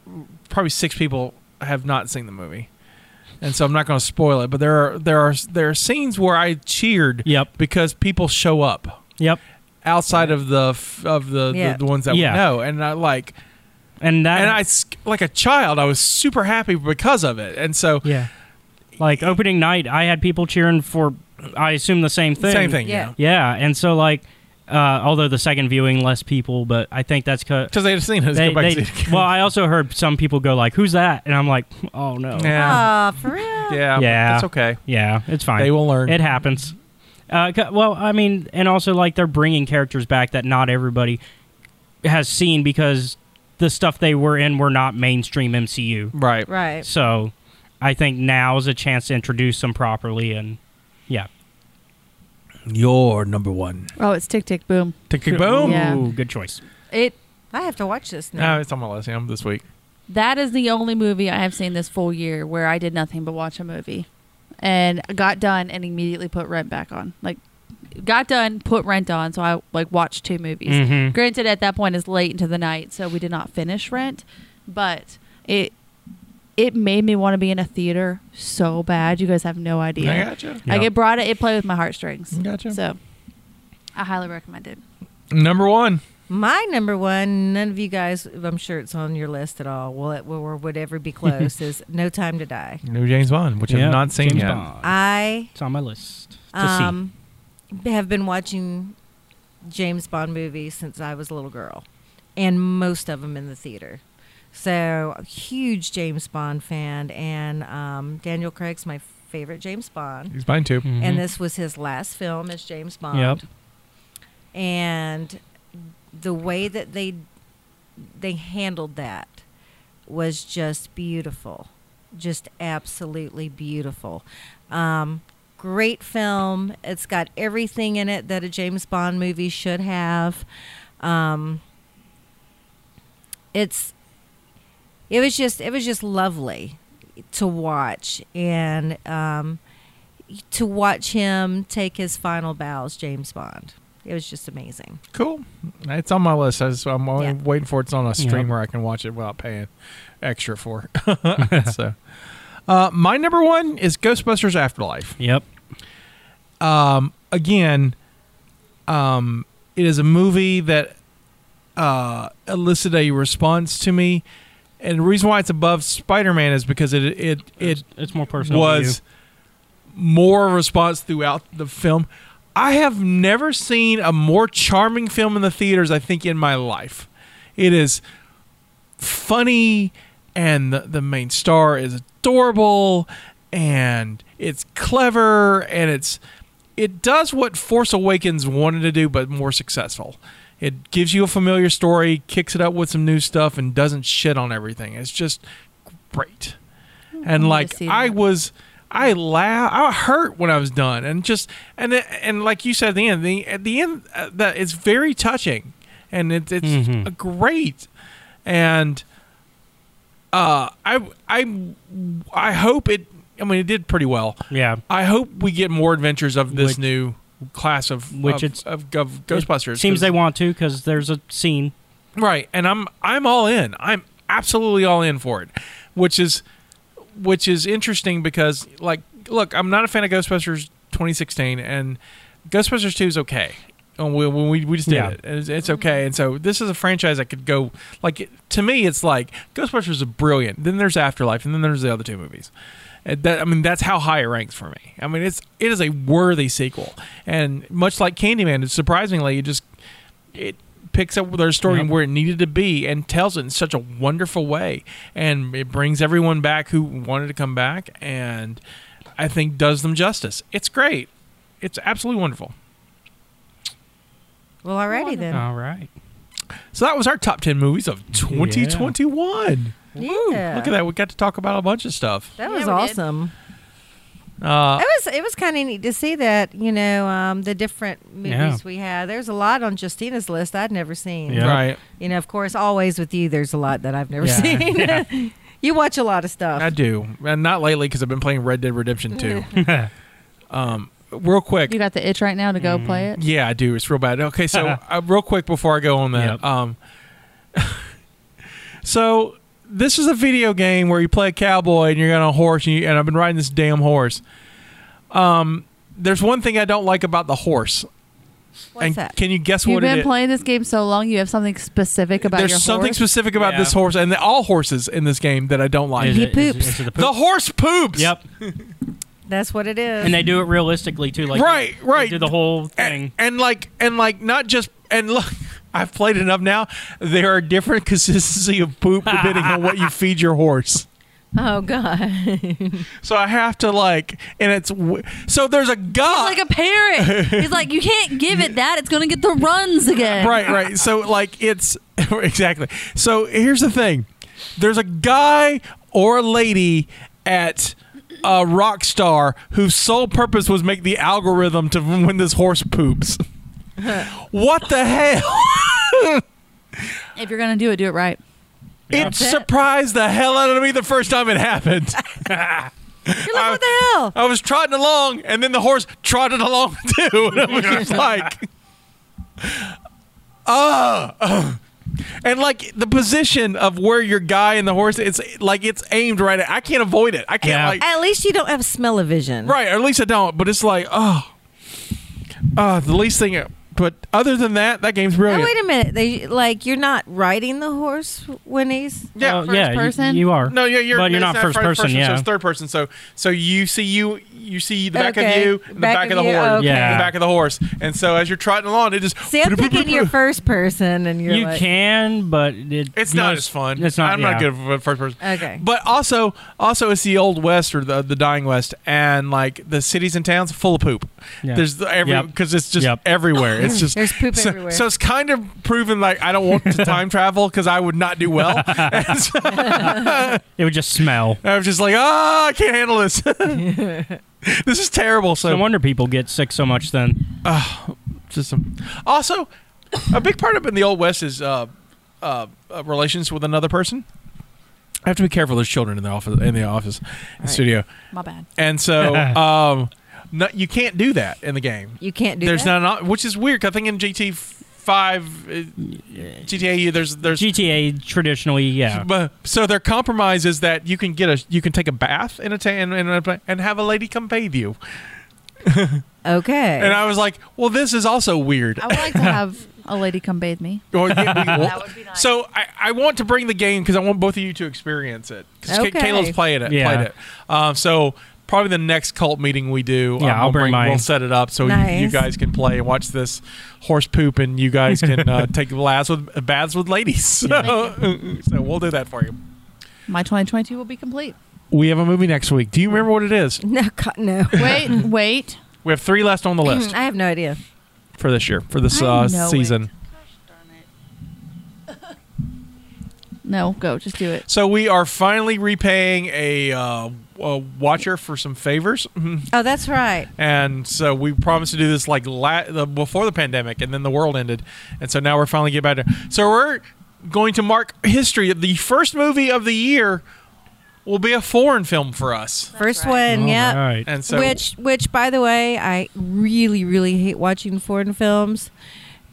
Speaker 2: probably six people, have not seen the movie, and so I'm not going to spoil it. But there are there are there are scenes where I cheered,
Speaker 5: Yep.
Speaker 2: because people show up
Speaker 5: Yep,
Speaker 2: outside of the f- of the,
Speaker 4: Yeah.
Speaker 2: the, the ones that
Speaker 5: Yeah.
Speaker 2: we know, and I like
Speaker 5: and that
Speaker 2: and I s- like a child, I was super happy because of it, and so
Speaker 5: Yeah. Like opening night, I had people cheering for, I assume the same thing.
Speaker 2: same thing,
Speaker 4: Yeah.
Speaker 2: yeah,
Speaker 5: Yeah, and so like, uh, although the second viewing less people, but I think that's because
Speaker 2: because they've seen us
Speaker 5: they,
Speaker 2: go back
Speaker 5: they-
Speaker 2: to see it.
Speaker 5: well, I also heard some people go like, "Who's that?" and I'm like, "Oh no." Yeah,
Speaker 2: yeah,
Speaker 4: Ah, for real.
Speaker 2: yeah,
Speaker 5: Yeah.
Speaker 2: yeah. That's okay.
Speaker 5: it's fine.
Speaker 2: They will learn.
Speaker 5: It happens. Uh, c- well, I mean, and also like they're bringing characters back that not everybody has seen because the stuff they were in were not mainstream MCU.
Speaker 2: right.
Speaker 4: Right.
Speaker 5: So I think now is a chance to introduce them properly and yeah.
Speaker 2: You're number one.
Speaker 3: Oh, it's tick tick boom.
Speaker 2: Tick tick boom.
Speaker 3: Yeah.
Speaker 5: Ooh, good choice.
Speaker 3: It
Speaker 4: I have to watch this now.
Speaker 5: Uh,
Speaker 2: No, Oh, it's on my list. Yeah, this week.
Speaker 3: that is the only movie I have seen this full year where I did nothing but watch a movie, and got done and immediately put rent back on. Like, got done, put rent on. So I like watched two movies.
Speaker 5: Mhm.
Speaker 3: Granted, at that point it's late into the night, so we did not finish rent, but it it made me want to be in a theater so bad. You guys have no idea.
Speaker 2: I gotcha.
Speaker 3: Like
Speaker 5: Yeah.
Speaker 3: it brought it, it played with my heartstrings.
Speaker 2: Gotcha.
Speaker 3: So I highly recommend it.
Speaker 2: Number one.
Speaker 4: My number one, none of you guys, I'm sure it's on your list at all, will it, or would ever be close, is No Time to Die.
Speaker 2: New James Bond, which
Speaker 5: Yeah,
Speaker 2: I've not seen
Speaker 5: James
Speaker 2: yet.
Speaker 5: Bond.
Speaker 4: I
Speaker 5: it's on my list to
Speaker 4: um, have been watching James Bond movies since I was a little girl, and most of them in the theater. So, a huge James Bond fan, and um, Daniel Craig's my favorite James Bond.
Speaker 2: He's mine too.
Speaker 5: see. Mm-hmm.
Speaker 4: And this was his last film as James Bond.
Speaker 5: Yep.
Speaker 4: and the way that they they handled that was just beautiful just absolutely beautiful um, great film it's got everything in it that a james bond movie should have um, it's it was just it was just lovely to watch and um, to watch him take his final bows james bond it was just amazing
Speaker 2: Cool. It's on my list. I just, I'm only
Speaker 4: Yeah.
Speaker 2: waiting for it's on a stream
Speaker 5: Yeah.
Speaker 2: where I can watch it without paying extra for. it. so, uh, my number one is Ghostbusters Afterlife.
Speaker 5: Yep.
Speaker 2: um, again, um, it is a movie that uh, elicited a response to me, and the reason why it's above Spider Man is because it it it
Speaker 5: It's, it's more personal. to
Speaker 2: was more response throughout the film. I have never seen a more charming film in the theaters. I think in my life, it is funny, and the, the main star is adorable, and it's clever, and it's it does what Force Awakens wanted to do, but more successful. It gives you a familiar story, kicks it up with some new stuff, and doesn't shit on everything. It's just great and
Speaker 3: to
Speaker 2: like
Speaker 3: see
Speaker 2: I
Speaker 3: that.
Speaker 2: was, I laugh, I hurt when I was done, and just and it- and like you said at the end, the at the end uh, that it's very touching, and it, it's
Speaker 5: Mhm.
Speaker 2: a great, and uh, I I I hope it I mean, it did pretty well.
Speaker 5: Yeah.
Speaker 2: I hope we get more adventures of this
Speaker 5: Which-
Speaker 2: new class of
Speaker 5: which
Speaker 2: of,
Speaker 5: it's-
Speaker 2: of, of Ghostbusters.
Speaker 5: Seems
Speaker 2: 'cause-
Speaker 5: they want to because there's a scene.
Speaker 2: right, and I'm I'm all in. I'm absolutely all in for it, which is which is interesting because like look, I'm not a fan of Ghostbusters 2016, and Ghostbusters 2 is okay. And we, we, we just did
Speaker 5: Yeah.
Speaker 2: it. It's, it's okay. And so this is a franchise that could go like to me. It's like Ghostbusters is brilliant. Then there's Afterlife, and then there's the other two movies. And That, I mean, that's how high it ranks for me. I mean, it's it is a worthy sequel, and much like Candyman, it's surprisingly it just it picks up their story
Speaker 5: Yep.
Speaker 2: where it needed to be and tells it in such a wonderful way, and it brings everyone back who wanted to come back, and I think does them justice. It's great. It's absolutely wonderful.
Speaker 4: Well, already then.
Speaker 2: Oh,
Speaker 5: All right.
Speaker 2: So that was our top 10 movies of 2021. Woo,
Speaker 4: Yeah.
Speaker 2: Look at that. We got to talk about a bunch of stuff.
Speaker 4: That
Speaker 3: Yeah,
Speaker 4: was
Speaker 3: we did.
Speaker 4: awesome.
Speaker 2: Uh,
Speaker 4: It was it was kind of neat to see that you know um, the different movies
Speaker 5: Yeah.
Speaker 4: we had. There's a lot on Justina's list I'd never seen.
Speaker 5: Yeah.
Speaker 2: Right.
Speaker 4: You know, of course, always with you, there's a lot that I've never
Speaker 5: Yeah.
Speaker 4: seen.
Speaker 5: Yeah.
Speaker 4: you watch a lot of stuff.
Speaker 2: I do. And not lately because I've been playing Red Dead Redemption 2. um, real quick.
Speaker 3: You got the itch right now to go play it.
Speaker 2: Yeah, I do. It's real bad. Okay, so uh, real quick before I go on that,
Speaker 5: Yep.
Speaker 2: um, so this is a video game where you play a cowboy and you're on a horse, and, you, and I've been riding this damn horse. Um, there's one thing I don't like about the horse.
Speaker 4: What's
Speaker 2: and
Speaker 4: that?
Speaker 2: Can you guess
Speaker 3: You've
Speaker 2: what it
Speaker 3: been
Speaker 2: is?
Speaker 3: playing this game so long, you have something specific about
Speaker 2: There's
Speaker 3: your
Speaker 2: something
Speaker 3: horse.
Speaker 2: specific about
Speaker 5: Yeah.
Speaker 2: this horse and the, all horses in this game that I don't like.
Speaker 5: Is
Speaker 4: He
Speaker 5: it- is it-
Speaker 4: poops.
Speaker 5: is it the
Speaker 2: The
Speaker 5: poop?
Speaker 2: horse poops.
Speaker 5: Yep.
Speaker 4: That's what it is.
Speaker 5: And they do it realistically too. Like
Speaker 2: Right,
Speaker 5: they-
Speaker 2: right. Uh,
Speaker 5: They do the whole
Speaker 2: and,
Speaker 5: thing.
Speaker 2: and like and like not just and look I've played enough now. There are different consistency of poop depending on what you feed your horse.
Speaker 4: oh god,
Speaker 2: So I have to like, and it's w- so there's a god.
Speaker 3: like a parrot. He's like, you can't give it that. It's going to get the runs again.
Speaker 2: right, right. So like it's exactly. So here's the thing: there's a guy or a lady at a rock star whose sole purpose was make the algorithm to when this horse poops. what the hell?
Speaker 3: If you're going to do it, do it right.
Speaker 2: It surprised the hell out of me the first time it happened.
Speaker 4: you're like, what the hell?
Speaker 2: I was trotting along, and then the horse trotted along too, and I was just like, "Ah!" and like the position of where your guy and the horse, it's like it's aimed right at. I can't avoid it. I can't
Speaker 5: Yeah.
Speaker 2: like
Speaker 4: At least you don't have smell-o-vision.
Speaker 2: right, or at least I don't. But it's like, oh, uh, the least thing. But other than that, that game's
Speaker 4: Now,
Speaker 2: brilliant.
Speaker 4: wait a minute. They like you're not riding the horse when he's
Speaker 2: yeah,
Speaker 5: Oh,
Speaker 2: first
Speaker 5: yeah, you-
Speaker 3: person?
Speaker 5: You, are.
Speaker 2: No, yeah, you're.
Speaker 5: But you're
Speaker 2: it's
Speaker 5: not first person,
Speaker 2: So
Speaker 5: yeah.
Speaker 2: it's third person. So so you see you you see the back
Speaker 4: Okay.
Speaker 2: of you, and the
Speaker 4: Back
Speaker 2: back,
Speaker 4: of
Speaker 2: of the
Speaker 4: you,
Speaker 2: horse,
Speaker 4: okay.
Speaker 5: Yeah.
Speaker 2: the back of the horse, and so as you're trotting along, it just.
Speaker 4: See, I'm thinking you're first person, and you're
Speaker 5: you
Speaker 4: like,
Speaker 5: can, but it
Speaker 2: It's not
Speaker 5: most-
Speaker 2: as fun.
Speaker 5: It's not.
Speaker 2: I'm
Speaker 5: yeah.
Speaker 2: not good for first person.
Speaker 4: Okay.
Speaker 2: But also, also it's the old west or the the dying west, and like the cities and towns full of poop.
Speaker 5: Yeah.
Speaker 2: There's the- every
Speaker 5: Yep.
Speaker 2: because it's just
Speaker 5: Yep.
Speaker 2: everywhere. It's just
Speaker 4: There's poop
Speaker 2: so,
Speaker 4: everywhere.
Speaker 2: So it's kind of proven like I don't want to time travel because I would not do well. And so-
Speaker 5: It would just smell.
Speaker 2: I was just like, ah, I can't handle this. this is terrible. So
Speaker 5: No wonder people get sick so much then.
Speaker 2: just some- also a big part of in the old west is uh, uh, uh, relations with another person. I have to be careful. There's children in the office in the office in the studio,
Speaker 3: My bad.
Speaker 2: and so um, no, you can't do that in the game.
Speaker 4: you can't do
Speaker 2: there's
Speaker 4: that.
Speaker 2: not, an, op- which is weird. 'cause I think in GT five, uh, GTA, you- there's there's.
Speaker 5: GTA traditionally, yeah.
Speaker 2: but- so their compromise is that you can get a you can take a bath in a ta- and, and, and have a lady come bathe you.
Speaker 4: okay.
Speaker 2: And I was like, well, this is also weird.
Speaker 3: I would like to have a lady come bathe me.
Speaker 2: Or- yeah, we-
Speaker 3: That would be nice.
Speaker 2: So I, I want to bring the game because I want both of you to experience it. 'Cause
Speaker 4: Okay.
Speaker 2: Caleb's playing it.
Speaker 5: Yeah.
Speaker 2: Played it. Um, so probably the next cult meeting we do,
Speaker 5: Yeah,
Speaker 2: um,
Speaker 5: I'll
Speaker 2: we'll
Speaker 5: bring mine.
Speaker 2: We'll set it up so you, you
Speaker 4: Nice.
Speaker 2: guys can play and watch this horse poop, and you guys can uh, take baths with baths with ladies. So, so we'll do that for you.
Speaker 3: My 2022 will be complete.
Speaker 2: We have a movie next week. Do you remember what it is?
Speaker 4: no, God, no. Mm,
Speaker 3: Wait, wait.
Speaker 2: We have three left on the list
Speaker 4: I have no idea.
Speaker 2: for this year, for this
Speaker 3: Mm. I
Speaker 2: uh,
Speaker 3: know it.
Speaker 2: season.
Speaker 3: No, go. Just do it.
Speaker 2: So we are finally repaying a, uh, a watcher for some favors.
Speaker 4: Oh, that's right.
Speaker 2: And so we promised to do this like la- the, before the pandemic, and then the world ended, and so now we're finally getting back to. So we're going to mark history of the first movie of the year will be a foreign film for us.
Speaker 4: First
Speaker 5: All
Speaker 4: one, yeah.
Speaker 5: right.
Speaker 2: And so
Speaker 4: which, which, by the way, I really, really hate watching foreign films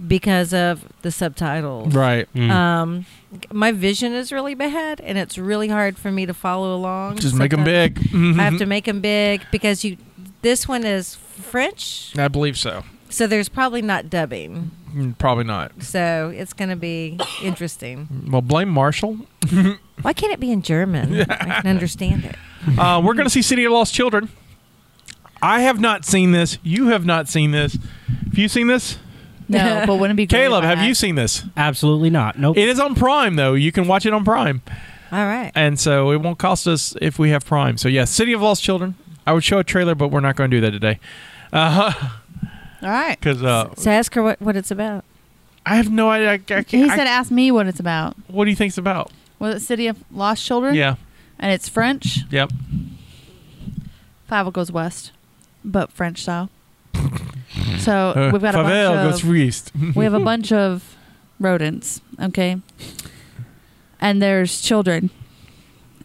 Speaker 4: because of the subtitles.
Speaker 2: right.
Speaker 5: Mm.
Speaker 4: Um, my vision is really bad, and it's really hard for me to follow along.
Speaker 2: Just make them
Speaker 4: Sometimes
Speaker 2: big. Mm-hmm.
Speaker 4: I have to make them big because you. This one is French,
Speaker 2: I believe so.
Speaker 4: so there's probably not dubbing.
Speaker 2: Mm, Probably not.
Speaker 4: So it's going to be interesting.
Speaker 2: Well, blame Marshall.
Speaker 4: Why can't it be in German? I can understand it.
Speaker 2: Uh, we're going to see City of Lost Children. I have not seen this. You have not seen this. Have you seen this?
Speaker 3: No, but wouldn't it be great
Speaker 2: Caleb,
Speaker 3: if I
Speaker 2: have you
Speaker 3: had-
Speaker 2: seen this?
Speaker 5: Absolutely not. Nope.
Speaker 2: It is on Prime, though. You can watch it on Prime.
Speaker 4: All right.
Speaker 2: And so it won't cost us if we have Prime. So, yeah, City of Lost Children. I would show a trailer, but we're not going to do that today.
Speaker 3: All right.
Speaker 2: Because uh,
Speaker 4: So ask her what, what it's about.
Speaker 2: I have no idea. I, I, can't-
Speaker 3: He
Speaker 2: I-
Speaker 3: said, "Ask me what it's about."
Speaker 2: what do you think it's about?
Speaker 3: Was it City of Lost Children?
Speaker 2: Yeah.
Speaker 3: And it's French.
Speaker 2: Yep.
Speaker 3: Five goes west, but French style. so
Speaker 2: Uh,
Speaker 3: we've got a
Speaker 2: Favel
Speaker 3: bunch of
Speaker 2: goes through east.
Speaker 3: we have a bunch of rodents, okay? And there's children.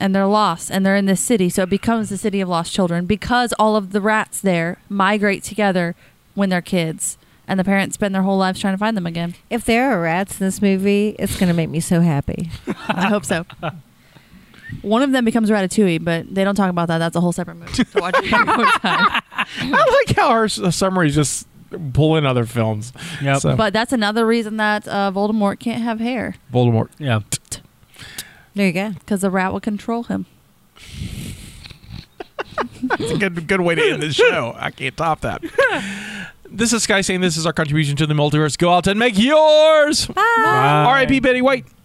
Speaker 3: And they're lost and they're in this city, so it becomes the city of lost children because all of the rats there migrate together when they're kids and the parents spend their whole lives trying to find them again.
Speaker 4: If there are rats in this movie, it's going to make me so happy.
Speaker 3: I hope so. One of them becomes Ratatouille, but they don't talk about that. That's a whole separate movie to watch at your own time.
Speaker 2: I like how our s- uh, summary is just pulling other films.
Speaker 5: Yep.
Speaker 2: So-
Speaker 3: But that's another reason that uh, Voldemort can't have hair
Speaker 2: Voldemort.
Speaker 5: yeah.
Speaker 4: There you go.
Speaker 3: because the rat will control him.
Speaker 2: It's a good good way to end this show. I can't top that. This is Sky saying this is our contribution to the multiverse. Go out and make yours.
Speaker 5: Bye.
Speaker 2: R.I.P. Betty White.